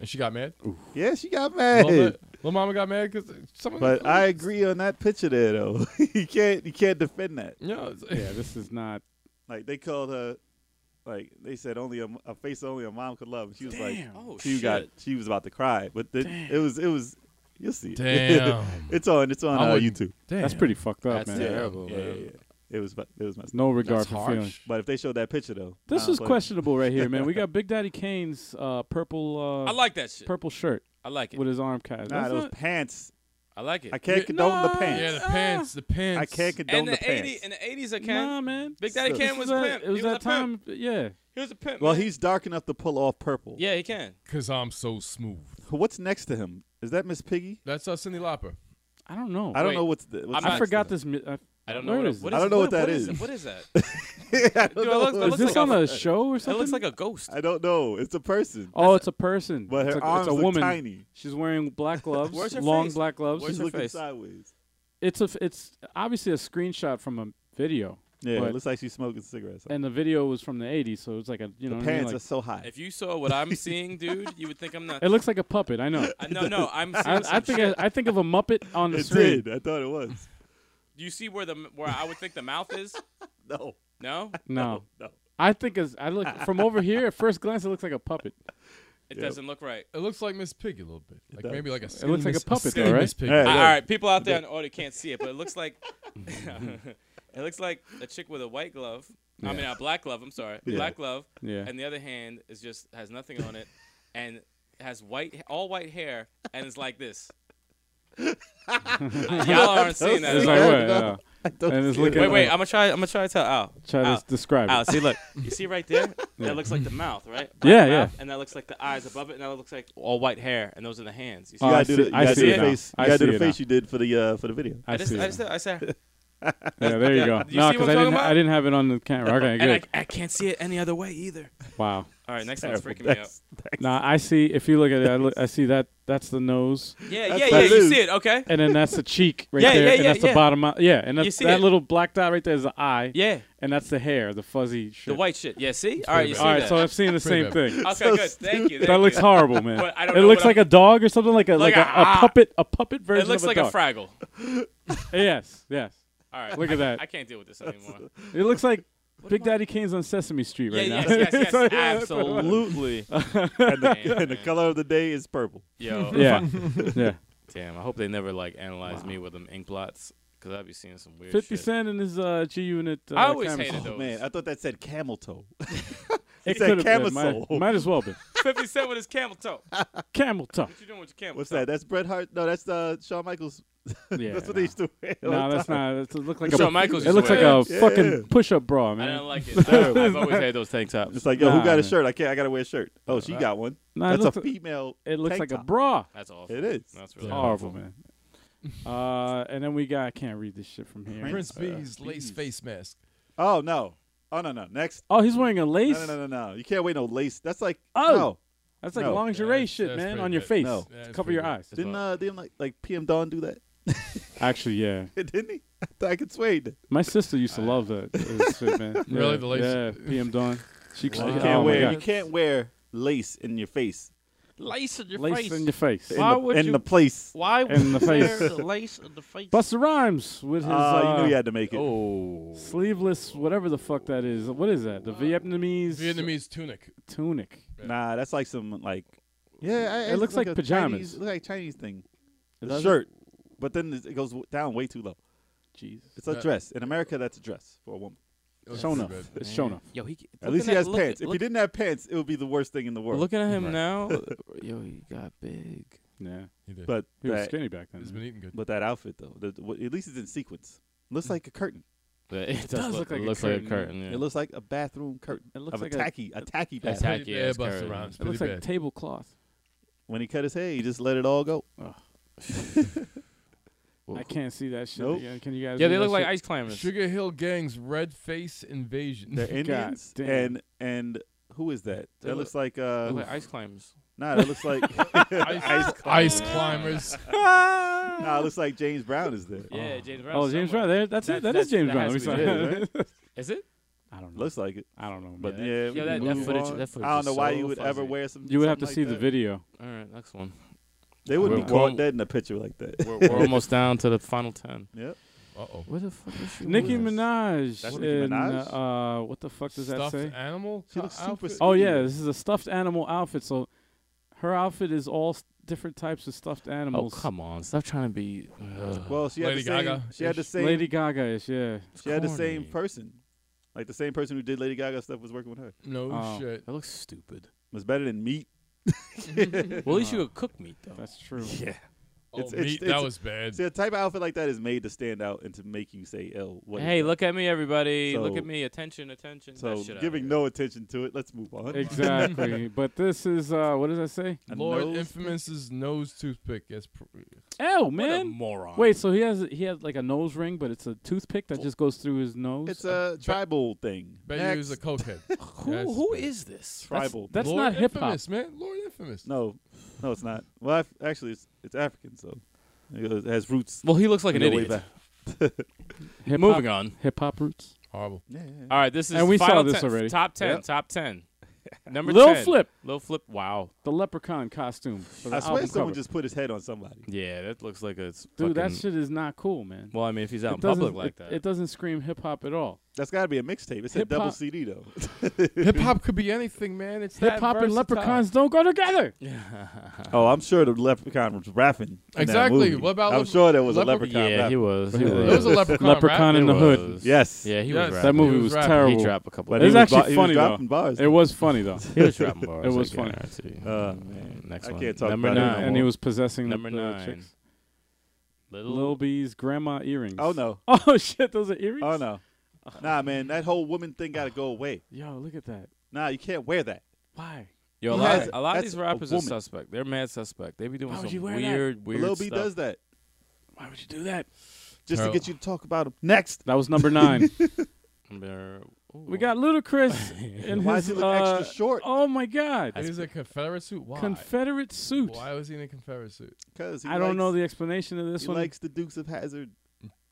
Speaker 2: And she got mad?
Speaker 3: Yeah, she got
Speaker 2: Little,
Speaker 3: mad.
Speaker 2: ma- little mama got mad because someone.
Speaker 3: But I agree on that picture there, though. you can't you can't defend that.
Speaker 2: Yeah, it's-
Speaker 4: Yeah, this is not.
Speaker 3: Like they called her, like they said only a, m- a face only a mom could love. And she was like,
Speaker 4: Damn.
Speaker 5: Oh
Speaker 3: she
Speaker 5: shit.
Speaker 3: got she was about to cry, but then it was it was you'll see. it.
Speaker 2: Damn.
Speaker 3: it's on it's on
Speaker 2: I
Speaker 3: uh,
Speaker 2: wouldn't-
Speaker 3: YouTube.
Speaker 2: Damn.
Speaker 4: That's pretty fucked up,
Speaker 5: That's
Speaker 4: man.
Speaker 3: Yeah,
Speaker 5: Terrible,
Speaker 3: yeah,
Speaker 5: man.
Speaker 3: yeah, yeah. It was bu- it was messed. up.
Speaker 4: No regard
Speaker 2: That's
Speaker 4: for
Speaker 2: harsh.
Speaker 4: feelings.
Speaker 3: But if they showed that picture though, I
Speaker 4: This is
Speaker 3: don't blame
Speaker 4: questionable right here, man. We got Big Daddy Kane's uh, purple. Uh,
Speaker 5: I like that shit.
Speaker 4: purple shirt
Speaker 5: I like it.
Speaker 4: with his arm
Speaker 3: you.
Speaker 4: cast.
Speaker 3: Nah,
Speaker 4: That's
Speaker 3: those
Speaker 4: not-
Speaker 3: pants.
Speaker 5: I like it.
Speaker 3: I can't
Speaker 2: Yeah,
Speaker 3: condone the
Speaker 2: Yeah,
Speaker 4: nah,
Speaker 3: pants.
Speaker 2: the
Speaker 4: Ah.
Speaker 2: pants, the pants.
Speaker 3: I can't condone
Speaker 5: And
Speaker 3: the,
Speaker 5: the, 80,
Speaker 3: pants.
Speaker 5: in the 80s, I can.
Speaker 4: nah, man.
Speaker 5: Big Daddy
Speaker 3: This
Speaker 5: Cam
Speaker 4: This
Speaker 5: was
Speaker 4: was
Speaker 5: a
Speaker 4: that-
Speaker 5: pimp.
Speaker 4: It was
Speaker 5: he
Speaker 4: that
Speaker 5: was a
Speaker 4: time.
Speaker 5: Pimp.
Speaker 4: Yeah.
Speaker 5: He was a pimp.
Speaker 3: well,
Speaker 5: man.
Speaker 3: he's dark enough to pull off purple.
Speaker 5: yeah, he can.
Speaker 2: Because I'm so smooth.
Speaker 3: What's next to him? Is that Miss Piggy?
Speaker 2: That's uh, Cindy Lauper.
Speaker 4: I don't know.
Speaker 3: I don't
Speaker 5: Wait.
Speaker 3: know what's. The, what's
Speaker 5: I'm
Speaker 4: I
Speaker 5: not-
Speaker 3: next to
Speaker 4: forgot
Speaker 3: him.
Speaker 4: this. mi- I,
Speaker 5: I don't know
Speaker 4: Where
Speaker 5: what,
Speaker 4: is
Speaker 5: it- what
Speaker 3: it?
Speaker 5: is.
Speaker 3: I don't know what that
Speaker 5: that is.
Speaker 3: is.
Speaker 5: What is that?
Speaker 3: I don't
Speaker 5: Dude, it
Speaker 3: know.
Speaker 5: looks- it
Speaker 3: what-
Speaker 4: is
Speaker 5: looks
Speaker 4: this
Speaker 5: like
Speaker 4: on
Speaker 5: a-
Speaker 4: a show or
Speaker 5: It
Speaker 4: something?
Speaker 5: looks like a ghost.
Speaker 3: I don't know. It's a person.
Speaker 4: oh, it's a person.
Speaker 3: But
Speaker 4: it's
Speaker 3: her
Speaker 4: a,
Speaker 3: arms
Speaker 4: it's a
Speaker 3: look
Speaker 4: woman.
Speaker 3: tiny.
Speaker 4: She's wearing black gloves,
Speaker 5: Where's her
Speaker 4: long
Speaker 5: face?
Speaker 4: black gloves.
Speaker 5: Where's
Speaker 3: She's
Speaker 5: her
Speaker 3: looking
Speaker 5: face?
Speaker 3: sideways.
Speaker 4: it's a. f- It's obviously a screenshot from a video,
Speaker 3: Yeah, it
Speaker 4: But-
Speaker 3: looks like she's smoking cigarettes.
Speaker 4: and the video was from the '80s, so it's like a you
Speaker 3: the
Speaker 4: know. what I mean,
Speaker 3: pants
Speaker 4: like-
Speaker 3: are so high.
Speaker 5: If you saw what I'm seeing, dude, you would think I'm not.
Speaker 4: it looks like a puppet. I know.
Speaker 5: I, no, no, I'm seeing.
Speaker 4: I, I
Speaker 5: some
Speaker 4: think I,
Speaker 5: shit.
Speaker 4: I think of a Muppet on the
Speaker 3: It
Speaker 4: screen.
Speaker 3: did. I thought it was.
Speaker 5: Do you see where the where I would think the mouth is?
Speaker 3: No,
Speaker 5: No,
Speaker 4: No,
Speaker 3: no.
Speaker 4: I think as I look from over here at first glance, it looks like a puppet.
Speaker 5: it
Speaker 3: Yep.
Speaker 5: doesn't look right.
Speaker 2: It looks like Miss Piggy a little bit. Like
Speaker 3: does.
Speaker 2: maybe like a
Speaker 4: It looks like a puppet, though, right?
Speaker 2: Miss Piggy.
Speaker 3: Hey.
Speaker 5: All
Speaker 3: look.
Speaker 5: right, people out there in the audio can't see it, but it looks like it looks like a chick with a white glove. I mean, a black glove. I'm sorry,
Speaker 3: Yeah.
Speaker 5: black glove.
Speaker 4: Yeah.
Speaker 5: And the other hand is just has nothing on it, and has white, all white hair, and is like this. Y'all aren't seeing that. at
Speaker 4: It's like
Speaker 5: all.
Speaker 4: what?
Speaker 3: no.
Speaker 4: yeah.
Speaker 3: I don't
Speaker 4: And it's
Speaker 3: see it.
Speaker 4: looking-
Speaker 5: wait, wait. I'm gonna try. I'm gonna try to tell Al.
Speaker 4: Try
Speaker 5: Al,
Speaker 4: to describe
Speaker 5: Al,
Speaker 4: it.
Speaker 5: see, look. You see right there?
Speaker 4: Yeah.
Speaker 5: That looks like the mouth, right?
Speaker 4: Yeah,
Speaker 5: mouth, And that looks like the eyes above it, and that looks like all white hair, and those are the hands. You see?
Speaker 4: Oh,
Speaker 3: You
Speaker 4: I
Speaker 3: gotta do
Speaker 4: see-
Speaker 3: the, you
Speaker 4: I
Speaker 3: gotta
Speaker 4: see
Speaker 3: do the
Speaker 5: it now.
Speaker 3: face.
Speaker 4: I
Speaker 3: You gotta
Speaker 4: see
Speaker 3: do
Speaker 4: it
Speaker 3: the
Speaker 4: now.
Speaker 3: face you did for the uh, for the video.
Speaker 4: I
Speaker 5: I just,
Speaker 4: see.
Speaker 5: I
Speaker 4: it.
Speaker 5: just, I said,
Speaker 4: yeah, there you
Speaker 5: yeah.
Speaker 4: go.
Speaker 5: Do you
Speaker 4: No,
Speaker 5: see what
Speaker 4: I
Speaker 5: I'm
Speaker 4: didn't,
Speaker 5: talking
Speaker 4: I
Speaker 5: about?
Speaker 4: didn't have it on the camera. Okay,
Speaker 5: and I,
Speaker 4: good.
Speaker 5: I can't see it any other way either.
Speaker 4: wow.
Speaker 5: All right, next one's
Speaker 3: Terrible.
Speaker 5: freaking me out.
Speaker 3: That's-
Speaker 4: Nah, I see. If you look at it, I, look, I see that. That's the nose,
Speaker 5: Yeah,
Speaker 3: That's
Speaker 5: yeah, yeah.
Speaker 3: what it
Speaker 5: You
Speaker 3: is.
Speaker 5: see it? Okay.
Speaker 4: and then that's the cheek right
Speaker 5: Yeah,
Speaker 4: there,
Speaker 5: yeah,
Speaker 4: and
Speaker 5: yeah,
Speaker 4: that's the
Speaker 5: yeah.
Speaker 4: bottom. Eye. Yeah, and
Speaker 5: You
Speaker 4: that's
Speaker 5: see
Speaker 4: that
Speaker 5: it.
Speaker 4: little black dot right there is the eye.
Speaker 5: Yeah,
Speaker 4: and that's the hair, the fuzzy shit.
Speaker 5: the white shit. Yeah, see? All right, you see
Speaker 4: All right,
Speaker 5: that?
Speaker 4: so I'm seeing the
Speaker 2: Pretty
Speaker 4: same thing.
Speaker 5: okay,
Speaker 3: so
Speaker 5: good. Thank you. Thank
Speaker 4: That looks
Speaker 5: you.
Speaker 4: horrible, man.
Speaker 5: But I don't
Speaker 4: It
Speaker 5: know
Speaker 4: looks
Speaker 5: what
Speaker 4: like
Speaker 5: I'm-
Speaker 4: a dog or something like a like,
Speaker 5: Like
Speaker 4: a,
Speaker 5: a- ah.
Speaker 4: a puppet a puppet version.
Speaker 5: It looks
Speaker 4: of
Speaker 5: like
Speaker 4: a
Speaker 5: a
Speaker 4: dog.
Speaker 5: Fraggle.
Speaker 4: Yes, yes.
Speaker 5: All right.
Speaker 4: Look
Speaker 5: I,
Speaker 4: at that.
Speaker 5: I can't deal with this anymore.
Speaker 4: It looks like Big
Speaker 5: am I-
Speaker 4: Daddy Kane's on Sesame Street
Speaker 5: Yeah, yes,
Speaker 4: right now.
Speaker 5: yes, yes.
Speaker 4: It's like-
Speaker 5: absolutely.
Speaker 3: And the,
Speaker 5: Man,
Speaker 3: and the
Speaker 5: man.
Speaker 3: color of the day is purple.
Speaker 5: Yo.
Speaker 4: Yeah, yeah.
Speaker 5: Damn, I hope they never like analyze me with them ink blots, because I'd be seeing some weird
Speaker 4: Fifty
Speaker 5: shit.
Speaker 4: Cent and his uh, G Unit. Uh,
Speaker 5: I always
Speaker 4: camisole.
Speaker 5: hated
Speaker 3: Oh
Speaker 5: those.
Speaker 3: man, I thought that said camel toe.
Speaker 4: It
Speaker 3: said
Speaker 4: could've been,
Speaker 3: camisole.
Speaker 4: Might, might as well be
Speaker 5: 50 Cent with his camel toe. What
Speaker 4: camel toe.
Speaker 5: you doing with your camel
Speaker 3: What's
Speaker 5: toe?
Speaker 3: that? That's Bret Hart. No, that's uh, Shawn Michaels.
Speaker 4: Yeah,
Speaker 3: that's what
Speaker 4: nah.
Speaker 3: they used to wear. all
Speaker 4: No,
Speaker 3: the
Speaker 4: that's
Speaker 3: time.
Speaker 4: not. It looks like
Speaker 5: Shawn
Speaker 4: a.
Speaker 5: Michaels
Speaker 4: It
Speaker 5: used
Speaker 4: looks
Speaker 5: to
Speaker 4: like
Speaker 5: wear
Speaker 4: a
Speaker 3: that. Yeah.
Speaker 4: fucking push-up bra,
Speaker 5: I
Speaker 4: man.
Speaker 5: don't like it. I've always hated those tank tops.
Speaker 3: It's like, yo, who
Speaker 4: Nah,
Speaker 3: got a
Speaker 4: man.
Speaker 3: shirt? I can't. I gotta wear a shirt. Oh, she got one.
Speaker 4: Nah, it
Speaker 3: that's
Speaker 4: looks
Speaker 3: a
Speaker 4: like-
Speaker 3: female.
Speaker 4: It looks
Speaker 3: tank
Speaker 4: like a
Speaker 3: top.
Speaker 4: bra.
Speaker 5: That's awful.
Speaker 3: It is.
Speaker 5: That's really
Speaker 4: Horrible, man. Uh, and then we got. I can't read this shit from here.
Speaker 2: Prince B's lace face mask.
Speaker 3: Oh no. Oh no no. Next.
Speaker 4: Oh, he's wearing a lace.
Speaker 3: No no no no no. You can't wear no lace. That's like
Speaker 4: Oh.
Speaker 3: no.
Speaker 4: That's like
Speaker 3: No.
Speaker 4: lingerie
Speaker 2: That's-
Speaker 4: shit,
Speaker 2: that's
Speaker 4: man,
Speaker 2: pretty
Speaker 4: on your
Speaker 2: bad.
Speaker 4: face.
Speaker 3: No.
Speaker 4: To
Speaker 2: Yeah, that's
Speaker 4: cover
Speaker 2: pretty
Speaker 4: your
Speaker 2: bad.
Speaker 4: eyes.
Speaker 3: Didn't uh, didn't like like PM Dawn do that?
Speaker 4: Actually, yeah.
Speaker 3: Didn't he? I could swear. he did.
Speaker 4: My sister used to love that that shit, man.
Speaker 2: Really?
Speaker 4: Yeah,
Speaker 2: The lace-
Speaker 4: Yeah, PM Dawn. She
Speaker 3: You
Speaker 4: oh,
Speaker 3: can't
Speaker 4: my
Speaker 3: wear.
Speaker 4: God.
Speaker 3: You can't wear lace in your face.
Speaker 7: Lace in your
Speaker 4: lace
Speaker 7: face.
Speaker 4: in your face.
Speaker 3: In,
Speaker 7: Why
Speaker 3: the,
Speaker 7: would
Speaker 3: in
Speaker 7: you-
Speaker 3: the place.
Speaker 7: Why would
Speaker 4: in the
Speaker 7: you wear
Speaker 4: face.
Speaker 7: the lace in the face?
Speaker 4: Busta Rhymes with his
Speaker 3: Ah, you knew you
Speaker 4: uh,
Speaker 3: had to make it.
Speaker 5: Oh.
Speaker 4: sleeveless, whatever the fuck that is. What is that? The Vietnamese,
Speaker 2: Vietnamese tunic.
Speaker 4: tunic.
Speaker 2: Yeah.
Speaker 3: Nah, that's like some like Yeah, I,
Speaker 4: It
Speaker 3: it's
Speaker 4: looks like
Speaker 3: a
Speaker 4: pajamas.
Speaker 3: Chinese, look like Chinese thing.
Speaker 4: It
Speaker 3: It's a
Speaker 4: doesn't?
Speaker 3: shirt, but then it goes w- down way too low.
Speaker 4: Jesus.
Speaker 3: It's a
Speaker 2: Yeah.
Speaker 3: dress. In America, that's a dress for a woman.
Speaker 2: That's
Speaker 4: Shown
Speaker 2: too
Speaker 4: up.
Speaker 2: bad.
Speaker 4: It's shown up.
Speaker 6: Yo, he
Speaker 3: At least he has pants. if he didn't have pants, it would be the worst thing in the world.
Speaker 6: Looking at him
Speaker 2: Right.
Speaker 6: now, uh, yo, he got big.
Speaker 4: Yeah.
Speaker 2: He did.
Speaker 3: but
Speaker 4: He was
Speaker 3: that,
Speaker 4: skinny back then.
Speaker 2: He's been eating good.
Speaker 3: but that outfit though, the, the- at least it's in sequence. Looks like a curtain. Mm.
Speaker 6: But
Speaker 4: It does look like Mm. a
Speaker 6: looks like a curtain.
Speaker 4: curtain.
Speaker 6: yeah.
Speaker 3: It looks like a bathroom curtain
Speaker 4: It looks
Speaker 3: of
Speaker 4: like
Speaker 3: a
Speaker 4: a-
Speaker 3: tacky, a tacky
Speaker 6: That's
Speaker 3: bathroom.
Speaker 6: tacky
Speaker 2: yeah,
Speaker 6: ass
Speaker 2: bust
Speaker 6: curtain.
Speaker 2: around. It's
Speaker 4: It
Speaker 2: pretty
Speaker 4: looks like
Speaker 2: bad.
Speaker 4: tablecloth.
Speaker 3: When he cut his hair, he just let it all go.
Speaker 4: I can't see that shit.
Speaker 3: Nope.
Speaker 4: Yeah, Can you guys?
Speaker 5: Yeah,
Speaker 4: do
Speaker 5: they
Speaker 4: that
Speaker 5: look like
Speaker 4: shit?
Speaker 5: ice climbers.
Speaker 2: Sugar Hill Gang's Red Face Invasion.
Speaker 3: They're Indians,
Speaker 4: damn.
Speaker 3: and and who is that?
Speaker 5: They
Speaker 3: That
Speaker 5: look-
Speaker 3: looks like
Speaker 5: They
Speaker 3: uh,
Speaker 5: look like ice climbers.
Speaker 3: nah, that looks like
Speaker 2: ice, ice climbers.
Speaker 3: nah, it looks like James Brown is there.
Speaker 5: Yeah, James Brown.
Speaker 4: Oh, James Brown. There, that's, it. That
Speaker 5: That's-
Speaker 4: is James
Speaker 5: that
Speaker 4: Brown.
Speaker 5: has
Speaker 4: I'm
Speaker 5: to
Speaker 4: sorry.
Speaker 5: be
Speaker 3: it,
Speaker 5: Is it?
Speaker 4: I don't know.
Speaker 3: Looks like it,
Speaker 4: I don't know.
Speaker 3: but
Speaker 4: man.
Speaker 3: yeah, we
Speaker 5: yeah, that-
Speaker 3: can
Speaker 5: that
Speaker 3: move
Speaker 6: footage-
Speaker 3: on.
Speaker 6: that footage
Speaker 3: I don't
Speaker 6: is
Speaker 3: know why
Speaker 6: so
Speaker 3: you would ever
Speaker 6: fuzzy.
Speaker 3: wear some.
Speaker 4: you would have to
Speaker 3: something
Speaker 4: see
Speaker 3: like
Speaker 4: the
Speaker 3: that.
Speaker 4: video.
Speaker 5: All right, next one.
Speaker 3: They wouldn't
Speaker 5: We're-
Speaker 3: be caught
Speaker 5: we're-
Speaker 3: dead in a picture like that.
Speaker 5: We're, we're almost down to the final ten.
Speaker 3: Yep.
Speaker 2: Uh oh.
Speaker 6: Where the fuck is she?
Speaker 4: Nicki
Speaker 6: with?
Speaker 4: Minaj.
Speaker 3: That's
Speaker 4: in,
Speaker 3: Nicki Minaj?
Speaker 4: Uh, what the fuck does that
Speaker 2: Stuffed
Speaker 4: say?
Speaker 2: animal.
Speaker 3: She looks super
Speaker 2: outfit?
Speaker 3: skinny.
Speaker 4: Oh yeah, this is a stuffed animal outfit. So her outfit is all s- different types of stuffed
Speaker 6: Oh
Speaker 4: animals.
Speaker 6: come on! Stop trying to be. Ugh.
Speaker 3: Well, she
Speaker 2: Lady
Speaker 3: had the same.
Speaker 2: Gaga-ish.
Speaker 3: She had the same.
Speaker 4: Lady Gaga is yeah.
Speaker 3: she had the same
Speaker 6: corny.
Speaker 3: person, like the same person who did Lady Gaga stuff was working with her.
Speaker 2: No
Speaker 4: Oh.
Speaker 2: shit.
Speaker 6: That looks stupid.
Speaker 3: It was better than meat.
Speaker 6: Well, at least you could cook meat though.
Speaker 4: That's true.
Speaker 2: Oh,
Speaker 3: It's-
Speaker 2: meat,
Speaker 3: it's-
Speaker 2: that
Speaker 3: it's-
Speaker 2: was bad.
Speaker 3: See, a type of outfit like that is made to stand out and to make you say, "L." What is
Speaker 5: Hey,
Speaker 3: that?"
Speaker 5: look at me, everybody! look
Speaker 3: So-
Speaker 5: at me! Attention, attention! That
Speaker 3: So
Speaker 5: shit outta
Speaker 3: giving
Speaker 5: here.
Speaker 3: no attention to it. Let's move on.
Speaker 4: exactly. But this is uh, what does that say?
Speaker 3: A
Speaker 2: Lord
Speaker 3: nose-
Speaker 2: Infamous's nose toothpick. That's pr-
Speaker 4: Oh
Speaker 5: What a
Speaker 4: man.
Speaker 5: moron!
Speaker 4: Wait, so he has he has like a nose ring, but it's a toothpick that just goes through his nose.
Speaker 3: It's a tribal thing.
Speaker 2: bet you was a cokehead. That's
Speaker 6: Who who
Speaker 2: bad.
Speaker 6: is this?
Speaker 3: tribal.
Speaker 4: that's
Speaker 2: Lord
Speaker 4: not hip hop.
Speaker 2: Infamous, man. Lord Infamous.
Speaker 3: no, no, it's not. Well, I've, actually, it's, it's African, so it has roots.
Speaker 5: Well, he looks like an
Speaker 3: go way
Speaker 5: idiot.
Speaker 3: back.
Speaker 4: Hip
Speaker 5: Moving
Speaker 4: hop,
Speaker 5: on.
Speaker 4: hip hop roots.
Speaker 2: Horrible.
Speaker 3: Yeah, yeah, yeah.
Speaker 5: All right, this is
Speaker 4: And we saw
Speaker 5: final
Speaker 4: this
Speaker 5: 10,
Speaker 4: already.
Speaker 5: Top ten.
Speaker 3: Yep.
Speaker 5: Top ten. Number
Speaker 4: Lil
Speaker 5: ten.
Speaker 4: Flip,
Speaker 5: Lil Flip. Wow.
Speaker 4: the leprechaun costume. For the
Speaker 3: I swear
Speaker 4: album
Speaker 3: someone
Speaker 4: cover.
Speaker 3: just put his head on somebody.
Speaker 5: Yeah, that looks like it's
Speaker 4: dude, that
Speaker 5: fucking-
Speaker 4: shit is not cool, man.
Speaker 5: Well, I mean, if he's out
Speaker 4: it
Speaker 5: in
Speaker 4: doesn't-
Speaker 5: public like
Speaker 4: it-
Speaker 5: that,
Speaker 4: it doesn't scream hip hop at all.
Speaker 3: That's got to be a mixtape. It's a double
Speaker 4: Hip-hop.
Speaker 3: CD though.
Speaker 2: Hip hop could be anything, man. It's that
Speaker 4: Hip hop and
Speaker 2: versatile.
Speaker 4: leprechauns don't go together.
Speaker 3: oh, I'm sure the leprechaun was rapping. in that
Speaker 2: Exactly.
Speaker 3: movie.
Speaker 2: What about
Speaker 3: I'm
Speaker 2: lepre-
Speaker 3: sure there was
Speaker 2: leper-
Speaker 3: a leprechaun.
Speaker 5: yeah, he
Speaker 3: rapping.
Speaker 5: was. He
Speaker 4: There
Speaker 5: was.
Speaker 2: There was a leprechaun. rap.
Speaker 4: Leprechaun in the hood.
Speaker 3: Yes.
Speaker 5: Yeah, he
Speaker 2: Yes.
Speaker 5: was.
Speaker 2: That
Speaker 4: That
Speaker 5: rapping.
Speaker 4: movie
Speaker 2: was
Speaker 4: was
Speaker 2: rapping.
Speaker 4: terrible.
Speaker 5: He dropped a couple.
Speaker 3: But
Speaker 5: of
Speaker 4: It's
Speaker 3: he was
Speaker 4: actually
Speaker 3: dro- he was
Speaker 4: funny, though.
Speaker 3: dropping bars.
Speaker 4: It was funny though.
Speaker 5: He was dropping bars.
Speaker 4: It was
Speaker 5: like,
Speaker 4: funny.
Speaker 5: yeah,
Speaker 3: Oh,
Speaker 5: alright, see.
Speaker 3: man.
Speaker 5: Next
Speaker 3: I
Speaker 5: one.
Speaker 3: can't talk
Speaker 5: Number
Speaker 3: about it
Speaker 5: nine.
Speaker 3: anymore.
Speaker 4: and he was possessing
Speaker 5: Number
Speaker 4: the, the
Speaker 5: nine.
Speaker 4: chicks.
Speaker 5: Little,
Speaker 4: Lil B's grandma earrings.
Speaker 3: Oh no.
Speaker 4: Oh shit, those are earrings.
Speaker 3: Oh no. Nah, man, that whole woman thing got to go away.
Speaker 4: Yo, look at that.
Speaker 3: Nah, you can't wear that.
Speaker 4: Why?
Speaker 5: Yo, a
Speaker 3: He
Speaker 5: lot,
Speaker 3: has-
Speaker 5: a lot of
Speaker 3: that's
Speaker 5: these
Speaker 3: a
Speaker 5: rappers are
Speaker 3: woman.
Speaker 5: suspect. They're mad suspect. They be doing
Speaker 4: Why
Speaker 5: some
Speaker 4: would Oh, you wear that?
Speaker 5: weird, weird
Speaker 3: Lil
Speaker 5: stuff.
Speaker 3: B does that
Speaker 4: Why would you do that?
Speaker 3: just
Speaker 2: Terrible.
Speaker 3: to get you to talk about him. Next.
Speaker 4: That was number nine.
Speaker 5: Number- ooh.
Speaker 4: we got Ludacris in
Speaker 3: Why
Speaker 4: his.
Speaker 3: does he look
Speaker 4: uh,
Speaker 3: extra short?
Speaker 4: Oh my God,
Speaker 2: He's a Confederate suit. Why?
Speaker 4: Confederate suit.
Speaker 2: Why was he in a Confederate suit?
Speaker 3: Because
Speaker 4: I don't know the explanation of this
Speaker 3: He
Speaker 4: one,
Speaker 3: likes the Dukes of Hazard.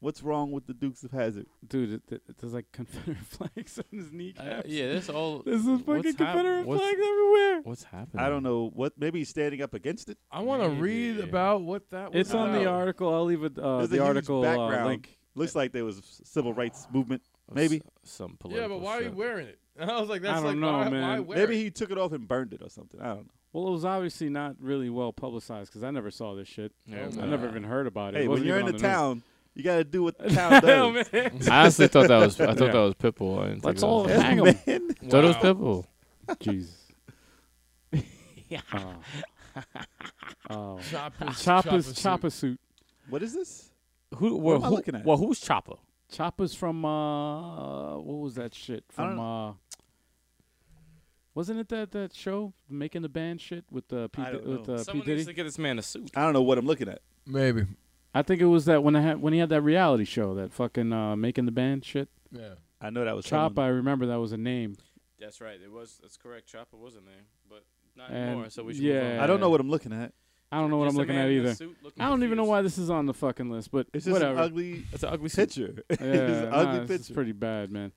Speaker 3: What's wrong with the Dukes of Hazard?
Speaker 4: dude. It, it, there's like Confederate flags on his kneecaps.
Speaker 5: Uh, yeah, that's all.
Speaker 4: There's this
Speaker 5: what's
Speaker 4: fucking
Speaker 5: hap-
Speaker 4: Confederate
Speaker 5: what's-
Speaker 4: flags everywhere.
Speaker 5: What's happening?
Speaker 3: I don't know what. Maybe he's standing up against it.
Speaker 2: I want to read
Speaker 5: Maybe.
Speaker 2: about what that was.
Speaker 4: It's on the
Speaker 2: about.
Speaker 4: article. I'll leave it. Uh,
Speaker 3: There's a
Speaker 4: the
Speaker 3: huge
Speaker 4: article uh,
Speaker 3: background.
Speaker 4: link.
Speaker 3: Looks like there was a civil rights movement.
Speaker 5: That's
Speaker 3: Maybe.
Speaker 5: some
Speaker 2: Yeah,
Speaker 5: political.
Speaker 2: but why are you
Speaker 5: shit.
Speaker 2: wearing it? I was like, that's
Speaker 4: don't
Speaker 2: like,
Speaker 4: know,
Speaker 2: why, why
Speaker 4: man.
Speaker 2: wear
Speaker 3: Maybe
Speaker 2: it?
Speaker 3: he took it off and burned it or something. I don't know.
Speaker 4: Well, it was obviously not really well publicizized because I never saw this shit.
Speaker 2: Oh,
Speaker 5: Yeah,
Speaker 4: I
Speaker 5: man.
Speaker 4: never even heard about it.
Speaker 3: hey,
Speaker 4: It
Speaker 3: when
Speaker 4: wasn't
Speaker 3: you're in
Speaker 4: even
Speaker 3: the,
Speaker 4: on
Speaker 3: town, you got to do what the
Speaker 4: news.
Speaker 3: town
Speaker 4: Hell,
Speaker 3: does.
Speaker 4: Oh, man.
Speaker 5: I honestly thought that was. I thought
Speaker 4: Yeah.
Speaker 5: that was Pitbull. I didn't
Speaker 4: Let's
Speaker 5: think
Speaker 4: all
Speaker 5: it was.
Speaker 4: hang him.
Speaker 3: Yes, man.
Speaker 5: Thought it was
Speaker 2: Wow.
Speaker 5: Pitbull.
Speaker 4: Jesus. Oh. Oh.
Speaker 2: Chopper's,
Speaker 4: Chopper's
Speaker 2: suit.
Speaker 4: Chopper suit.
Speaker 3: What is this?
Speaker 5: Who?
Speaker 3: What
Speaker 5: Well,
Speaker 3: am I
Speaker 5: who,
Speaker 3: looking at?
Speaker 5: well, who's Chopper?
Speaker 4: Chopper's from uh, what was that shit?
Speaker 3: don't
Speaker 4: From uh, wasn't it that that show making the band shit with the P-
Speaker 3: I don't
Speaker 4: with
Speaker 3: know.
Speaker 4: uh, P
Speaker 5: Someone needs
Speaker 4: Diddy?
Speaker 5: to get this man a suit.
Speaker 3: I don't know what I'm looking at.
Speaker 2: Maybe.
Speaker 4: I think it was that when I had when he had that reality show that fucking uh, making the band shit.
Speaker 2: Yeah.
Speaker 3: I know that was
Speaker 4: Chop,
Speaker 3: someone-
Speaker 4: I remember that was a name.
Speaker 5: That's right. It was. That's correct. Chopper was a name, but not
Speaker 4: And-
Speaker 5: anymore. So we should.
Speaker 4: yeah.
Speaker 5: Move on.
Speaker 3: I don't know what I'm looking at.
Speaker 4: I don't know what
Speaker 5: Just
Speaker 4: I'm
Speaker 5: a
Speaker 4: looking
Speaker 5: man
Speaker 4: at
Speaker 5: in a
Speaker 4: either.
Speaker 5: suit looking
Speaker 4: I don't even know
Speaker 5: confused.
Speaker 4: why this is on the fucking list, but
Speaker 3: It's just
Speaker 4: whatever.
Speaker 3: an ugly
Speaker 5: It's an ugly suit.
Speaker 3: picture.
Speaker 4: yeah,
Speaker 3: it's an
Speaker 4: nah,
Speaker 3: ugly
Speaker 4: this is
Speaker 3: picture.
Speaker 4: pretty bad, man.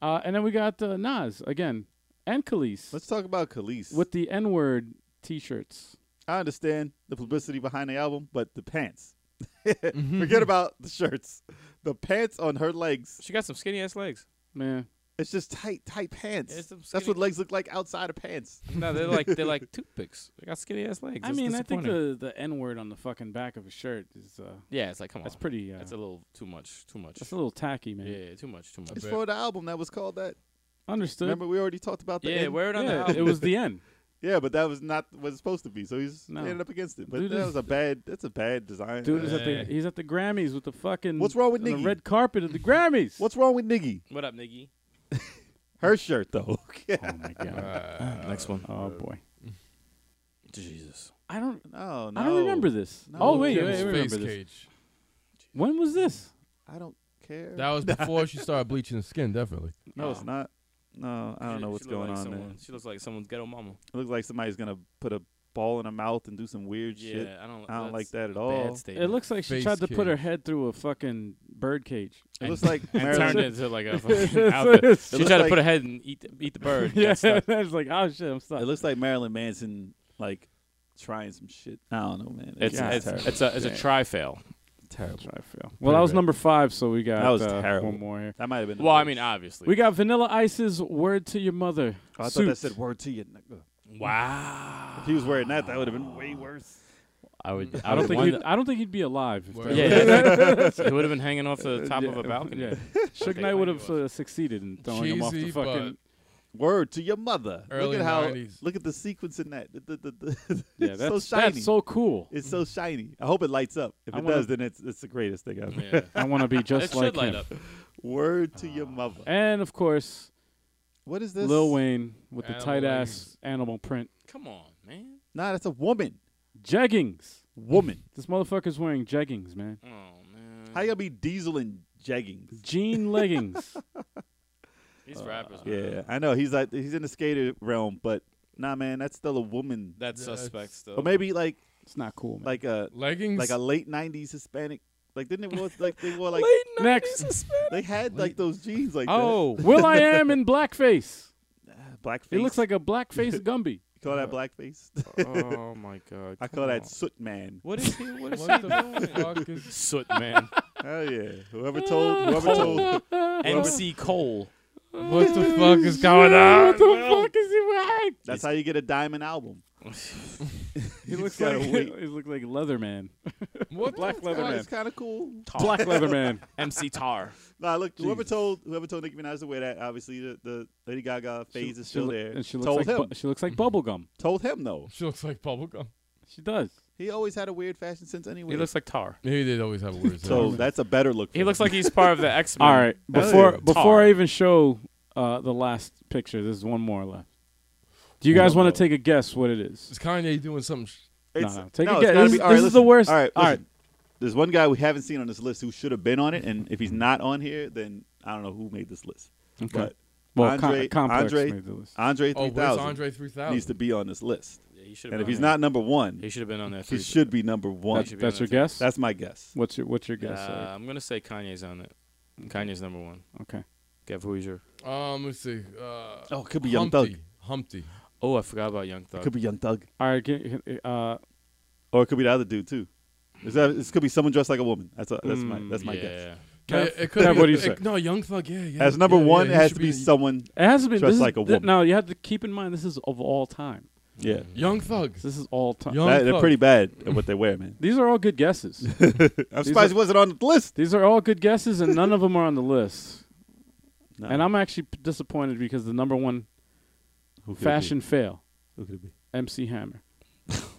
Speaker 4: Uh, and then we got uh, Nas again and Khalees
Speaker 3: Let's talk about Khalees.
Speaker 4: with the N word T-shirts.
Speaker 3: I understand the publicity behind the album, but the pants. Forget about the shirts. The pants on her legs.
Speaker 5: She got some skinny ass legs.
Speaker 4: Man,
Speaker 3: It's just tight, tight pants.
Speaker 5: It's some
Speaker 3: That's what
Speaker 5: skinny-
Speaker 3: legs look like outside of pants.
Speaker 5: No, they're like they're like toothpicks. They got skinny ass legs.
Speaker 4: I
Speaker 5: It's
Speaker 4: mean, I think
Speaker 5: disappointing.
Speaker 4: the the N word on the fucking back of a shirt is uh,
Speaker 5: yeah, it's like come on.
Speaker 4: that's pretty. Uh,
Speaker 5: That's
Speaker 4: that's,
Speaker 5: a little too much. Too much.
Speaker 4: a little tacky, man.
Speaker 5: yeah, too much. Too much.
Speaker 3: It's
Speaker 2: bet.
Speaker 3: for the album that was called that.
Speaker 4: Understood.
Speaker 3: Remember, we already talked about the
Speaker 5: yeah,
Speaker 3: end?
Speaker 5: wear it on the
Speaker 4: yeah,
Speaker 5: album.
Speaker 4: it was the N.
Speaker 3: Yeah, but that was not what it's supposed to be. So he's
Speaker 4: No.
Speaker 3: ended up against it. But
Speaker 4: Dude,
Speaker 3: that
Speaker 4: this-
Speaker 3: was a bad. That's a bad design.
Speaker 4: Dude is at
Speaker 2: Yeah.
Speaker 4: the he's at the Grammys with the fucking
Speaker 3: What's wrong with
Speaker 4: on the
Speaker 3: Nicki?
Speaker 4: red carpet of the Grammys.
Speaker 3: What's wrong with Niggy?
Speaker 5: what up, Niggy?
Speaker 3: Her shirt though. yeah.
Speaker 4: oh my god.
Speaker 2: Uh,
Speaker 6: Next one.
Speaker 4: Oh boy.
Speaker 5: Jesus.
Speaker 4: I don't
Speaker 3: No, no.
Speaker 4: I don't remember this.
Speaker 3: No.
Speaker 4: oh wait,
Speaker 2: Kim's
Speaker 4: wait, wait, I
Speaker 2: face
Speaker 4: remember this.
Speaker 2: cage.
Speaker 4: When was this?
Speaker 3: I don't care.
Speaker 2: That was before she started bleaching her skin, definitely.
Speaker 3: no,
Speaker 5: Um,
Speaker 3: it's not. No, I don't know what's going on
Speaker 5: someone,
Speaker 3: there.
Speaker 5: She looks like someone's ghetto mama.
Speaker 3: It looks like somebody's gonna put a ball in her mouth and do some weird
Speaker 5: Yeah,
Speaker 3: shit.
Speaker 5: I don't.
Speaker 3: I don't like
Speaker 5: that's
Speaker 3: that at
Speaker 5: a
Speaker 3: all.
Speaker 5: Bad
Speaker 4: It
Speaker 5: statement.
Speaker 4: looks like she
Speaker 2: Face
Speaker 4: tried to put her
Speaker 2: cage.
Speaker 4: head through a fucking bird cage.
Speaker 3: It looks like
Speaker 5: and
Speaker 3: Marilyn.
Speaker 5: turned it into like a fucking
Speaker 4: It
Speaker 5: outfit. She
Speaker 3: looks
Speaker 5: tried to
Speaker 3: like-
Speaker 5: put her head and eat the, eat the bird.
Speaker 4: yeah,
Speaker 5: Yeah.
Speaker 4: I was like, oh shit, I'm stuck.
Speaker 3: It looks like Marilyn Manson like trying some shit. I don't know, man.
Speaker 5: It's,
Speaker 3: yeah,
Speaker 5: it's, it's a it's a try fail.
Speaker 3: terrible.
Speaker 4: Try to fail. Well, that was
Speaker 2: bad.
Speaker 4: number five, so we got
Speaker 3: That was
Speaker 4: uh,
Speaker 3: terrible.
Speaker 4: one more here.
Speaker 3: That might have been. the
Speaker 5: Well, I
Speaker 3: worst.
Speaker 5: mean, obviously.
Speaker 4: We got Vanilla Ice's "Word to Your Mother."
Speaker 3: Oh, I thought that
Speaker 4: Suits.
Speaker 3: said word to you. nigga.
Speaker 5: wow.
Speaker 3: If he was wearing that, that would have been
Speaker 5: Ah.
Speaker 3: way worse.
Speaker 5: I would.
Speaker 4: I don't think
Speaker 5: wonder-
Speaker 4: he'd, I don't think he'd be alive. if
Speaker 2: Word.
Speaker 4: that-
Speaker 5: Yeah, yeah. he would have been hanging off the top
Speaker 4: Yeah,
Speaker 5: of a balcony.
Speaker 4: Yeah. Suge
Speaker 5: Okay,
Speaker 4: Knight would
Speaker 5: I
Speaker 4: have
Speaker 5: knew it.
Speaker 4: uh, succeeded in throwing him off the
Speaker 2: Cheesy, but-
Speaker 4: fucking.
Speaker 3: Word to your mother.
Speaker 2: Early
Speaker 3: look at how.
Speaker 2: 90s.
Speaker 3: Look at the sequence in that. The- the- the- the-
Speaker 4: Yeah,
Speaker 3: it's
Speaker 4: that's
Speaker 3: so shiny.
Speaker 4: that's so cool.
Speaker 3: it's so shiny. I hope it lights up. If
Speaker 4: I
Speaker 3: it
Speaker 4: wanna-
Speaker 3: does, then it's it's the greatest thing ever.
Speaker 5: Yeah.
Speaker 4: I want to be
Speaker 5: it
Speaker 4: just like
Speaker 5: should light
Speaker 4: him.
Speaker 5: up.
Speaker 3: Word to your mother.
Speaker 4: And of course,
Speaker 3: What is this?
Speaker 4: Lil Wayne with the
Speaker 2: Animal
Speaker 4: tight ass animal print
Speaker 5: Come on, man.
Speaker 3: Nah, that's a woman.
Speaker 4: jeggings.
Speaker 3: Woman.
Speaker 4: This motherfucker's wearing jeggings, man.
Speaker 5: Oh man.
Speaker 3: How you gonna be diesel and jeggings?
Speaker 4: Jean leggings.
Speaker 5: These
Speaker 4: Uh-huh.
Speaker 5: rappers. man.
Speaker 3: Yeah, I know he's like he's in the skater realm, but nah, man, that's still a woman.
Speaker 5: That's
Speaker 2: Yeah,
Speaker 5: suspect
Speaker 2: it's-
Speaker 5: still.
Speaker 3: Or maybe like
Speaker 4: It's not cool, man.
Speaker 3: like a
Speaker 2: Leggings.
Speaker 3: like a late '90s Hispanic. Like didn't it was like they wore like
Speaker 4: Next,
Speaker 3: they had like those jeans like
Speaker 4: oh, Will I am in blackface.
Speaker 3: that. blackface.
Speaker 4: It looks like a blackface Gumby.
Speaker 3: you call that blackface.
Speaker 5: oh my god.
Speaker 3: I call that soot man.
Speaker 5: What is he? What is
Speaker 2: What the
Speaker 5: he doing?
Speaker 2: fuck is
Speaker 5: Soot man.
Speaker 3: Hell yeah! Whoever told whoever told
Speaker 5: MC Cole.
Speaker 2: what the fuck is going on?
Speaker 4: fuck is he wearing?
Speaker 3: that's how you get a diamond album.
Speaker 4: He looks
Speaker 3: gotta
Speaker 4: like
Speaker 3: wait.
Speaker 4: he looks like Leatherman.
Speaker 2: What
Speaker 4: Black
Speaker 2: the-
Speaker 4: Leatherman.
Speaker 3: It's kind of cool.
Speaker 4: Black Leatherman.
Speaker 5: MC Tar.
Speaker 3: Nah, look, whoever told whoever told Nicki Minaj to wear that, obviously the, the Lady Gaga phase is still
Speaker 4: loo-
Speaker 3: there.
Speaker 4: And she looks
Speaker 3: told
Speaker 4: like
Speaker 3: him.
Speaker 4: bu- she looks like bubblegum.
Speaker 3: told him though.
Speaker 2: She looks like bubblegum.
Speaker 4: She does.
Speaker 3: He always had a weird fashion sense anyway.
Speaker 5: He looks like Tar.
Speaker 2: He did always have a weird
Speaker 3: so
Speaker 2: sense.
Speaker 3: that's a better look.
Speaker 5: He
Speaker 3: for
Speaker 5: looks
Speaker 3: him.
Speaker 5: like he's part of the X Men.
Speaker 4: All right.
Speaker 3: Hell
Speaker 4: Before
Speaker 3: yeah.
Speaker 4: before
Speaker 5: Tar.
Speaker 4: I even show uh, the last picture, there's one more left. Do you guys
Speaker 2: Whoa.
Speaker 4: want to take a guess what it is?
Speaker 2: Is Kanye doing something? Sh-
Speaker 3: It's-
Speaker 4: no, no. Take
Speaker 3: no,
Speaker 4: a
Speaker 3: it's
Speaker 4: guess.
Speaker 3: gotta
Speaker 4: This,
Speaker 3: be- all
Speaker 4: this
Speaker 3: right,
Speaker 4: is the
Speaker 3: listen.
Speaker 4: worst.
Speaker 3: All right,
Speaker 4: all right.
Speaker 3: listen. There's one guy we haven't seen on this list who should have been on it, and if he's not on here, then I don't know who made this list.
Speaker 4: Okay.
Speaker 3: But
Speaker 4: Well,
Speaker 3: Andre-
Speaker 4: Com- complex
Speaker 3: Andre-
Speaker 4: made the list.
Speaker 3: Andre
Speaker 2: oh,
Speaker 3: 3000
Speaker 2: where's Andre 3000?
Speaker 3: needs to be on this list,
Speaker 5: Yeah, he should've
Speaker 3: and
Speaker 5: been
Speaker 3: if
Speaker 5: on
Speaker 3: he's
Speaker 5: there.
Speaker 3: not number one,
Speaker 5: he should have been on there.
Speaker 3: he
Speaker 5: three.
Speaker 3: should be number one.
Speaker 5: should be
Speaker 4: That's
Speaker 5: on
Speaker 4: your
Speaker 5: there.
Speaker 4: guess.
Speaker 3: That's my guess. Mm-hmm.
Speaker 4: what's your what's your
Speaker 5: Uh,
Speaker 4: guess? Eric?
Speaker 5: I'm gonna say Kanye's on it. Kanye's number one.
Speaker 4: okay.
Speaker 5: Gav, who is your?
Speaker 2: Um, let's see. Uh,
Speaker 3: Oh, it could be Young
Speaker 2: Humpty.
Speaker 3: Thug.
Speaker 2: Humpty.
Speaker 5: Oh, I forgot about Young Thug.
Speaker 3: It could be Young Thug,
Speaker 4: All right. Get, uh,
Speaker 3: or it could be the other dude too. Is that, this could be someone dressed like a woman. That's a, that's my that's my
Speaker 5: yeah.
Speaker 4: Mm,
Speaker 3: guess.
Speaker 2: Yeah,
Speaker 4: Kev-
Speaker 2: it could
Speaker 4: Kev,
Speaker 2: be,
Speaker 4: what do you
Speaker 2: it-
Speaker 4: say?
Speaker 2: No, Young Thug. Yeah, yeah.
Speaker 3: As number
Speaker 2: yeah,
Speaker 3: one,
Speaker 2: yeah,
Speaker 3: it
Speaker 2: he
Speaker 3: has
Speaker 2: should
Speaker 3: to be, someone.
Speaker 4: it has to be
Speaker 3: Dressed
Speaker 4: this is-
Speaker 3: like a
Speaker 4: thi-
Speaker 3: woman.
Speaker 4: now you have to keep in mind this is of all time.
Speaker 3: Yeah,
Speaker 2: Young Thug.
Speaker 4: This is all time.
Speaker 2: Young
Speaker 3: That- they're
Speaker 2: Thug.
Speaker 3: pretty bad at what they wear, man.
Speaker 4: These are all good guesses.
Speaker 3: I'm surprised he wasn't on the list.
Speaker 4: These are all good guesses, and none of them are on the list.
Speaker 3: No.
Speaker 4: And I'm actually p- disappointed because the number one
Speaker 3: Who could it be?
Speaker 4: fashion fail,
Speaker 3: Who could it be?
Speaker 4: MC Hammer.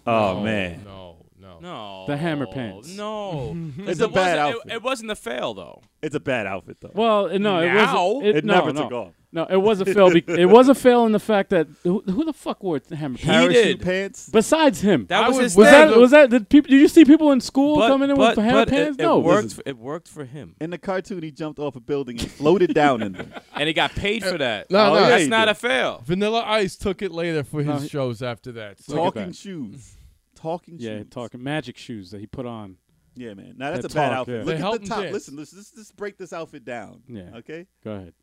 Speaker 3: Oh
Speaker 2: No,
Speaker 3: man,
Speaker 2: No, no.
Speaker 5: No.
Speaker 4: The hammer pants.
Speaker 5: No.
Speaker 3: It's a
Speaker 5: It wasn't-
Speaker 3: bad
Speaker 5: it-
Speaker 3: outfit.
Speaker 5: It, wasn't the fail though.
Speaker 3: it's a bad outfit though.
Speaker 4: Well, it- no, it
Speaker 5: Now?
Speaker 4: wasn't. It,
Speaker 3: it
Speaker 4: no,
Speaker 3: never
Speaker 4: no.
Speaker 3: took off.
Speaker 4: No, it was a fail. Be- it was a fail in the fact that who, who the fuck wore the Hammer? pants?
Speaker 5: Parachute did.
Speaker 3: pants.
Speaker 4: Besides him,
Speaker 5: That
Speaker 2: I
Speaker 5: was
Speaker 2: would-
Speaker 5: his
Speaker 4: was
Speaker 5: thing.
Speaker 4: that was that did people? Did you see people in school
Speaker 5: but,
Speaker 4: coming in
Speaker 5: but,
Speaker 4: with hammer
Speaker 5: but
Speaker 4: pants?
Speaker 5: It, it
Speaker 4: no,
Speaker 5: worked. For, it worked for him,
Speaker 3: in the cartoon, he jumped off a building and floated down in them.
Speaker 5: and he got paid for that.
Speaker 2: no,
Speaker 3: Oh,
Speaker 2: no.
Speaker 3: yeah,
Speaker 5: that's
Speaker 3: he
Speaker 5: not
Speaker 3: did.
Speaker 5: a fail.
Speaker 2: Vanilla Ice took it later for his
Speaker 4: No, he-
Speaker 2: shows after that. So
Speaker 4: Talk-
Speaker 3: Talking
Speaker 4: that.
Speaker 3: shoes. Talking
Speaker 4: yeah,
Speaker 3: shoes.
Speaker 4: talking magic shoes that he put on.
Speaker 3: Yeah, man. Now that's
Speaker 4: That
Speaker 3: a bad
Speaker 4: talk,
Speaker 3: outfit.
Speaker 4: yeah.
Speaker 2: They
Speaker 3: Look
Speaker 2: help
Speaker 3: at
Speaker 2: him
Speaker 3: the top.
Speaker 2: dance.
Speaker 3: Listen, listen. Let's just break this outfit down.
Speaker 4: Yeah.
Speaker 3: Okay.
Speaker 4: Go ahead.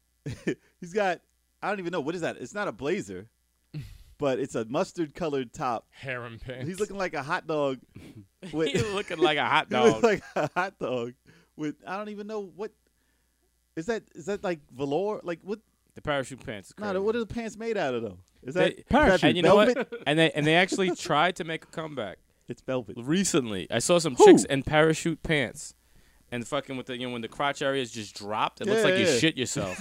Speaker 3: He's got. I don't even know what is that. It's not a blazer, but it's a mustard colored top.
Speaker 2: harem pants.
Speaker 3: He's looking like a hot dog. With,
Speaker 5: He's looking like a hot
Speaker 3: He looks
Speaker 5: dog.
Speaker 3: like a hot dog with I don't even know what is that is that like velour like what
Speaker 5: The parachute pants. Is crazy.
Speaker 3: No, what are the pants made out of though? Is
Speaker 5: They-
Speaker 3: that, is that
Speaker 5: and you know
Speaker 3: velvet?
Speaker 5: what? And they and they actually tried to make a comeback
Speaker 3: It's velvet.
Speaker 5: recently. I saw some chicks in parachute pants, and fucking with the you know when the crotch area is just dropped, it looks like you
Speaker 3: Yeah.
Speaker 5: shit yourself.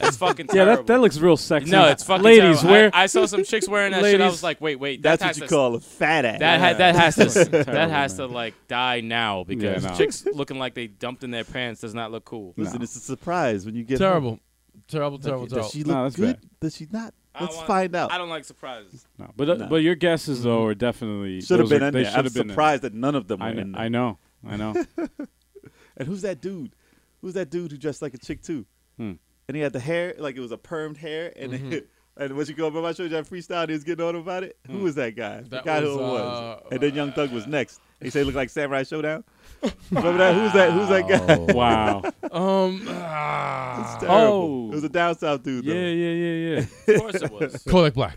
Speaker 5: That's fucking
Speaker 4: Yeah,
Speaker 5: terrible.
Speaker 4: that, that looks real sexy.
Speaker 5: no, it's fucking
Speaker 4: Ladies,
Speaker 5: terrible.
Speaker 4: where
Speaker 5: I, I saw some chicks wearing that shit. I
Speaker 4: Ladies-
Speaker 5: was like, wait, wait, that
Speaker 3: That's what
Speaker 5: has
Speaker 3: you
Speaker 5: to-
Speaker 3: call a fat ass.
Speaker 5: That ha- that has
Speaker 4: That's
Speaker 5: to
Speaker 4: fucking
Speaker 5: that
Speaker 4: terrible,
Speaker 5: has to
Speaker 4: man.
Speaker 5: like die now because
Speaker 4: no.
Speaker 5: chicks looking like they dumped in their pants does not look cool.
Speaker 3: Listen,
Speaker 4: No.
Speaker 3: it's a surprise when you get home.
Speaker 2: Terrible. Terrible, terrible,
Speaker 3: Does
Speaker 2: terrible.
Speaker 3: she
Speaker 4: No,
Speaker 3: look
Speaker 4: that's
Speaker 3: good? Does she not?
Speaker 5: I
Speaker 3: Let's
Speaker 5: wanna-
Speaker 3: find out.
Speaker 5: I don't like surprises.
Speaker 4: no, but uh,
Speaker 3: No.
Speaker 4: but your guesses though are definitely
Speaker 3: Should have
Speaker 4: those are-
Speaker 3: been in
Speaker 4: they
Speaker 3: there.
Speaker 4: should
Speaker 3: I'm
Speaker 4: have been in there.
Speaker 3: surprised that none of them
Speaker 4: I
Speaker 3: were in
Speaker 4: know,
Speaker 3: there.
Speaker 4: I know. I know.
Speaker 3: And who's that dude? Who's that dude who dressed like a chick too?
Speaker 4: Hmm.
Speaker 3: And he had the hair like it was a permed hair. And
Speaker 4: Mm-hmm.
Speaker 3: and once you go up on my show, that freestyle, he was getting on about it.
Speaker 4: Hmm.
Speaker 3: Who was that guy? the
Speaker 2: That
Speaker 3: guy who
Speaker 2: was,
Speaker 3: it was.
Speaker 2: uh,
Speaker 3: and then Young Thug was next. He said he looked like Samurai Showdown. Remember that? Who's that? Who's that guy?
Speaker 4: Oh. wow.
Speaker 2: Um, ah,
Speaker 3: It's terrible.
Speaker 4: Oh.
Speaker 3: It was a down south dude.
Speaker 4: Yeah,
Speaker 3: Though.
Speaker 4: yeah, yeah, yeah.
Speaker 5: Of course it was.
Speaker 2: Kodak Black.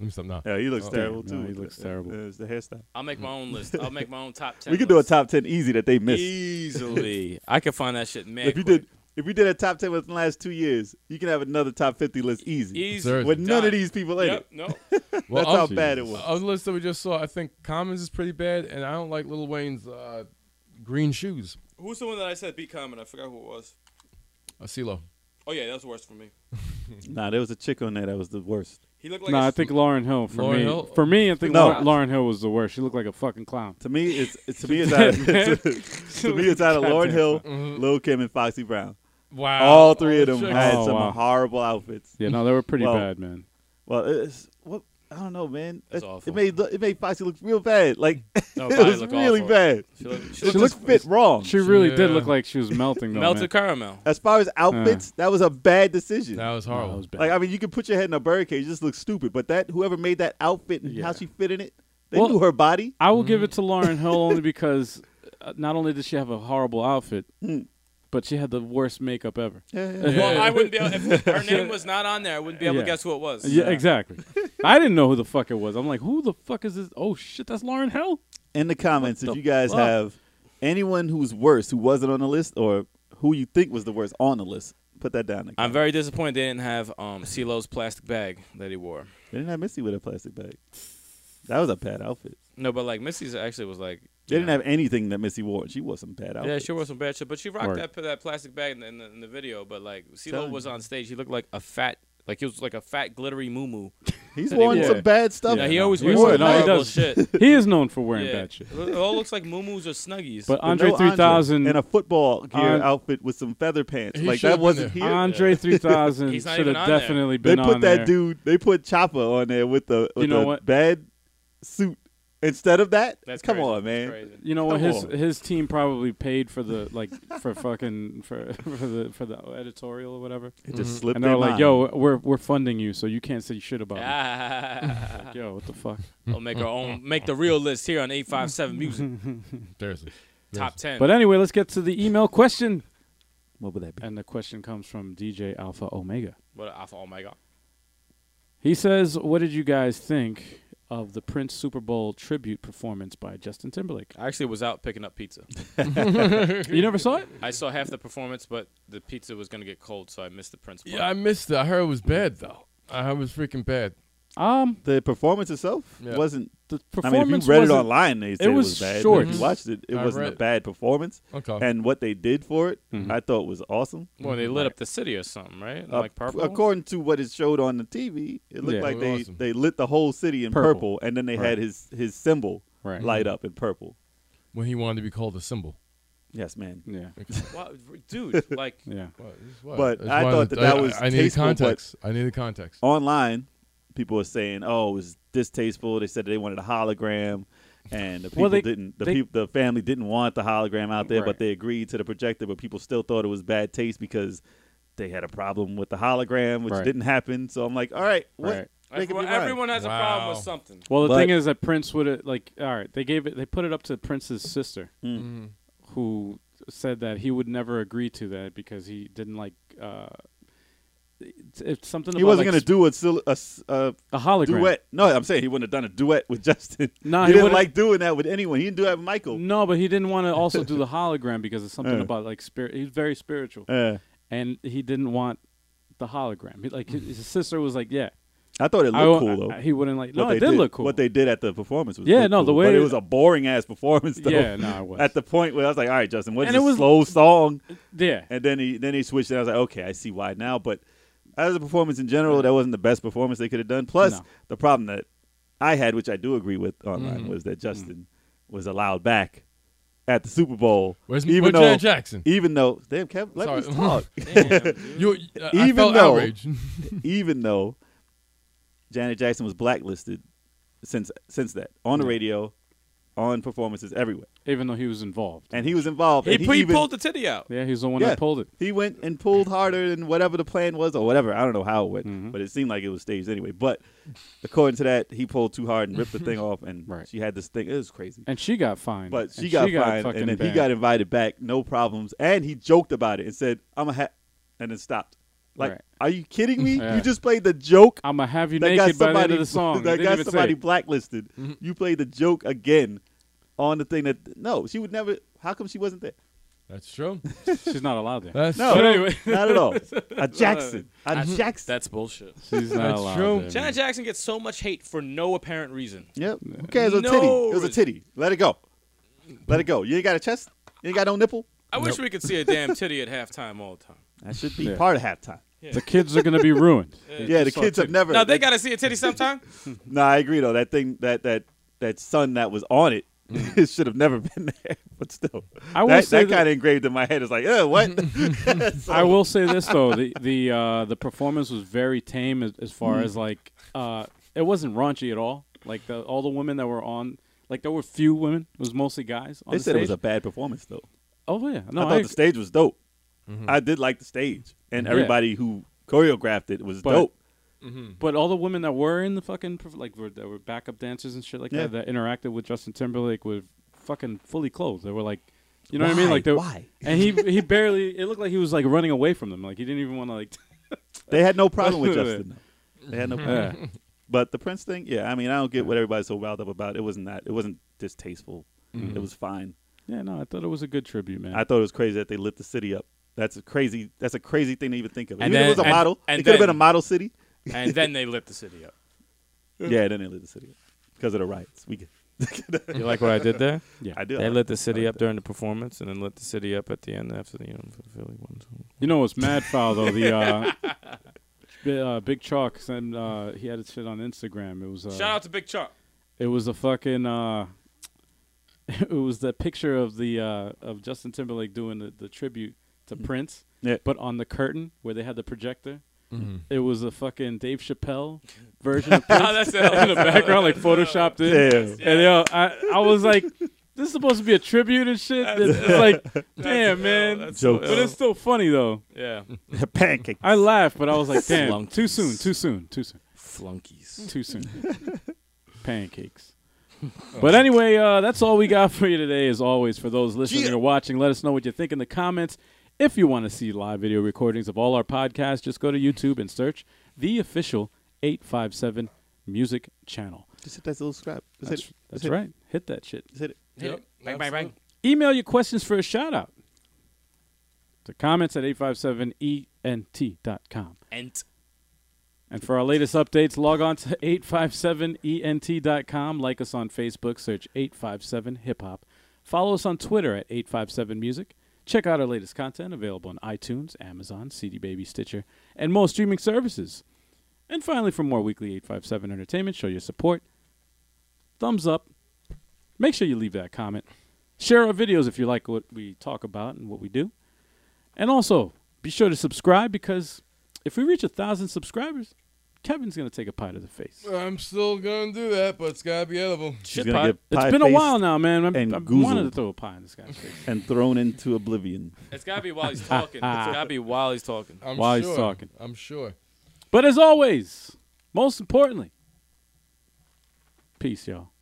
Speaker 2: Let me stop now.
Speaker 3: Yeah, he looks terrible
Speaker 4: Damn,
Speaker 3: too.
Speaker 4: no, Oh. he looks terrible.
Speaker 3: Uh, it's the hairstyle.
Speaker 5: I'll make my own list. I'll make my own top ten.
Speaker 3: We could do a
Speaker 5: list.
Speaker 3: top ten easy that they missed.
Speaker 4: E
Speaker 5: easily. I could find that shit man.
Speaker 3: if you did, if you did a top ten within the last two years, you can have another top fifty list
Speaker 4: E
Speaker 3: easy.
Speaker 5: easy,
Speaker 2: Seriously.
Speaker 3: With none
Speaker 5: Done.
Speaker 3: of these people in
Speaker 5: Yep,
Speaker 3: it.
Speaker 5: no.
Speaker 2: Well,
Speaker 3: That's
Speaker 2: I'm-
Speaker 3: how bad it was.
Speaker 2: Uh, on the list that we just saw, I think Commons is pretty bad, and I don't like Lil Wayne's uh, green shoes.
Speaker 5: Who's the one that I said beat common? I forgot who it was.
Speaker 2: Uh, CeeLo.
Speaker 5: Oh yeah, that was worse for me.
Speaker 3: Nah, there was a chick on there that was the worst.
Speaker 5: He looked like
Speaker 4: No,
Speaker 5: a
Speaker 4: I think Lauren Hill for
Speaker 2: Lauryn
Speaker 4: me.
Speaker 2: Hill?
Speaker 4: For me, I think
Speaker 3: No.
Speaker 4: Lau- Lauren Hill was the worst. She looked like a fucking clown.
Speaker 3: To me, it's, it's to me it's out of, to, me it's out of Lauren Hill, Lil Kim, and Foxy Brown.
Speaker 2: Wow.
Speaker 3: All three of them
Speaker 2: shit.
Speaker 3: had
Speaker 4: Oh,
Speaker 3: some
Speaker 4: wow.
Speaker 3: horrible outfits.
Speaker 4: Yeah, no, they were pretty
Speaker 3: Well,
Speaker 4: bad, man.
Speaker 3: Well, it's what I don't know, man.
Speaker 5: That's
Speaker 3: it,
Speaker 5: awful.
Speaker 3: it made it made Foxy look real bad. Like
Speaker 5: No,
Speaker 3: it
Speaker 5: body
Speaker 3: was
Speaker 5: looked
Speaker 3: really
Speaker 5: awful.
Speaker 3: bad.
Speaker 5: She looked, she
Speaker 3: It
Speaker 5: looked
Speaker 3: just fit wrong.
Speaker 4: She really did
Speaker 2: Yeah.
Speaker 4: look like she was melting. Though,
Speaker 5: melted
Speaker 4: man.
Speaker 5: caramel.
Speaker 3: As far as outfits, that was a bad decision.
Speaker 2: That was
Speaker 4: No, it
Speaker 2: horrible.
Speaker 4: was bad.
Speaker 3: Like I mean, you can put your head in a bird cage; it just looks stupid. But that whoever made that outfit and
Speaker 4: Yeah.
Speaker 3: how she fit in it, they
Speaker 4: Well-
Speaker 3: knew her body.
Speaker 4: I will give it to Lauren Hill only because uh, not only did she have a horrible outfit,
Speaker 3: Mm.
Speaker 4: but she had the worst makeup ever.
Speaker 3: Yeah, yeah.
Speaker 5: Well, I wouldn't be able. If her name was not on there, I wouldn't be able
Speaker 4: Yeah.
Speaker 5: to guess who it was.
Speaker 4: Yeah, exactly. I didn't know who the fuck it was. I'm like, who the fuck is this? Oh shit, that's Lauren Hill.
Speaker 3: In the comments, if
Speaker 4: the
Speaker 3: you guys
Speaker 4: fuck?
Speaker 3: have anyone who's worse, who wasn't on the list, or who you think was the worst on the list, put that down. in the
Speaker 5: I'm
Speaker 3: comments.
Speaker 5: very disappointed they didn't have um CeeLo's plastic bag that he wore.
Speaker 3: They didn't have Missy with a plastic bag. That was a bad outfit.
Speaker 5: No, but like Missy's actually was like
Speaker 3: They didn't
Speaker 5: have.
Speaker 3: have anything that Missy wore. She wore some bad outfits.
Speaker 5: Yeah, she wore some bad shit, but she rocked
Speaker 4: Word.
Speaker 5: that that plastic bag in the, in the, in the video. But like, CeeLo
Speaker 3: Telling
Speaker 5: was
Speaker 3: you.
Speaker 5: on stage. He looked like a fat, like he was like a fat glittery moo moo.
Speaker 3: He's
Speaker 5: that he
Speaker 3: wearing
Speaker 5: wore.
Speaker 3: some bad stuff.
Speaker 5: Yeah, he always
Speaker 4: He
Speaker 5: wears
Speaker 4: wore-
Speaker 5: some
Speaker 4: no, he
Speaker 5: horrible
Speaker 4: does.
Speaker 5: shit.
Speaker 4: He is known for wearing
Speaker 5: yeah.
Speaker 4: bad shit.
Speaker 5: It all looks like moo moos or snuggies.
Speaker 4: But
Speaker 3: But
Speaker 4: Andre
Speaker 3: no
Speaker 4: 3000
Speaker 3: in a football gear
Speaker 4: An-
Speaker 3: outfit with some feather pants.
Speaker 2: He
Speaker 3: like
Speaker 2: should've
Speaker 3: that
Speaker 2: been
Speaker 3: wasn't
Speaker 2: there.
Speaker 3: here.
Speaker 4: Andre 3000
Speaker 5: He's not
Speaker 4: should
Speaker 5: even
Speaker 4: have
Speaker 5: on there.
Speaker 4: definitely
Speaker 3: They
Speaker 4: been
Speaker 3: put
Speaker 4: on
Speaker 3: that
Speaker 4: there.
Speaker 3: dude. They put Chopper on there with the with
Speaker 4: know
Speaker 3: the
Speaker 4: what?
Speaker 3: bad suit instead of that.
Speaker 5: That's
Speaker 3: come
Speaker 5: crazy.
Speaker 3: on,
Speaker 5: That's
Speaker 3: man.
Speaker 5: crazy.
Speaker 4: You know what?
Speaker 3: Come
Speaker 4: His
Speaker 3: on.
Speaker 4: his team probably paid for the like for fucking for for the for the editorial or whatever.
Speaker 3: It just slipped.
Speaker 4: and they're
Speaker 3: their
Speaker 4: like,
Speaker 3: mind.
Speaker 4: "Yo, we're we're funding you, so you can't say shit about me."
Speaker 5: Ah,
Speaker 4: Yo, what the fuck?
Speaker 5: we'll make our own, make the real list here on eight five seven music
Speaker 2: Seriously.
Speaker 5: top ten.
Speaker 4: But anyway, let's get to the email question.
Speaker 3: what would that be?"
Speaker 4: And the question comes from DJ Alpha Omega.
Speaker 5: what a alpha, oh my god,
Speaker 4: He says, "What did you guys think of the Prince Super Bowl tribute performance by Justin Timberlake?
Speaker 5: I actually was out picking up pizza.
Speaker 4: You never saw it?
Speaker 5: I saw half the performance, but the pizza was gonna get cold, so I missed the Prince. part.
Speaker 2: Yeah, I missed it. I heard it was bad, though. I heard it was freaking bad.
Speaker 4: Um,
Speaker 3: The performance itself
Speaker 2: Yeah.
Speaker 3: wasn't.
Speaker 4: the
Speaker 3: I
Speaker 4: performance
Speaker 3: mean, if you read it
Speaker 4: wasn't-
Speaker 3: online, they said it
Speaker 4: was
Speaker 3: was, bad.
Speaker 4: short.
Speaker 3: But if you watched it, it
Speaker 2: I
Speaker 3: wasn't
Speaker 2: read-
Speaker 3: a
Speaker 2: Uh-huh. Mm-hmm.
Speaker 3: bad performance.
Speaker 2: Okay.
Speaker 3: And what they did for it, I thought was awesome.
Speaker 5: Well, they lit up the city or something, right?
Speaker 3: Uh,
Speaker 5: like purple.
Speaker 3: According to what it showed on the TV, it looked
Speaker 4: Yeah.
Speaker 3: like
Speaker 2: It
Speaker 3: they,
Speaker 2: was awesome.
Speaker 3: they lit the whole city in
Speaker 4: Purple.
Speaker 3: purple, and then they
Speaker 4: Right.
Speaker 3: had his his symbol
Speaker 4: Right.
Speaker 3: light up in purple.
Speaker 2: when he wanted to be called a symbol.
Speaker 3: Yes, man.
Speaker 4: Yeah,
Speaker 5: Wow, dude, like
Speaker 4: yeah.
Speaker 3: But
Speaker 2: That's
Speaker 3: I
Speaker 2: why
Speaker 3: thought
Speaker 2: the-
Speaker 3: that that was
Speaker 2: I, I needed
Speaker 3: tasteful, but-
Speaker 2: context. Oh. I needed context.
Speaker 3: Online, people were saying, "Oh, it was distasteful." They said they wanted a hologram, and the people
Speaker 4: Well, they-
Speaker 3: didn't. The
Speaker 4: they-
Speaker 3: peop- the family didn't want the hologram out there,
Speaker 4: Right.
Speaker 3: but they agreed to the projector. But people still thought it was bad taste because they had a problem with the hologram, which
Speaker 4: Right.
Speaker 3: didn't happen. So I'm like, "All right, what?"
Speaker 4: Right.
Speaker 3: They could be
Speaker 5: everyone,
Speaker 3: right.
Speaker 5: everyone has a problem with
Speaker 2: Wow.
Speaker 5: something.
Speaker 4: Well, the
Speaker 3: But-
Speaker 4: thing is that Prince would have like all right. They gave it. They put it up to Prince's sister,
Speaker 2: Mm.
Speaker 4: who said that he would never agree to that because he didn't like. Uh, it's, it's something
Speaker 3: He
Speaker 4: about,
Speaker 3: wasn't
Speaker 4: like,
Speaker 3: gonna
Speaker 4: sp-
Speaker 3: do a, sil- a s- a
Speaker 4: a hologram.
Speaker 3: duet. No, I'm saying he wouldn't have done a duet with Justin.
Speaker 4: Nah,
Speaker 3: he,
Speaker 4: he
Speaker 3: didn't
Speaker 4: wouldn't-
Speaker 3: like doing that with anyone. He didn't do that with Michael.
Speaker 4: No, but he didn't want to also do the hologram because it's something
Speaker 3: Uh.
Speaker 4: about like spirit. He's very spiritual,
Speaker 3: Uh,
Speaker 4: and he didn't want the hologram. He, like his, his sister was like, yeah,
Speaker 3: I thought it
Speaker 4: I
Speaker 3: looked
Speaker 4: won't-
Speaker 3: cool though.
Speaker 4: I- he wouldn't like.
Speaker 3: What
Speaker 4: No,
Speaker 3: they
Speaker 4: it did look cool.
Speaker 3: What they did at the performance was
Speaker 4: Yeah,
Speaker 3: look
Speaker 4: no, the
Speaker 3: cool,
Speaker 4: way-
Speaker 3: but it was a boring ass performance though.
Speaker 4: Yeah, no, it was.
Speaker 3: At the point where I was like, all right, Justin, what's
Speaker 4: And it
Speaker 3: this
Speaker 4: was-
Speaker 3: slow song?
Speaker 4: yeah,
Speaker 3: And then he then he switched, and I was like, okay, I see why now. But as a performance in general, that wasn't the best performance they could have done. Plus,
Speaker 4: No.
Speaker 3: the problem that I had, which I do agree with
Speaker 4: Mm-hmm.
Speaker 3: online, was that Justin was allowed back at the Super Bowl,
Speaker 2: Where's
Speaker 3: even
Speaker 2: where's
Speaker 3: though e
Speaker 2: Janet Jackson?
Speaker 3: even though damn Kev, let
Speaker 2: Sorry.
Speaker 3: me talk.
Speaker 2: You, uh, I
Speaker 3: even
Speaker 2: felt
Speaker 3: though-
Speaker 2: outraged.
Speaker 3: even though Janet Jackson was blacklisted since since that on the radio, on performances everywhere,
Speaker 4: even though he was involved.
Speaker 3: and he was involved.
Speaker 5: He,
Speaker 3: and
Speaker 5: he
Speaker 3: even-
Speaker 5: pulled the titty out.
Speaker 4: Yeah, he's the one
Speaker 3: Yeah.
Speaker 4: that pulled it.
Speaker 3: He went and pulled harder than whatever the plan was or whatever. I don't know how it went,
Speaker 4: Mhm.
Speaker 3: but it seemed like it was staged anyway. But according to that, he pulled too hard and ripped the thing off, and
Speaker 4: Right.
Speaker 3: she had this thing. It was crazy.
Speaker 4: And she got fined.
Speaker 3: But
Speaker 4: And
Speaker 3: she got fined,
Speaker 4: fucking
Speaker 3: and then he
Speaker 4: banned.
Speaker 3: got invited back, no problems. And he joked about it and said, "I'm a ha," and then stopped. Like,
Speaker 4: Right.
Speaker 3: are you kidding me?
Speaker 4: Yeah.
Speaker 3: You just played the joke
Speaker 4: I'm gonna have you
Speaker 3: that got
Speaker 4: naked by
Speaker 3: somebody
Speaker 4: the end of the song.
Speaker 3: that
Speaker 4: They didn't
Speaker 3: got
Speaker 4: even say
Speaker 3: somebody
Speaker 4: it. Mm-hmm.
Speaker 3: blacklisted. You played the joke again on the thing that no, she would never. How come she wasn't there?
Speaker 2: That's true.
Speaker 4: She's not allowed there.
Speaker 2: That's
Speaker 3: No,
Speaker 2: true.
Speaker 3: not at all. A Jackson, a Jackson.
Speaker 6: That's bullshit.
Speaker 4: She's not
Speaker 2: That's
Speaker 4: allowed
Speaker 2: true.
Speaker 4: there.
Speaker 5: Janet Jackson gets so much hate for no apparent reason.
Speaker 3: Yep. Who cares? It was a
Speaker 5: No
Speaker 3: titty. It was a
Speaker 5: reason.
Speaker 3: titty. Let it go. Let it go. You ain't got a chest. You ain't got no nipple.
Speaker 5: I wish we could see a damn titty at halftime all the time.
Speaker 3: That should be
Speaker 4: Yeah.
Speaker 3: part of halftime.
Speaker 4: The kids are gonna be ruined.
Speaker 3: Yeah, the kids have never.
Speaker 5: Now they
Speaker 3: that-
Speaker 5: gotta see a titty sometime.
Speaker 3: Nah, I agree though. That thing, that that that sun that was on it, it should have never been there. But still,
Speaker 4: Mm-hmm. I will
Speaker 3: that,
Speaker 4: say
Speaker 3: that
Speaker 4: that-
Speaker 3: kind of engraved in my head. It's like, oh, what? So-
Speaker 4: I will say this though the the uh, the performance was very tame as, as
Speaker 3: Hmm.
Speaker 4: far as like uh, it wasn't raunchy at all. Like the all the women that were on, like there were few women. It was mostly guys. On
Speaker 3: They
Speaker 4: the
Speaker 3: said it was a
Speaker 4: stage.
Speaker 3: bad performance though.
Speaker 4: Oh yeah, no, Mm-hmm.
Speaker 3: I thought the stage was dope. I did like the stage, and
Speaker 4: Yeah.
Speaker 3: everybody who choreographed it was
Speaker 4: But-
Speaker 3: dope.
Speaker 4: But all the women that were in the fucking perf- like were, that were backup dancers and shit like
Speaker 3: Yeah.
Speaker 4: that that interacted with Justin Timberlake were fucking fully clothed. They were like, you know what I mean?
Speaker 3: Why?
Speaker 4: Like they
Speaker 3: Why?
Speaker 4: And he he barely. It looked like he was like running away from them. Like he didn't even want to like.
Speaker 3: They had no problem with
Speaker 4: Wait a
Speaker 3: Justin. though. They had no problem.
Speaker 4: Yeah.
Speaker 3: But the Prince thing, yeah, I mean, I don't get what everybody's so riled up about. It wasn't that. It wasn't distasteful.
Speaker 4: Mm-hmm.
Speaker 3: It was fine.
Speaker 4: yeah, no, I thought it was a good tribute, man.
Speaker 3: I thought it was crazy that they lit the city up. That's a crazy. That's a crazy thing to even think of.
Speaker 5: And
Speaker 3: even if it was a
Speaker 5: then- and-
Speaker 3: model.
Speaker 5: and
Speaker 3: it could have been
Speaker 5: then-
Speaker 3: a model city.
Speaker 5: and then they lit the city up.
Speaker 3: yeah, then they lit the city up because of the riots. We get,
Speaker 5: You like what I did there?
Speaker 4: yeah,
Speaker 3: I do.
Speaker 5: They lit the city up during the performance, and then lit the city up at the end after the you know the Philly one.
Speaker 4: You know what's mad foul though? The uh, bi- uh, big chalk and uh, he had his shit on Instagram. It was uh,
Speaker 5: Shout out to Big Chuck.
Speaker 4: It was a fucking. Uh, it was the picture of the uh, of Justin Timberlake doing the, the tribute to
Speaker 3: Mm.
Speaker 4: Prince,
Speaker 3: Yeah.
Speaker 4: but on the curtain where they had the projector, it was a fucking Dave Chappelle version of Prince
Speaker 5: Oh, that's the
Speaker 4: in the background, like photoshopped in.
Speaker 3: Damn.
Speaker 4: And yo, I I was like, this is supposed to be a tribute and shit. It's like, damn man,
Speaker 5: That's
Speaker 3: Jokes.
Speaker 5: so
Speaker 4: but it's still funny though.
Speaker 5: Yeah.
Speaker 3: pancake.
Speaker 4: I laughed, but I was like, damn,
Speaker 6: Flunk.
Speaker 4: too soon, too soon, too soon,
Speaker 6: Flunkies.
Speaker 4: too soon. Pancakes. But anyway, uh, that's all we got for you today. As always, for those listening or watching, let us know what you think in the comments. If you want to see live video recordings of all our podcasts, just go to YouTube and search the official 857 Music Channel.
Speaker 3: Just hit that little scrap. Just
Speaker 4: That's,
Speaker 3: hit it. Just
Speaker 4: that's
Speaker 3: hit it.
Speaker 4: right. Hit that shit.
Speaker 3: Just hit it.
Speaker 2: Yep.
Speaker 5: Bang, bang, bang.
Speaker 4: Email your questions for a shout out to comments at E 857ent.com.
Speaker 5: Ent.
Speaker 4: And for our latest updates, log on to E 857ent.com. Like us on Facebook, search 857 Hip Hop. Follow us on Twitter at 857 Music. Check out our latest content available on iTunes, Amazon, CD Baby, Stitcher, and most streaming services. And finally, for more weekly 857 entertainment, show your support. Thumbs up. Make sure you leave that comment. Share our videos if you like what we talk about and what we do. And also, be sure to subscribe because if we reach a thousand subscribers, Kevin's gonna take a pie to the face.
Speaker 2: I'm still gonna do that, but it's gotta be edible.
Speaker 3: She's
Speaker 5: Shit
Speaker 3: gonna
Speaker 5: pot.
Speaker 3: get
Speaker 4: It's been a
Speaker 3: pie-faced
Speaker 4: while now, man. I'm,
Speaker 3: and
Speaker 4: I've wanted to
Speaker 3: goozled.
Speaker 4: throw a pie in this guy's face
Speaker 3: and thrown into oblivion.
Speaker 5: It's gotta be while he's talking. it's gotta be while he's talking.
Speaker 2: I'm
Speaker 4: while
Speaker 2: sure.
Speaker 4: he's talking.
Speaker 2: I'm sure.
Speaker 4: But as always, most importantly, peace, y'all.